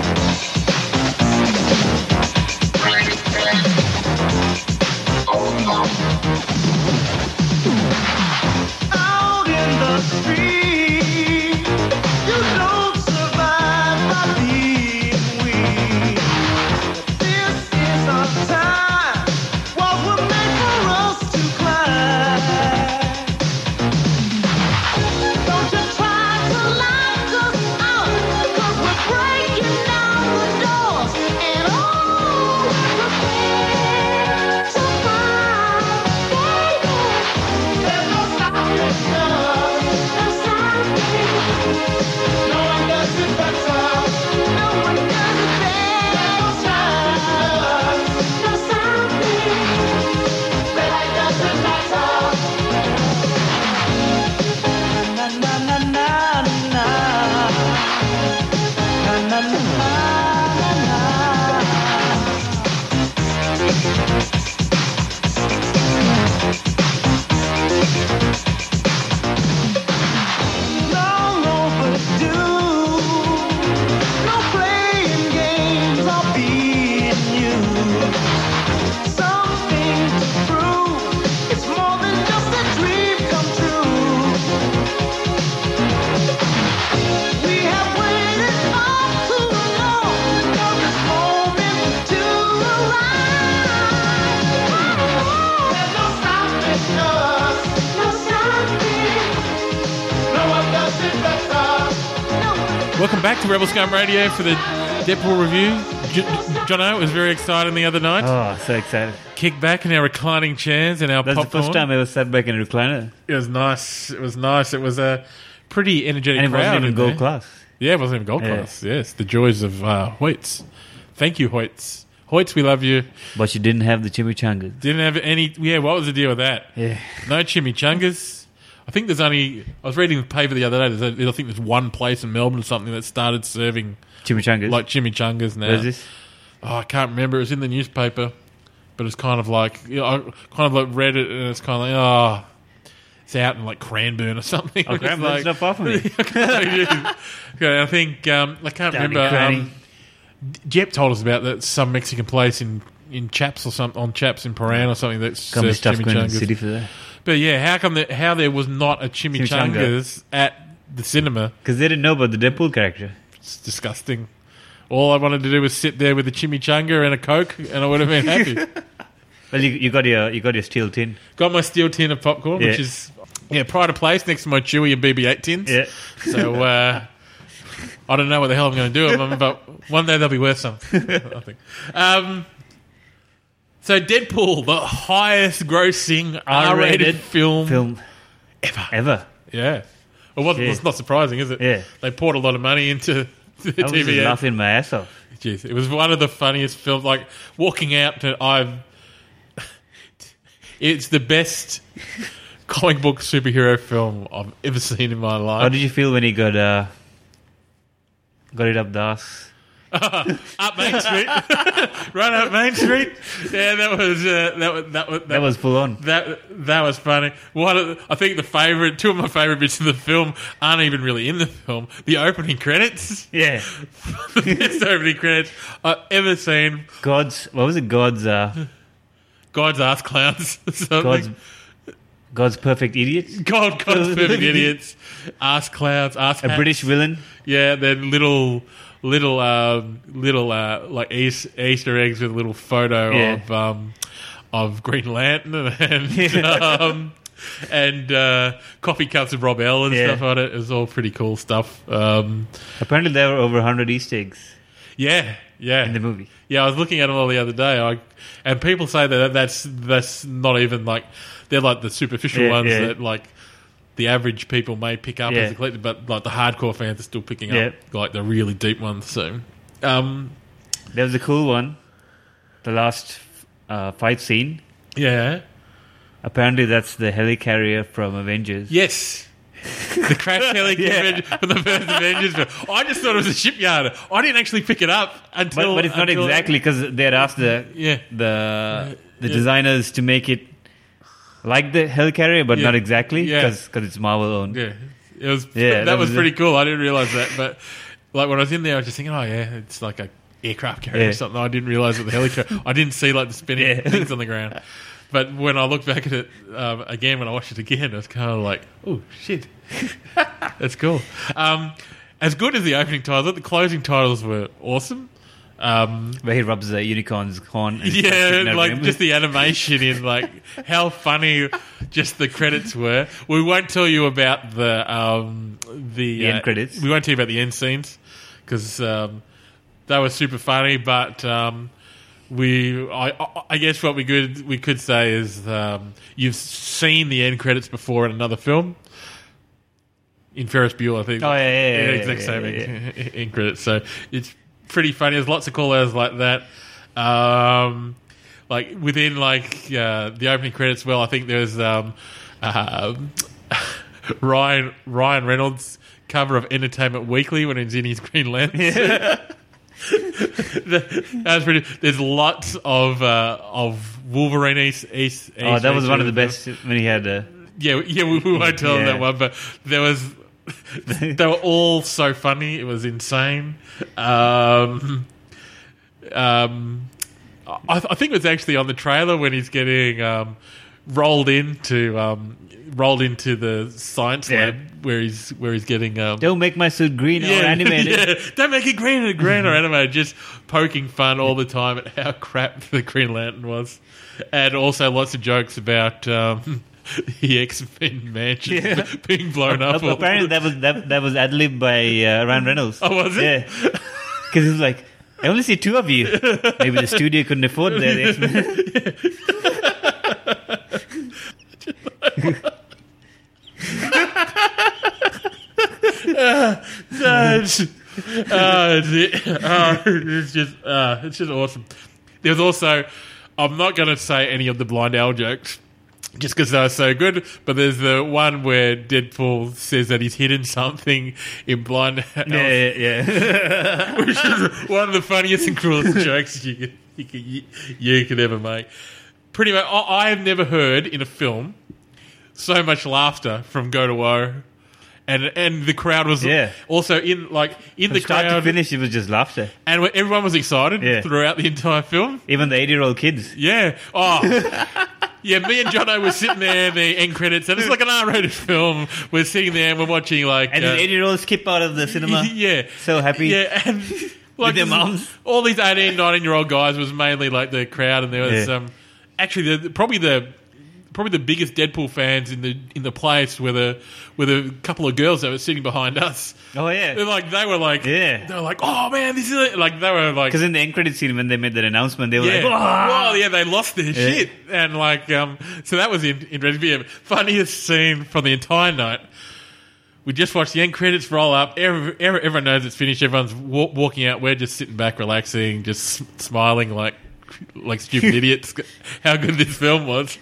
[SPEAKER 6] Out in the street, you don't survive by being weak. This is our time, what was meant for us to climb. Don't you try to lock us out, 'cause we're breaking down the doors and all prepare to find, baby. There's no stopping us, no stopping. No one does it better. No one does it better. No time, no stopping. Nobody does it better. Na na na na na. Na na na na na. long overdue. No playing games or being you. Something to prove. It's more than just a dream come true. We have waited far too long for this moment to arrive. There's no stopping us. No stopping. Oh, No one does it better. No one
[SPEAKER 3] Welcome back to Rebel Scum Radio for the Deadpool review. J- Jono was very excited the other night.
[SPEAKER 2] Oh, so excited.
[SPEAKER 3] Kick back in our reclining chairs and our
[SPEAKER 2] That's the
[SPEAKER 3] popcorn.
[SPEAKER 2] first time I ever sat back in a recliner.
[SPEAKER 3] It was nice. It was nice. It was a pretty energetic
[SPEAKER 2] And it
[SPEAKER 3] crowd.
[SPEAKER 2] wasn't even
[SPEAKER 3] in
[SPEAKER 2] gold
[SPEAKER 1] eh?
[SPEAKER 3] there.
[SPEAKER 2] class.
[SPEAKER 3] Yeah, it wasn't even gold
[SPEAKER 2] Yeah.
[SPEAKER 3] class. Yes, the joys of uh, Hoyts. Thank you, Hoyts. Hoyts, we love you.
[SPEAKER 2] But you didn't have the chimichangas.
[SPEAKER 3] Didn't have any. Yeah, what was the deal with that?
[SPEAKER 2] Yeah.
[SPEAKER 3] No chimichangas. I think there's only. I was reading the paper the other day. There's, a- I think there's one place in Melbourne or something that started serving
[SPEAKER 2] Chimichangas.
[SPEAKER 3] like chimichangas now.
[SPEAKER 2] Where's this?
[SPEAKER 3] Oh, I can't remember. It was in the newspaper, but it's kind of like you know, I kind of like read it, and it's kind of like oh, it's out in like Cranbourne or something. <laughs>
[SPEAKER 2] Oh,
[SPEAKER 3] It's like-
[SPEAKER 2] Cranbourne's not far
[SPEAKER 1] <laughs>
[SPEAKER 2] from me.
[SPEAKER 3] okay, I think um, I can't
[SPEAKER 2] Down in
[SPEAKER 3] remember.
[SPEAKER 2] Cranny.
[SPEAKER 3] Um, Jep told us about that some Mexican place in in Chaps or something on Chaps in Paran or something that
[SPEAKER 2] Got me
[SPEAKER 3] serves
[SPEAKER 2] stuffed going to the
[SPEAKER 3] chimichangas.
[SPEAKER 2] city for that.
[SPEAKER 3] But yeah, how come the, how there was not a
[SPEAKER 2] Chimichanga.
[SPEAKER 3] chimichangas at the cinema?
[SPEAKER 2] Because they didn't know about the Deadpool character.
[SPEAKER 3] It's disgusting. All I wanted to do was sit there with a chimichanga and a coke, and I would have been
[SPEAKER 2] <laughs>
[SPEAKER 3] happy.
[SPEAKER 2] Well, you, you got your you got your steel tin.
[SPEAKER 3] Got my steel tin of popcorn, which
[SPEAKER 2] Yeah.
[SPEAKER 3] is yeah, pride of place next to my Chewy and BB-8 tins.
[SPEAKER 2] Yeah.
[SPEAKER 3] So uh, I don't know what the hell I'm going to do with them, but one day they'll be worth something. I think. Um, so Deadpool, the highest grossing R-rated,
[SPEAKER 2] R-rated
[SPEAKER 3] film.
[SPEAKER 2] Film ever ever.
[SPEAKER 3] Yeah. Well, what,
[SPEAKER 2] Yeah.
[SPEAKER 3] it's not surprising, is it?
[SPEAKER 2] Yeah.
[SPEAKER 3] They poured a lot of money into <laughs> the
[SPEAKER 2] I was just
[SPEAKER 3] TV. ad.
[SPEAKER 2] laughing my ass off.
[SPEAKER 3] Jeez, it was one of the funniest films. Like walking out to I've, <laughs> it's the best comic book superhero film I've ever seen in my
[SPEAKER 2] How
[SPEAKER 3] life.
[SPEAKER 2] did you feel when he got uh, got it up the ass?
[SPEAKER 3] up Main Street, <laughs> right up Main Street. Yeah, that was uh, that was that was
[SPEAKER 2] That was full on.
[SPEAKER 3] That that was funny. One of the- I think the favorite, two of my favorite bits of the film aren't even really in the film. The opening credits, <laughs>
[SPEAKER 2] Yeah,
[SPEAKER 3] the best opening credits I've ever seen.
[SPEAKER 2] God's what was it? God's uh,
[SPEAKER 3] God's ass clowns. or something.
[SPEAKER 2] God's God's perfect
[SPEAKER 3] <laughs>
[SPEAKER 2] idiot.
[SPEAKER 3] God, God's
[SPEAKER 2] <laughs>
[SPEAKER 3] perfect idiots, ass clouds, ass
[SPEAKER 2] A
[SPEAKER 3] hats.
[SPEAKER 2] British villain.
[SPEAKER 3] Yeah, then little, little, um, little uh, like Eas- Easter eggs with a little photo
[SPEAKER 2] Yeah.
[SPEAKER 3] of um, of Green Lantern <laughs> and um, and uh, coffee cups of Rob L and
[SPEAKER 2] Yeah.
[SPEAKER 3] stuff on it. It was all pretty cool stuff. Um,
[SPEAKER 2] Apparently, there were over hundred Easter eggs
[SPEAKER 3] yeah, yeah.
[SPEAKER 2] in the movie.
[SPEAKER 3] Yeah, I was looking at them all the other day. I, and people say that that's that's not even like they're like the superficial
[SPEAKER 2] Yeah,
[SPEAKER 3] ones
[SPEAKER 2] yeah.
[SPEAKER 3] that like the average people may pick up
[SPEAKER 2] Yeah.
[SPEAKER 3] as a collector, but like the hardcore fans are still picking
[SPEAKER 2] Yeah.
[SPEAKER 3] up like the really deep ones. So, um,
[SPEAKER 2] There was a cool one. The last uh, fight scene.
[SPEAKER 3] yeah,
[SPEAKER 2] Apparently, that's the helicarrier from Avengers.
[SPEAKER 3] yes. <laughs> the crash heli from the first Avengers. film. I just thought it was a shipyard. I didn't actually pick it up until.
[SPEAKER 2] but, but it's not
[SPEAKER 3] until-
[SPEAKER 2] exactly because they had asked the
[SPEAKER 3] Yeah. Uh,
[SPEAKER 2] the the designers to make it like the Hellcarrier, but
[SPEAKER 3] Yeah.
[SPEAKER 2] not exactly
[SPEAKER 3] Yeah.
[SPEAKER 2] because it's Marvel owned.
[SPEAKER 3] Yeah, it was.
[SPEAKER 2] Yeah,
[SPEAKER 3] that,
[SPEAKER 2] that
[SPEAKER 3] was,
[SPEAKER 2] was
[SPEAKER 3] pretty
[SPEAKER 2] it.
[SPEAKER 3] cool. I didn't realize that, but like when I was in there, I was just thinking, oh yeah, it's like a aircraft carrier
[SPEAKER 2] Yeah.
[SPEAKER 3] or something. I didn't realize that the helicopter. I didn't see like the spinning
[SPEAKER 2] Yeah.
[SPEAKER 3] things on the ground. But when I looked back at it um, again, when I watched it again, I was kind of like, oh shit, that's cool. Um, as good as the opening title, the closing titles were awesome. Um,
[SPEAKER 2] Where he rubs the unicorn's horn. And starts shooting
[SPEAKER 3] yeah,
[SPEAKER 2] at
[SPEAKER 3] like
[SPEAKER 2] him.
[SPEAKER 3] just the animation in like how funny just the credits were. We won't tell you about the um the,
[SPEAKER 2] The end credits.
[SPEAKER 3] We won't tell you about the end scenes because um, that was super funny. But um, we, I- I, I guess what we could we could say is um, you've seen the end credits before in another film. In Ferris Bueller, I think.
[SPEAKER 2] Oh, yeah, yeah, yeah, yeah,
[SPEAKER 3] exact
[SPEAKER 2] yeah,
[SPEAKER 3] same
[SPEAKER 2] yeah,
[SPEAKER 3] <laughs> in credits. So it's pretty funny. There's lots of call outs like that. Um, like within like uh, the opening credits, well, I think there was um, uh, <laughs> Ryan Ryan Reynolds cover of Entertainment Weekly when he's in his Green Lantern. that was pretty. There's lots of uh, of Wolverine East East.
[SPEAKER 2] oh,
[SPEAKER 3] East
[SPEAKER 2] that was one of the
[SPEAKER 3] East-
[SPEAKER 2] best when he had. Uh,
[SPEAKER 3] yeah, yeah, we, we won't tell them
[SPEAKER 2] Yeah.
[SPEAKER 3] that one, but there
[SPEAKER 2] <laughs>
[SPEAKER 3] was. they were all so funny. It was insane. Um, um, I, I think it was actually on the trailer when he's getting um, rolled into um, rolled into the science
[SPEAKER 2] Yeah.
[SPEAKER 3] lab where he's where he's getting um,
[SPEAKER 2] Don't make my suit green or Mm-hmm. animated.
[SPEAKER 3] <laughs> yeah. Don't make it green or green or animated. Just poking fun all the time at how crap <laughs> the Green Lantern was, and also lots of jokes about um, <laughs> the X Men mansion <laughs> being blown up. all-
[SPEAKER 2] Apparently, that was that, that was ad lib by uh, Ryan Reynolds.
[SPEAKER 3] Oh, was it?
[SPEAKER 2] Yeah, because he was like, "I only see two of you. Maybe the studio couldn't
[SPEAKER 3] <laughs>
[SPEAKER 2] afford <laughs> that."
[SPEAKER 3] <laughs> Uh, it's, uh, it's, uh, it's just uh, it's just awesome. There's also I'm not going to say any of the blind owl jokes. Just because they were so good, but there's the one where Deadpool says that he's hidden something in Blind Owl's
[SPEAKER 2] yeah, yeah.
[SPEAKER 3] which is one of the funniest and
[SPEAKER 2] <laughs>
[SPEAKER 3] cruelest jokes you could, you could, you, you could ever make. Pretty much, I, I have never heard in a film so much laughter from Go to Woe and and the crowd was
[SPEAKER 2] Yeah.
[SPEAKER 3] also in like in
[SPEAKER 2] From
[SPEAKER 3] the
[SPEAKER 2] start to
[SPEAKER 3] crowd,
[SPEAKER 2] finish, it was just laughter.
[SPEAKER 3] and everyone was excited
[SPEAKER 2] Yeah.
[SPEAKER 3] throughout the entire film.
[SPEAKER 2] Even the eight-year-old kids.
[SPEAKER 3] Yeah. Oh.
[SPEAKER 2] <laughs>
[SPEAKER 3] Yeah, me and Jono were sitting there in the end credits, and it's like an R-rated film. We're sitting there and we're watching like
[SPEAKER 2] And
[SPEAKER 3] uh,
[SPEAKER 2] an eight-year-old skip out of the cinema.
[SPEAKER 3] <laughs> yeah,
[SPEAKER 2] So happy.
[SPEAKER 3] yeah,
[SPEAKER 2] <laughs>
[SPEAKER 3] and like
[SPEAKER 2] their
[SPEAKER 3] this-
[SPEAKER 2] mums.
[SPEAKER 3] all these 18, 19 year old guys was mainly like the crowd, and there was
[SPEAKER 2] Yeah.
[SPEAKER 3] um, actually the probably the probably the biggest Deadpool fans in the in the place were the were the couple of girls that were sitting behind us.
[SPEAKER 2] Oh
[SPEAKER 3] They're
[SPEAKER 2] yeah.
[SPEAKER 3] like they were like
[SPEAKER 2] Yeah.
[SPEAKER 3] they were like oh man this is it. like they were like
[SPEAKER 2] Because in the end credit scene, when they made that announcement, they were
[SPEAKER 3] yeah.
[SPEAKER 2] like, "Ah!"
[SPEAKER 3] Whoa, yeah, they lost their shit. And, like, um, so that was in- interesting. But, yeah, funniest scene from the entire night. We just watched the end credits roll up. Every, every, everyone knows it's finished. Everyone's wa- walking out. We're just sitting back, relaxing, just s- smiling like like <laughs> stupid idiots. How good this film was,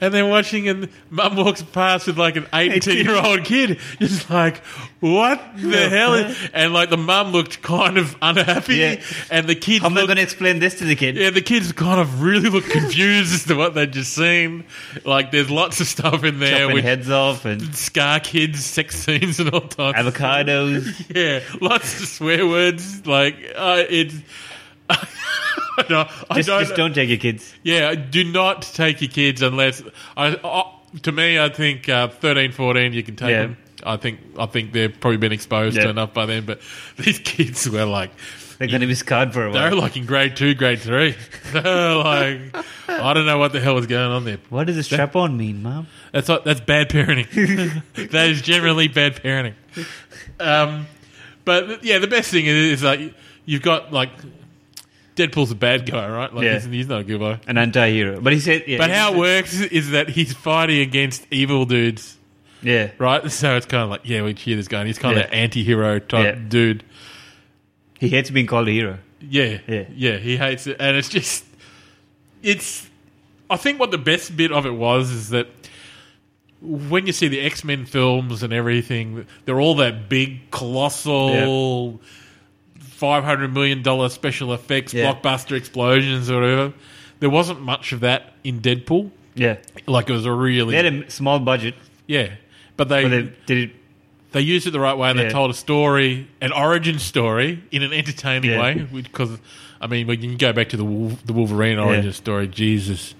[SPEAKER 3] and then watching, and mum walks past with like an eighteen year old kid, just like, what the hell? is-" And like the mum looked kind of unhappy,
[SPEAKER 2] Yeah.
[SPEAKER 3] and the kid
[SPEAKER 2] How am I
[SPEAKER 3] looked-
[SPEAKER 2] going to explain this to the kid?
[SPEAKER 3] yeah, the kids kind of really look confused as to what they'd just seen. Like, there's lots of stuff in there
[SPEAKER 2] Chopping
[SPEAKER 3] with
[SPEAKER 2] heads off and
[SPEAKER 3] <laughs> scar kids, sex scenes, and all types. of-
[SPEAKER 2] avocados.
[SPEAKER 3] yeah, lots of swear words. Like, uh, it's. <laughs> I don't. I
[SPEAKER 2] just,
[SPEAKER 3] don't,
[SPEAKER 2] just don't take your kids.
[SPEAKER 3] Yeah, do not take your kids unless. I, I, to me, I think uh, 13, 14, you can take
[SPEAKER 2] Yeah.
[SPEAKER 3] them. I think I think they've probably been exposed to
[SPEAKER 2] Yeah.
[SPEAKER 3] enough by then. But <laughs> these kids were like,
[SPEAKER 2] They're going to be scarred for a
[SPEAKER 3] they're
[SPEAKER 2] while.
[SPEAKER 3] like in grade two, grade
[SPEAKER 2] <laughs>
[SPEAKER 3] three. They're like, I don't know what the hell was going on there.
[SPEAKER 2] What does a strap-on mean, mom?
[SPEAKER 3] That's what, that's bad
[SPEAKER 2] <laughs>
[SPEAKER 3] parenting. that is generally bad parenting. Um, but yeah, the best thing is, is like you've got like Deadpool's a bad guy, right? Like
[SPEAKER 2] Yeah.
[SPEAKER 3] he's, he's not a good guy.
[SPEAKER 2] An anti-hero. But he said, yeah,
[SPEAKER 3] But
[SPEAKER 2] he
[SPEAKER 3] how it
[SPEAKER 2] said-
[SPEAKER 3] works is that he's fighting against evil dudes,
[SPEAKER 2] Yeah,
[SPEAKER 3] right? So it's kind of like, yeah, we cheer this guy, and he's kind of
[SPEAKER 2] Yeah.
[SPEAKER 3] an anti-hero type
[SPEAKER 2] Yeah.
[SPEAKER 3] dude.
[SPEAKER 2] he hates being called a hero.
[SPEAKER 3] Yeah,
[SPEAKER 2] Yeah.
[SPEAKER 3] yeah, he hates it, and it's just, it's. I think what the best bit of it was is that when you see the X Men films and everything, they're all that big, colossal, five hundred million dollar special effects,
[SPEAKER 2] Yeah.
[SPEAKER 3] blockbuster explosions or whatever. There wasn't much of that in Deadpool.
[SPEAKER 2] Yeah,
[SPEAKER 3] Like it was a really
[SPEAKER 2] they had a small budget,
[SPEAKER 3] yeah, but they
[SPEAKER 2] but
[SPEAKER 3] they,
[SPEAKER 2] they did it.
[SPEAKER 3] used it the right way and
[SPEAKER 2] Yeah.
[SPEAKER 3] they told a story, an origin story in an entertaining
[SPEAKER 2] Yeah.
[SPEAKER 3] way. Because I mean, when you go back to the Wol- the Wolverine origin story, Jesus,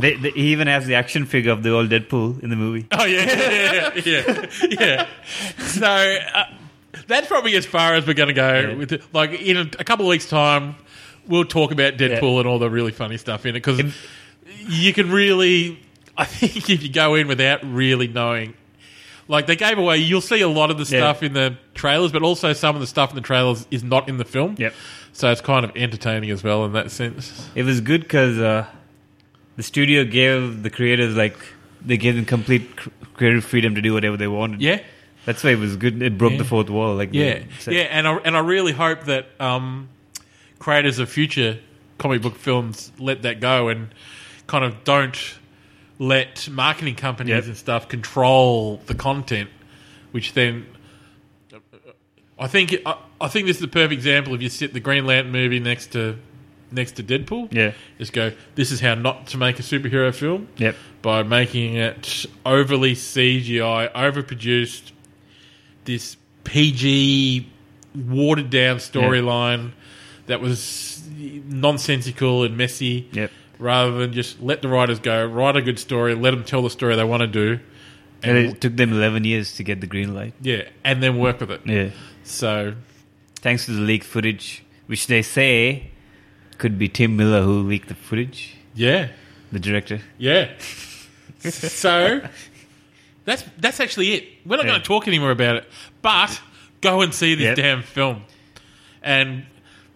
[SPEAKER 2] They, they, he even has the action figure of the old Deadpool in the movie.
[SPEAKER 3] Oh yeah, yeah, yeah, yeah. yeah. So uh, that's probably as far as we're going to go with it. Like in a, a couple of weeks' time, we'll talk about Deadpool and all the really funny stuff in it because you can really, I think, if you go in without really knowing. Like they gave away, you'll see a lot of the
[SPEAKER 2] Yeah.
[SPEAKER 3] stuff in the trailers, but also some of the stuff in the trailers is not in the film.
[SPEAKER 2] Yep.
[SPEAKER 3] So it's kind of entertaining as well in that sense.
[SPEAKER 2] It was good because uh, the studio gave the creators like they gave them complete cr- creative freedom to do whatever they wanted.
[SPEAKER 3] Yeah.
[SPEAKER 2] that's why it was good. It broke
[SPEAKER 3] Yeah.
[SPEAKER 2] the fourth wall. Like
[SPEAKER 3] Yeah,
[SPEAKER 2] they said.
[SPEAKER 3] yeah, and I and I really hope that um, creators of future comic book films let that go and kind of don't let marketing companies
[SPEAKER 2] Yep.
[SPEAKER 3] and stuff control the content, which then I think I, I think this is the perfect example. If you sit the Green Lantern movie next to next to Deadpool,
[SPEAKER 2] Yeah.
[SPEAKER 3] just go. This is how not to make a superhero film
[SPEAKER 2] Yep.
[SPEAKER 3] by making it overly CGI, overproduced, this PG, watered down storyline that was nonsensical and messy.
[SPEAKER 2] Yep.
[SPEAKER 3] Rather than just let the writers go, write a good story, let them tell the story they want to do,
[SPEAKER 2] And it took them eleven years to get the green light.
[SPEAKER 3] yeah, and then work with it.
[SPEAKER 2] Yeah,
[SPEAKER 3] So
[SPEAKER 2] thanks to the leaked footage, which they say could be Tim Miller who leaked the footage,
[SPEAKER 3] yeah,
[SPEAKER 2] the director.
[SPEAKER 3] yeah. so that's that's actually it. We're not
[SPEAKER 2] Yeah.
[SPEAKER 3] going to talk anymore about it, but go and see this
[SPEAKER 2] Yep.
[SPEAKER 3] damn film, and.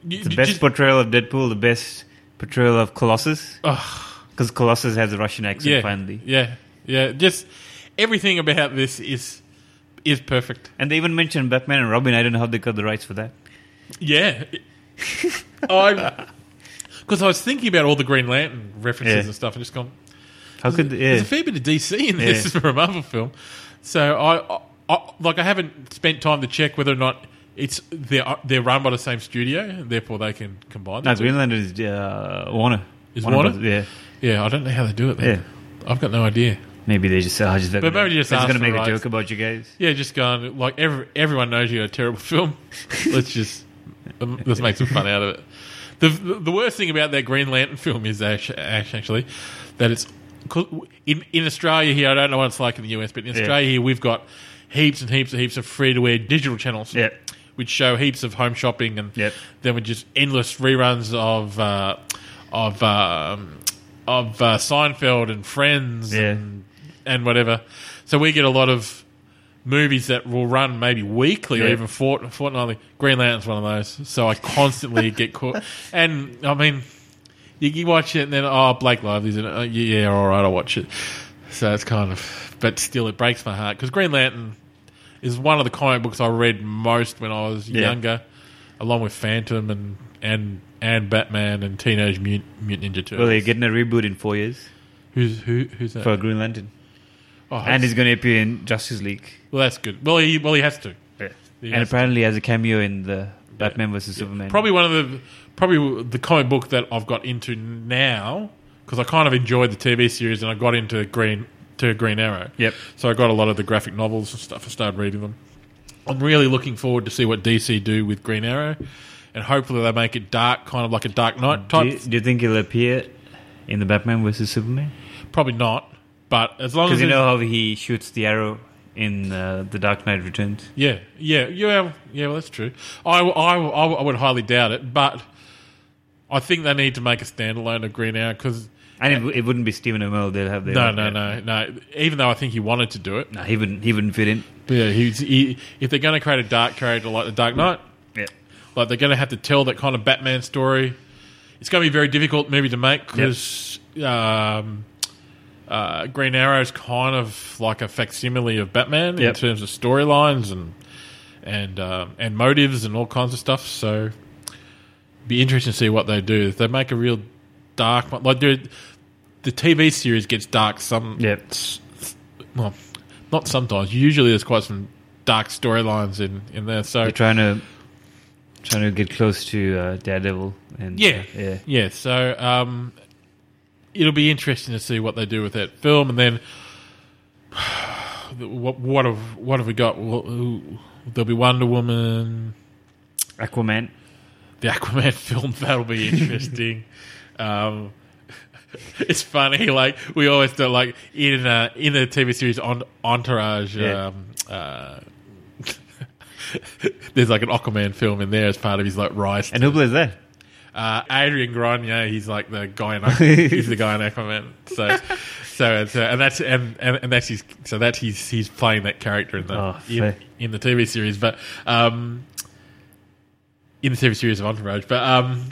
[SPEAKER 3] you-
[SPEAKER 2] The
[SPEAKER 3] you
[SPEAKER 2] best
[SPEAKER 3] just-
[SPEAKER 2] portrayal of Deadpool, the best portrayal of Colossus,
[SPEAKER 3] Ugh.
[SPEAKER 2] because Colossus has a Russian accent
[SPEAKER 3] yeah,
[SPEAKER 2] finally.
[SPEAKER 3] Yeah, yeah. Just everything about this is is perfect.
[SPEAKER 2] And they even mentioned Batman and Robin. I don't know how they got the rights for that.
[SPEAKER 3] <laughs> Yeah, I because I was thinking about all the Green Lantern references
[SPEAKER 2] Yeah.
[SPEAKER 3] and stuff, and just gone.
[SPEAKER 2] How could yeah.
[SPEAKER 3] There's a fair bit of DC in this <laughs> for a Marvel film, so I, I, I like I haven't spent time to check whether or not. It's they're they're run by the same studio, therefore they can combine.
[SPEAKER 2] No,
[SPEAKER 3] them.
[SPEAKER 2] Green Lantern is uh, Warner.
[SPEAKER 3] Is Warner?
[SPEAKER 2] Brothers,
[SPEAKER 3] Yeah, I don't know how they do it.
[SPEAKER 2] yeah,
[SPEAKER 3] Then.
[SPEAKER 2] yeah.
[SPEAKER 3] I've got no idea.
[SPEAKER 2] Maybe they just, oh, just
[SPEAKER 3] But maybe just
[SPEAKER 2] I was
[SPEAKER 3] ask
[SPEAKER 2] gonna
[SPEAKER 3] for
[SPEAKER 2] make a
[SPEAKER 3] rights.
[SPEAKER 2] joke about you guys.
[SPEAKER 3] Yeah, just gone. Like every, everyone knows you're a terrible <laughs> film. Let's just um, let's make some fun out of it. The the worst thing about that Green Lantern film is act- act- actually that it's 'cause in in Australia here. I don't know what it's like in the US, but in Australia here we've got heaps and heaps and heaps of free to air digital channels.
[SPEAKER 2] Yeah.
[SPEAKER 3] Which show heaps of home shopping and
[SPEAKER 2] Yep.
[SPEAKER 3] then we just endless reruns of uh, of um, of uh, Seinfeld and Friends
[SPEAKER 2] Yeah.
[SPEAKER 3] and and whatever. So we get a lot of movies that will run maybe weekly or
[SPEAKER 2] Yeah.
[SPEAKER 3] even fort- fortnightly. Green Lantern's one of those. So I
[SPEAKER 2] <laughs>
[SPEAKER 3] constantly get caught. And I mean, you, you watch it and then, oh, Blake Lively's in it. Oh, yeah, yeah, all right, I'll watch it. So it's kind of, but still, it breaks my heart because Green Lantern is one of the comic books I read most when I was
[SPEAKER 2] Yeah.
[SPEAKER 3] younger, along with Phantom and and and Batman and Teenage Mut- Mutant Ninja Turtles.
[SPEAKER 2] Well, they're getting a reboot in four years
[SPEAKER 3] Who's who? Who's that?
[SPEAKER 2] for Green Lantern,
[SPEAKER 3] oh,
[SPEAKER 2] and
[SPEAKER 3] that's-
[SPEAKER 2] he's going to appear in Justice League,
[SPEAKER 3] well, that's good. Well, he well he has to. He
[SPEAKER 2] and
[SPEAKER 3] has to.
[SPEAKER 2] apparently has a cameo in the Batman versus Superman.
[SPEAKER 3] probably one of the probably the comic book that I've got into now because I kind of enjoyed the TV series and I got into Green to Green Arrow.
[SPEAKER 2] Yep.
[SPEAKER 3] So I got a lot of the graphic novels and stuff. I started reading them. I'm really looking forward to see what DC do with Green Arrow, and hopefully they make it dark, kind of like a Dark Knight
[SPEAKER 2] Do
[SPEAKER 3] type.
[SPEAKER 2] you, do you think he'll appear in the Batman versus Superman?
[SPEAKER 3] Probably not, but as long as
[SPEAKER 2] Because you
[SPEAKER 3] it-
[SPEAKER 2] know how he shoots the arrow in uh, the Dark Knight Returns.
[SPEAKER 3] Yeah, yeah, yeah, yeah. Well, that's true. I, I, I, I would highly doubt it, but I think they need to make a standalone of Green Arrow because
[SPEAKER 2] And it, w- it wouldn't be Stephen Amell. They'll have their
[SPEAKER 3] no,
[SPEAKER 2] own-
[SPEAKER 3] no, no, no. Even though I think he wanted to do it,
[SPEAKER 2] No, he wouldn't. He wouldn't fit in.
[SPEAKER 3] but yeah, he's, he, if they're going to create a dark character like the Dark Knight,
[SPEAKER 2] Yeah,
[SPEAKER 3] like they're going to have to tell that kind of Batman story. It's going to be a very difficult movie to make because um, uh, Green Arrow is kind of like a facsimile of Batman in
[SPEAKER 2] Yep.
[SPEAKER 3] terms of storylines and and um, and motives and all kinds of stuff. So, be interesting to see what they do. If they make a real dark one, like dude, the TV series gets dark some
[SPEAKER 2] yeah.
[SPEAKER 3] well, not sometimes. Usually, there's quite some dark storylines in in there. So
[SPEAKER 2] They're trying to trying to get close to uh, Daredevil. And
[SPEAKER 3] Yeah,
[SPEAKER 2] yeah.
[SPEAKER 3] yeah. So um, it'll be interesting to see what they do with that film, and then <sighs> what what have what have we got? Well, There'll be Wonder Woman,
[SPEAKER 2] Aquaman.
[SPEAKER 3] the Aquaman <laughs> film. That'll be interesting. um, <laughs> it's funny, like we always do, like in uh, in the TV series on Entourage.
[SPEAKER 2] Yeah.
[SPEAKER 3] Um, uh, <laughs> there's like an Aquaman film in there as part of his like rise
[SPEAKER 2] And who plays that?
[SPEAKER 3] uh, Adrian Grenier, he's like the guy in
[SPEAKER 2] <laughs>
[SPEAKER 3] Aqu- he's the guy in Aquaman. So, so, it's, uh, and that's and, and, and that's his. So that's he's he's playing that character in the
[SPEAKER 2] Oh,
[SPEAKER 3] in,
[SPEAKER 2] fair.
[SPEAKER 3] in the TV series, but um, in the TV series of Entourage. But um,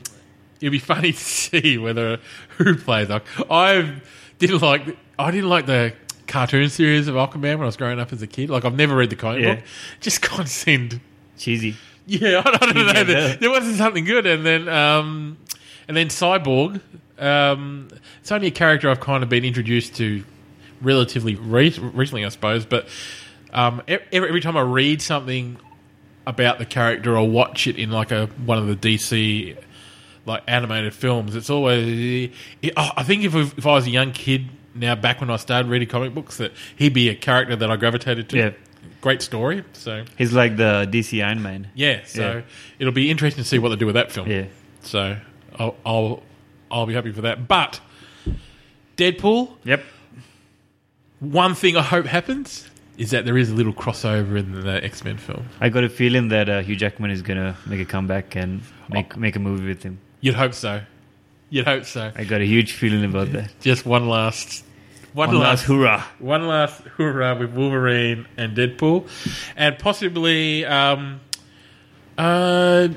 [SPEAKER 3] it'd be funny to see whether who plays. Aqu- I didn't like I didn't like the cartoon series of Aquaman when I was growing up as a kid. Like I've never read the comic
[SPEAKER 2] Yeah.
[SPEAKER 3] book. Just <laughs> can't seem
[SPEAKER 2] Cheesy.
[SPEAKER 3] <laughs> yeah, I don't know.
[SPEAKER 2] Yeah,
[SPEAKER 3] there,
[SPEAKER 2] no.
[SPEAKER 3] there wasn't something good, and then um, and then Cyborg. Um, it's only a character I've kind of been introduced to relatively re- recently, I suppose. But um, e- every, every time I read something about the character or watch it in like a one of the DC like animated films, it's always. It, oh, I think if if I was a young kid now, back when I started reading comic books, that he'd be a character that I gravitated to.
[SPEAKER 2] Yeah.
[SPEAKER 3] Great story. So
[SPEAKER 2] He's like the DC Iron Man.
[SPEAKER 3] yeah, so
[SPEAKER 2] Yeah.
[SPEAKER 3] it'll be interesting to see what they do with that film.
[SPEAKER 2] Yeah.
[SPEAKER 3] So I'll I'll, I'll be happy for that. But Deadpool,
[SPEAKER 2] Yep.
[SPEAKER 3] one thing I hope happens is that there is a little crossover in the X Men film.
[SPEAKER 2] I got a feeling that uh, Hugh Jackman is gonna make a comeback and make make a movie with him.
[SPEAKER 3] You'd hope so. You'd hope so.
[SPEAKER 2] I got a huge feeling about that.
[SPEAKER 3] Just one last, one,
[SPEAKER 2] One last
[SPEAKER 3] last,
[SPEAKER 2] hoorah!
[SPEAKER 3] one last hoorah with Wolverine and Deadpool, and possibly um, uh,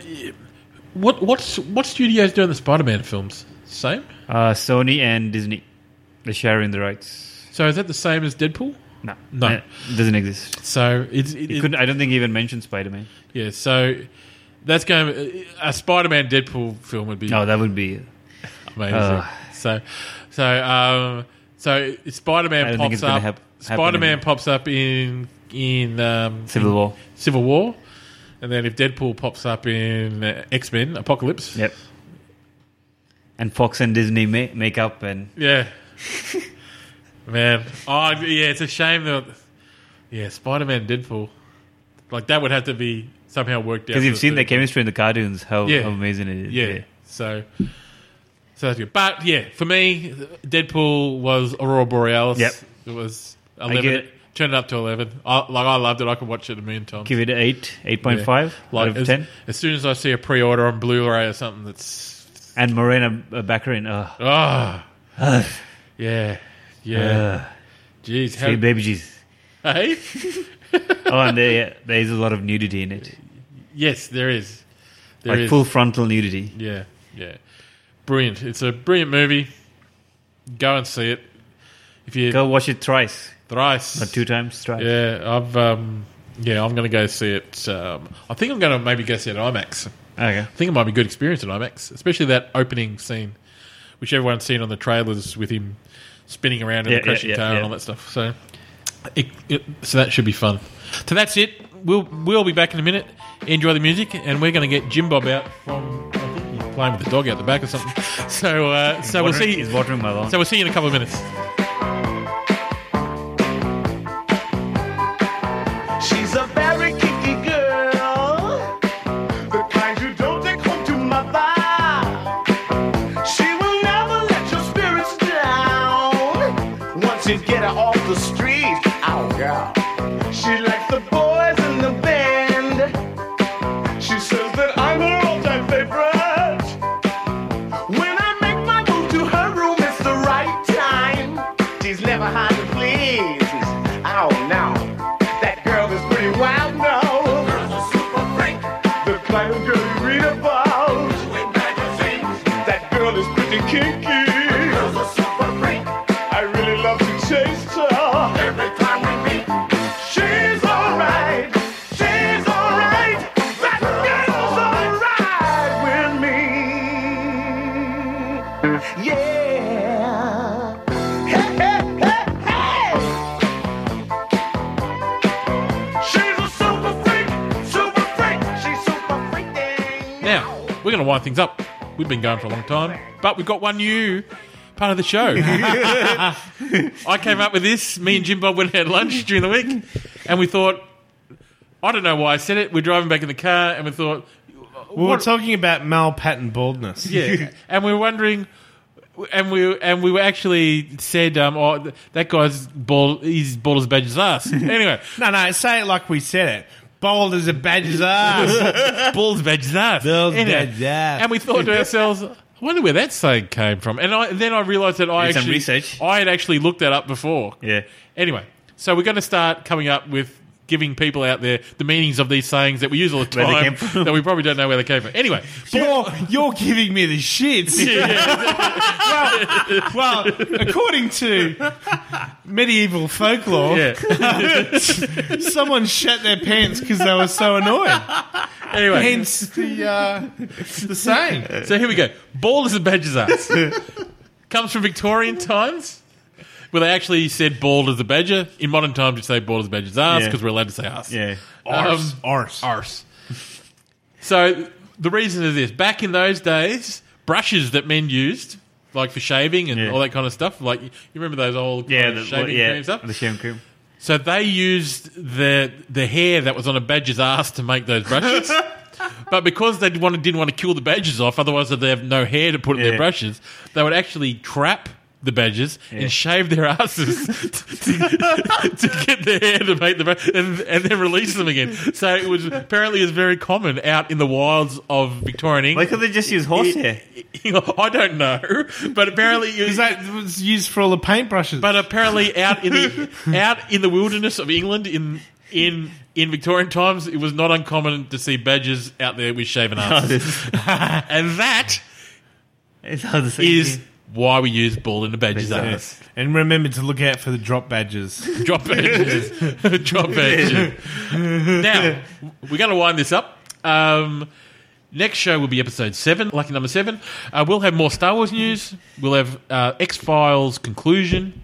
[SPEAKER 3] what what's what studios doing the Spider Man films? Same.
[SPEAKER 2] Uh, Sony and Disney, they're sharing the rights.
[SPEAKER 3] So is that the same as Deadpool?
[SPEAKER 2] No,
[SPEAKER 3] No.
[SPEAKER 2] Uh, doesn't exist.
[SPEAKER 3] So it's it,
[SPEAKER 2] He
[SPEAKER 3] it-
[SPEAKER 2] couldn't. I don't think he even mentioned Spider Man.
[SPEAKER 3] yeah. So that's going to, a Spider-Man Deadpool film would be
[SPEAKER 2] No, that would be.
[SPEAKER 3] amazing.
[SPEAKER 2] Oh, uh,
[SPEAKER 3] so so um so
[SPEAKER 2] I
[SPEAKER 3] Spider-Man
[SPEAKER 2] don't think
[SPEAKER 3] pops
[SPEAKER 2] it's gonna
[SPEAKER 3] up.
[SPEAKER 2] hap- happen
[SPEAKER 3] Spider-Man
[SPEAKER 2] in-
[SPEAKER 3] pops up in in um,
[SPEAKER 2] Civil War.
[SPEAKER 3] Civil War, and then if Deadpool pops up in uh, X-Men Apocalypse,
[SPEAKER 2] Yep. And Fox and Disney ma- make up, and
[SPEAKER 3] yeah. <laughs> Man. Oh, yeah, it's a shame that. Yeah, Spider Man Deadpool. Like, that would have to be somehow worked out.
[SPEAKER 2] Because you've
[SPEAKER 3] for
[SPEAKER 2] seen
[SPEAKER 3] the-
[SPEAKER 2] the chemistry in the cartoons, how,
[SPEAKER 3] Yeah.
[SPEAKER 2] how amazing it is.
[SPEAKER 3] Yeah. So. So that's good. But yeah, for me, Deadpool was Aurora Borealis.
[SPEAKER 2] Yep.
[SPEAKER 3] It was 11.
[SPEAKER 2] give it-
[SPEAKER 3] Turned it up to 11. I, like, I loved it. I could watch it a million times.
[SPEAKER 2] Give it an 8,
[SPEAKER 3] Yeah.
[SPEAKER 2] 8.5
[SPEAKER 3] Like,
[SPEAKER 2] out of
[SPEAKER 3] as,
[SPEAKER 2] 10.
[SPEAKER 3] As soon as I see a pre order on Blu ray or something that's.
[SPEAKER 2] And Morena uh, Baccarin, uh,
[SPEAKER 3] ah, yeah. Yeah.
[SPEAKER 2] uh,
[SPEAKER 3] Jeez.
[SPEAKER 2] three
[SPEAKER 3] How,
[SPEAKER 2] baby G's.
[SPEAKER 3] hey?
[SPEAKER 2] Oh, and there, there is a lot of nudity in it.
[SPEAKER 3] Yes, there is. There
[SPEAKER 2] Like
[SPEAKER 3] is.
[SPEAKER 2] full frontal nudity.
[SPEAKER 3] Yeah, yeah. Brilliant. It's a brilliant movie. Go and see it. If you
[SPEAKER 2] Go watch it thrice.
[SPEAKER 3] thrice.
[SPEAKER 2] Not two times, thrice.
[SPEAKER 3] Yeah, I've um yeah, I'm gonna go see it. Um, I think I'm gonna maybe go see it at IMAX.
[SPEAKER 2] Okay.
[SPEAKER 3] I think it might be a good experience at IMAX, especially that opening scene, which everyone's seen on the trailers with him spinning around and
[SPEAKER 2] Yeah,
[SPEAKER 3] the crashing
[SPEAKER 2] yeah, yeah,
[SPEAKER 3] tail
[SPEAKER 2] yeah.
[SPEAKER 3] and all that stuff. So, it, it, so that should be fun. So that's it. We'll we'll be back in a minute. Enjoy the music, and we're going to get Jim Bob out from I think he's playing with the dog out the back or something. <laughs> So uh, so we'll
[SPEAKER 2] Watering-
[SPEAKER 3] see.
[SPEAKER 2] He's watering my lawn.
[SPEAKER 3] So we'll see you in a couple of minutes.
[SPEAKER 7] She's a very kinky girl, the kind you don't take home to mother. She will never let your spirits down. Once you get her off the street, oh girl. She likes the boys in the band. She says that I'm her all-time favorite. When I make my move to her room, it's the right time. She's never hard to please. Oh no, that girl is pretty wild now. Girl's a super freak. The kind of girl you read about. In magazines. That girl is pretty kinky. Girl's a super freak. I really love to chase her. Every time we meet, she's alright. She's alright. That girl's alright with me. Yeah. Hey, hey, hey, hey. She's a super freak, super freak. She's super freaking.
[SPEAKER 3] Now we're going to wind things up. We've been going for a long time, but we've got one new part of the show. I came up with this. Me and Jim Bob went out lunch during the week, and we thought, I don't know why I said it. We're driving back in the car, and we thought,
[SPEAKER 1] Well, we're
[SPEAKER 3] What-
[SPEAKER 1] talking about male pattern baldness.
[SPEAKER 3] yeah, <laughs> and we were wondering. And we and we were actually said, um, oh, th- that guy's bald. He's bald as badger's ass. Anyway,
[SPEAKER 1] <laughs> No, no, say it like we said it. Bold as
[SPEAKER 3] <laughs>
[SPEAKER 1] a badger's ass.
[SPEAKER 3] bald as badger's ass.
[SPEAKER 1] Bald as
[SPEAKER 3] Anyway,
[SPEAKER 1] badger's ass.
[SPEAKER 3] And we thought to ourselves, I wonder where that saying came from. And I, then I realised that I
[SPEAKER 2] Did some
[SPEAKER 3] actually,
[SPEAKER 2] research.
[SPEAKER 3] I had actually looked that up before.
[SPEAKER 2] yeah.
[SPEAKER 3] Anyway, so we're going to start coming up with giving people out there the meanings of these sayings that we use all the
[SPEAKER 2] Where they
[SPEAKER 3] time
[SPEAKER 2] came from.
[SPEAKER 3] that we probably don't know where they came from. Anyway,
[SPEAKER 2] <laughs>
[SPEAKER 1] You're, you're giving me
[SPEAKER 3] <laughs>
[SPEAKER 1] the shits. well, according to medieval folklore, <laughs> someone shat their pants because they were so annoyed.
[SPEAKER 3] anyway,
[SPEAKER 1] Hence the uh, the saying.
[SPEAKER 3] so here we go. Ball is a badger's ass.
[SPEAKER 2] <laughs>
[SPEAKER 3] Comes from Victorian times. Where they actually said bald as a badger. In modern times, you say bald as a badger's ass
[SPEAKER 2] Yeah.
[SPEAKER 3] because we're allowed to say ass.
[SPEAKER 2] Yeah.
[SPEAKER 1] Arse,
[SPEAKER 3] Um,
[SPEAKER 1] arse.
[SPEAKER 3] arse. So the reason is this: back in those days, brushes that men used, like for shaving and
[SPEAKER 2] Yeah.
[SPEAKER 3] all that kind of stuff, like you remember those old
[SPEAKER 2] Yeah,
[SPEAKER 3] kind
[SPEAKER 2] the,
[SPEAKER 3] of Oh, shaving
[SPEAKER 2] yeah,
[SPEAKER 3] cream stuff.
[SPEAKER 2] the shaving cream.
[SPEAKER 3] So they used the the hair that was on a badger's ass to make those
[SPEAKER 2] <laughs>
[SPEAKER 3] brushes. but because they didn't want, didn't want to kill the badgers off, otherwise they'd have no hair to put in
[SPEAKER 2] Yeah.
[SPEAKER 3] their brushes, they would actually trap the badgers
[SPEAKER 2] Yeah.
[SPEAKER 3] and shave their asses <laughs> to, to get their hair to make the brush and, and then release them again. So it was apparently is very common out in the wilds of Victorian
[SPEAKER 2] Why
[SPEAKER 3] England.
[SPEAKER 2] could they just use horsehair?
[SPEAKER 3] <laughs> I don't know, but apparently it
[SPEAKER 1] Because
[SPEAKER 3] was
[SPEAKER 1] that was used for all the paintbrushes.
[SPEAKER 3] but apparently, out in the out in the wilderness of England in in in Victorian times, it was not uncommon to see badgers out there with shaven asses, and that
[SPEAKER 2] It's not the same
[SPEAKER 3] is
[SPEAKER 2] thing.
[SPEAKER 3] why we use ball in a badger's ass.
[SPEAKER 1] Yes. And remember to look out for the drop badges. <laughs>
[SPEAKER 3] Drop badges, <laughs> drop badges. Now we're going to wind this up. Um, next show will be episode seven, lucky number seven. Uh, we'll have more Star Wars news. We'll have uh, X Files conclusion.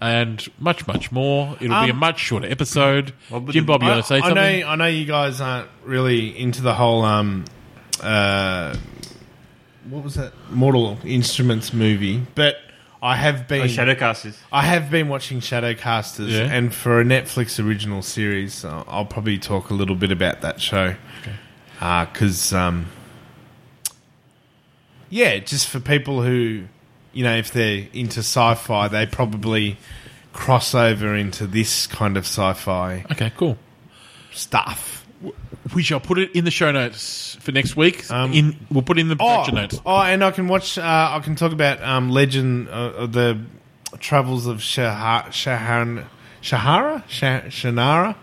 [SPEAKER 3] And much, much more. It'll be a
[SPEAKER 1] Um,
[SPEAKER 3] much shorter episode.
[SPEAKER 2] but
[SPEAKER 3] Jim Bob, you want to say something?
[SPEAKER 1] Oh, I know, I know you guys aren't really into the whole um, uh, what was that Mortal Instruments movie, but I have been.
[SPEAKER 2] Or Shadowcasters.
[SPEAKER 1] I have been watching Shadowcasters,
[SPEAKER 3] Yeah.
[SPEAKER 1] and for a Netflix original series, uh, I'll probably talk a little bit about that show. Because, um, yeah, just for people who, you know, if they're into sci fi, they probably cross over into this kind of sci fi
[SPEAKER 3] Okay, cool.
[SPEAKER 1] stuff.
[SPEAKER 3] We shall put it in the show notes for next week. in we'll put it in the
[SPEAKER 1] Um, Oh,
[SPEAKER 3] production notes.
[SPEAKER 1] oh, and I can watch, uh, I can talk about um, Legend, uh, uh, the travels of Shahar, Shahan, Shahara? Sha- Shanara?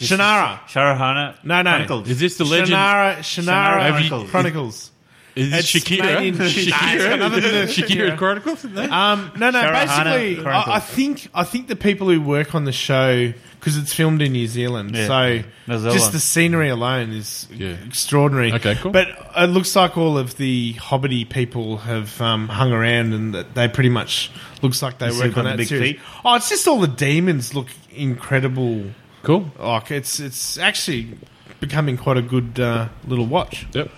[SPEAKER 1] Shanara.
[SPEAKER 2] Sharahana.
[SPEAKER 1] No, no.
[SPEAKER 2] Chronicles.
[SPEAKER 3] Is this the legend?
[SPEAKER 1] Shannara, Shannara
[SPEAKER 2] Shannara
[SPEAKER 1] Chronicles.
[SPEAKER 2] Chronicles.
[SPEAKER 3] Is it <laughs>
[SPEAKER 1] It's
[SPEAKER 3] Shakira?
[SPEAKER 1] made in-
[SPEAKER 3] Shakira?
[SPEAKER 1] Nah, it's nothing to do with
[SPEAKER 3] Shakira
[SPEAKER 1] Shakira.
[SPEAKER 3] Chronicles? Isn't that?
[SPEAKER 1] Um, no, no.
[SPEAKER 2] Shannara
[SPEAKER 1] basically, I,
[SPEAKER 2] Chronicles.
[SPEAKER 1] I think I think the people who work on the show because it's filmed in New Zealand,
[SPEAKER 2] Yeah.
[SPEAKER 1] so
[SPEAKER 2] New Zealand.
[SPEAKER 1] just the scenery alone is
[SPEAKER 3] Yeah.
[SPEAKER 1] extraordinary.
[SPEAKER 3] Okay, cool.
[SPEAKER 1] But it looks like all of the Hobbity people have um, hung around, and that they pretty much looks like they
[SPEAKER 2] still
[SPEAKER 1] work
[SPEAKER 2] got
[SPEAKER 1] on
[SPEAKER 2] the
[SPEAKER 1] that
[SPEAKER 2] big
[SPEAKER 1] series.
[SPEAKER 2] feet?
[SPEAKER 1] Oh, it's just all the demons look incredible.
[SPEAKER 3] cool.
[SPEAKER 1] Like it's it's actually becoming quite a good uh, little watch.
[SPEAKER 3] Yep.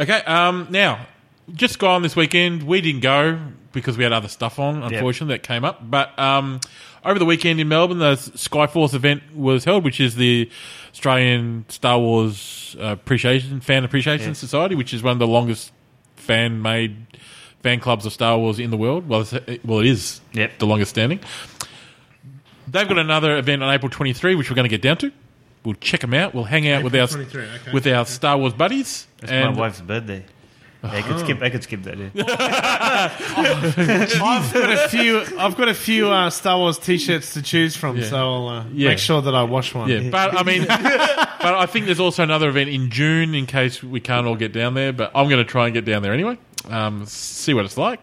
[SPEAKER 3] Okay. Um, now, just gone this weekend. We didn't go because we had other stuff on, unfortunately, that came up. But um, over the weekend in Melbourne, the Skyforce event was held, which is the Australian Star Wars uh, Appreciation Fan Appreciation Society, which is one of the longest fan made fan clubs of Star Wars in the world. Well, it's, well, it is
[SPEAKER 2] Yep.
[SPEAKER 3] the longest standing. They've got another event on April 23, which we're going to get down to. We'll check them out. We'll hang out with our
[SPEAKER 1] 23, okay.
[SPEAKER 3] with our Star Wars buddies.
[SPEAKER 2] It's my
[SPEAKER 3] and Uh-huh.
[SPEAKER 2] wife's birthday. Yeah, I could skip. I could skip that.
[SPEAKER 3] <laughs>
[SPEAKER 2] Yeah.
[SPEAKER 1] I've got <laughs> a few. I've got a few uh, Star Wars T-shirts to choose from, so I'll uh,
[SPEAKER 3] Yeah.
[SPEAKER 1] make sure that I wash one.
[SPEAKER 3] yeah, but I
[SPEAKER 1] <laughs>
[SPEAKER 3] mean, but I think there's also another event in June in case we can't all get down there. But I'm going to try and get down there anyway. Um, see what it's like.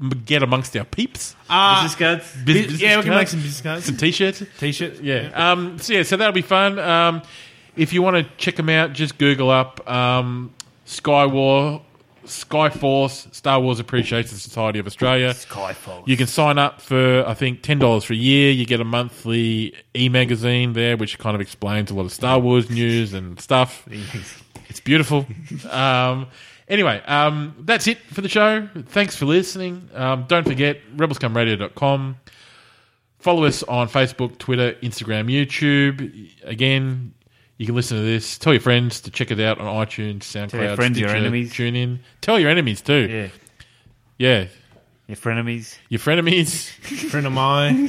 [SPEAKER 3] M- Get amongst our peeps.
[SPEAKER 1] Uh,
[SPEAKER 2] Business cards.
[SPEAKER 3] Bus-
[SPEAKER 1] bu-
[SPEAKER 3] business
[SPEAKER 1] yeah, we can make
[SPEAKER 3] cards,
[SPEAKER 1] some business cards,
[SPEAKER 3] some
[SPEAKER 1] <laughs>
[SPEAKER 3] t-shirts.
[SPEAKER 1] T-shirts.
[SPEAKER 3] Yeah. Um, so yeah, so that'll be fun. Um, if you want to check them out, just Google up um, Sky War, Skyforce, Star Wars Appreciation Society of Australia.
[SPEAKER 2] Skyfall.
[SPEAKER 3] You can sign up for I think ten dollars for a year. You get a monthly e-magazine there, which kind of explains a lot of Star Wars news and stuff.
[SPEAKER 2] <laughs>
[SPEAKER 3] It's beautiful. Um, anyway, um, that's it for the show. Thanks for listening. Um, don't forget rebelscumradio.com. Follow us on Facebook, Twitter, Instagram, YouTube. Again, you can listen to this. Tell your friends to check it out on iTunes, SoundCloud,
[SPEAKER 2] your friends, your
[SPEAKER 3] Stitcher,
[SPEAKER 2] enemies.
[SPEAKER 3] Tune in. Tell your enemies too.
[SPEAKER 2] Yeah.
[SPEAKER 3] Yeah.
[SPEAKER 2] Your frenemies.
[SPEAKER 3] Your frenemies.
[SPEAKER 1] Friend of mine,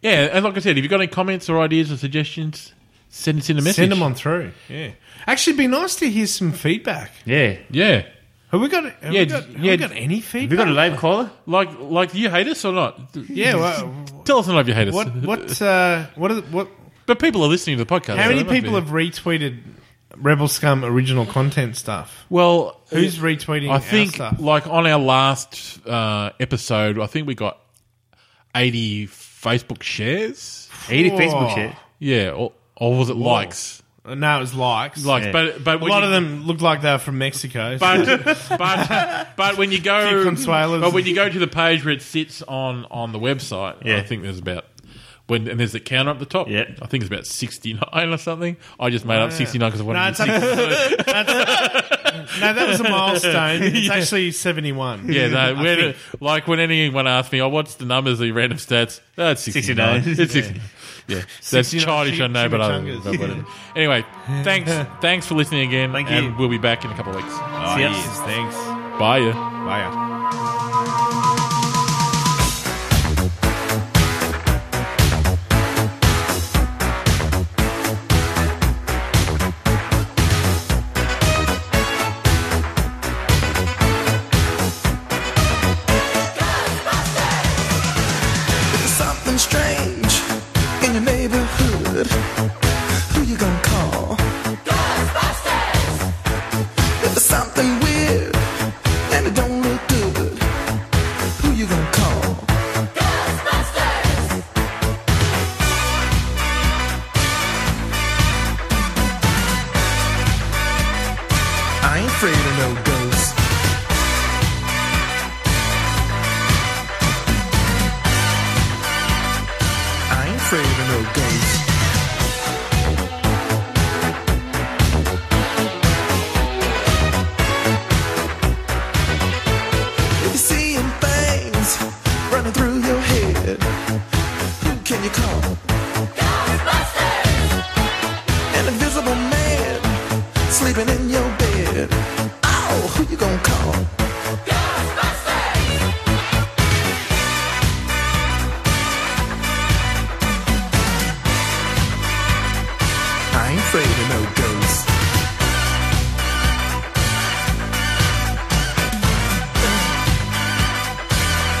[SPEAKER 3] Yeah, and like I said, if you've got any comments or ideas or suggestions, send us in a message.
[SPEAKER 1] send them on through. Yeah, actually, it'd be nice to hear some feedback.
[SPEAKER 2] Yeah.
[SPEAKER 3] Yeah.
[SPEAKER 1] Have we got? Have
[SPEAKER 3] Yeah,
[SPEAKER 1] we got, have
[SPEAKER 3] yeah.
[SPEAKER 1] we got any
[SPEAKER 2] We
[SPEAKER 1] feedback?
[SPEAKER 2] got a live caller.
[SPEAKER 3] Like, like, do you hate us or not?
[SPEAKER 1] yeah. Well,
[SPEAKER 3] Tell us not if you hate us.
[SPEAKER 1] what? What? Uh, what? Are, what?
[SPEAKER 3] But people are listening to the podcast.
[SPEAKER 1] How
[SPEAKER 3] so
[SPEAKER 1] many
[SPEAKER 3] they might
[SPEAKER 1] people
[SPEAKER 3] be-
[SPEAKER 1] have retweeted Rebel Scum original content stuff?
[SPEAKER 3] Well,
[SPEAKER 1] Who's retweeting?
[SPEAKER 3] I think,
[SPEAKER 1] our stuff?
[SPEAKER 3] like on our last uh, episode, I think we got eighty Facebook shares.
[SPEAKER 2] 80
[SPEAKER 1] Whoa.
[SPEAKER 2] Facebook shit.
[SPEAKER 3] Yeah, or, or was it likes?
[SPEAKER 1] no, it was likes.
[SPEAKER 3] Likes,
[SPEAKER 2] Yeah.
[SPEAKER 3] but but
[SPEAKER 1] a lot of them looked like they were from Mexico. so- <laughs>
[SPEAKER 3] but but but when you go
[SPEAKER 1] Few consuelos.
[SPEAKER 3] but when you go to the page where it sits on on the website,
[SPEAKER 2] Yeah.
[SPEAKER 3] I think there's about when and there's the counter up the top.
[SPEAKER 2] Yeah.
[SPEAKER 3] I think it's about sixty nine or something. I just made up sixty nine because I
[SPEAKER 1] No,
[SPEAKER 3] wanted.
[SPEAKER 1] it's
[SPEAKER 3] to
[SPEAKER 1] actually, <laughs> no, that was a milestone. It's actually 71.
[SPEAKER 3] yeah,
[SPEAKER 1] I
[SPEAKER 3] no, when,
[SPEAKER 1] think.
[SPEAKER 3] like when anyone asks me, "Oh, what's the numbers?" The random stats. That's sixty nine.
[SPEAKER 2] 69.
[SPEAKER 3] It's 60,
[SPEAKER 1] <laughs>
[SPEAKER 3] yeah. that's
[SPEAKER 1] 69
[SPEAKER 3] childish. I know, but I
[SPEAKER 1] chimichangas.
[SPEAKER 3] but whatever. Anyway,
[SPEAKER 1] <laughs>
[SPEAKER 3] thanks, thanks for listening again,
[SPEAKER 2] Thank
[SPEAKER 3] and
[SPEAKER 2] you.
[SPEAKER 3] we'll be back in a couple of weeks.
[SPEAKER 1] Oh,
[SPEAKER 2] See ya.
[SPEAKER 1] yes, thanks.
[SPEAKER 3] Bye. Yeah.
[SPEAKER 1] Bye.
[SPEAKER 8] There's something strange in your neighborhood. Who you gonna call? Ghostbusters! If there's something weird and it don't look good, who you gonna call? Ghostbusters! I ain't afraid of no ghosts. I ain't afraid of no ghosts. If you're seeing things sleeping in your bed. Oh, who you gonna call? I ain't afraid of no ghosts.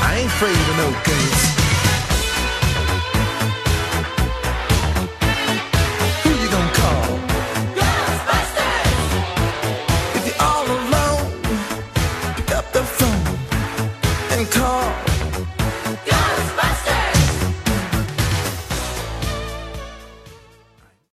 [SPEAKER 8] I ain't afraid of no ghosts.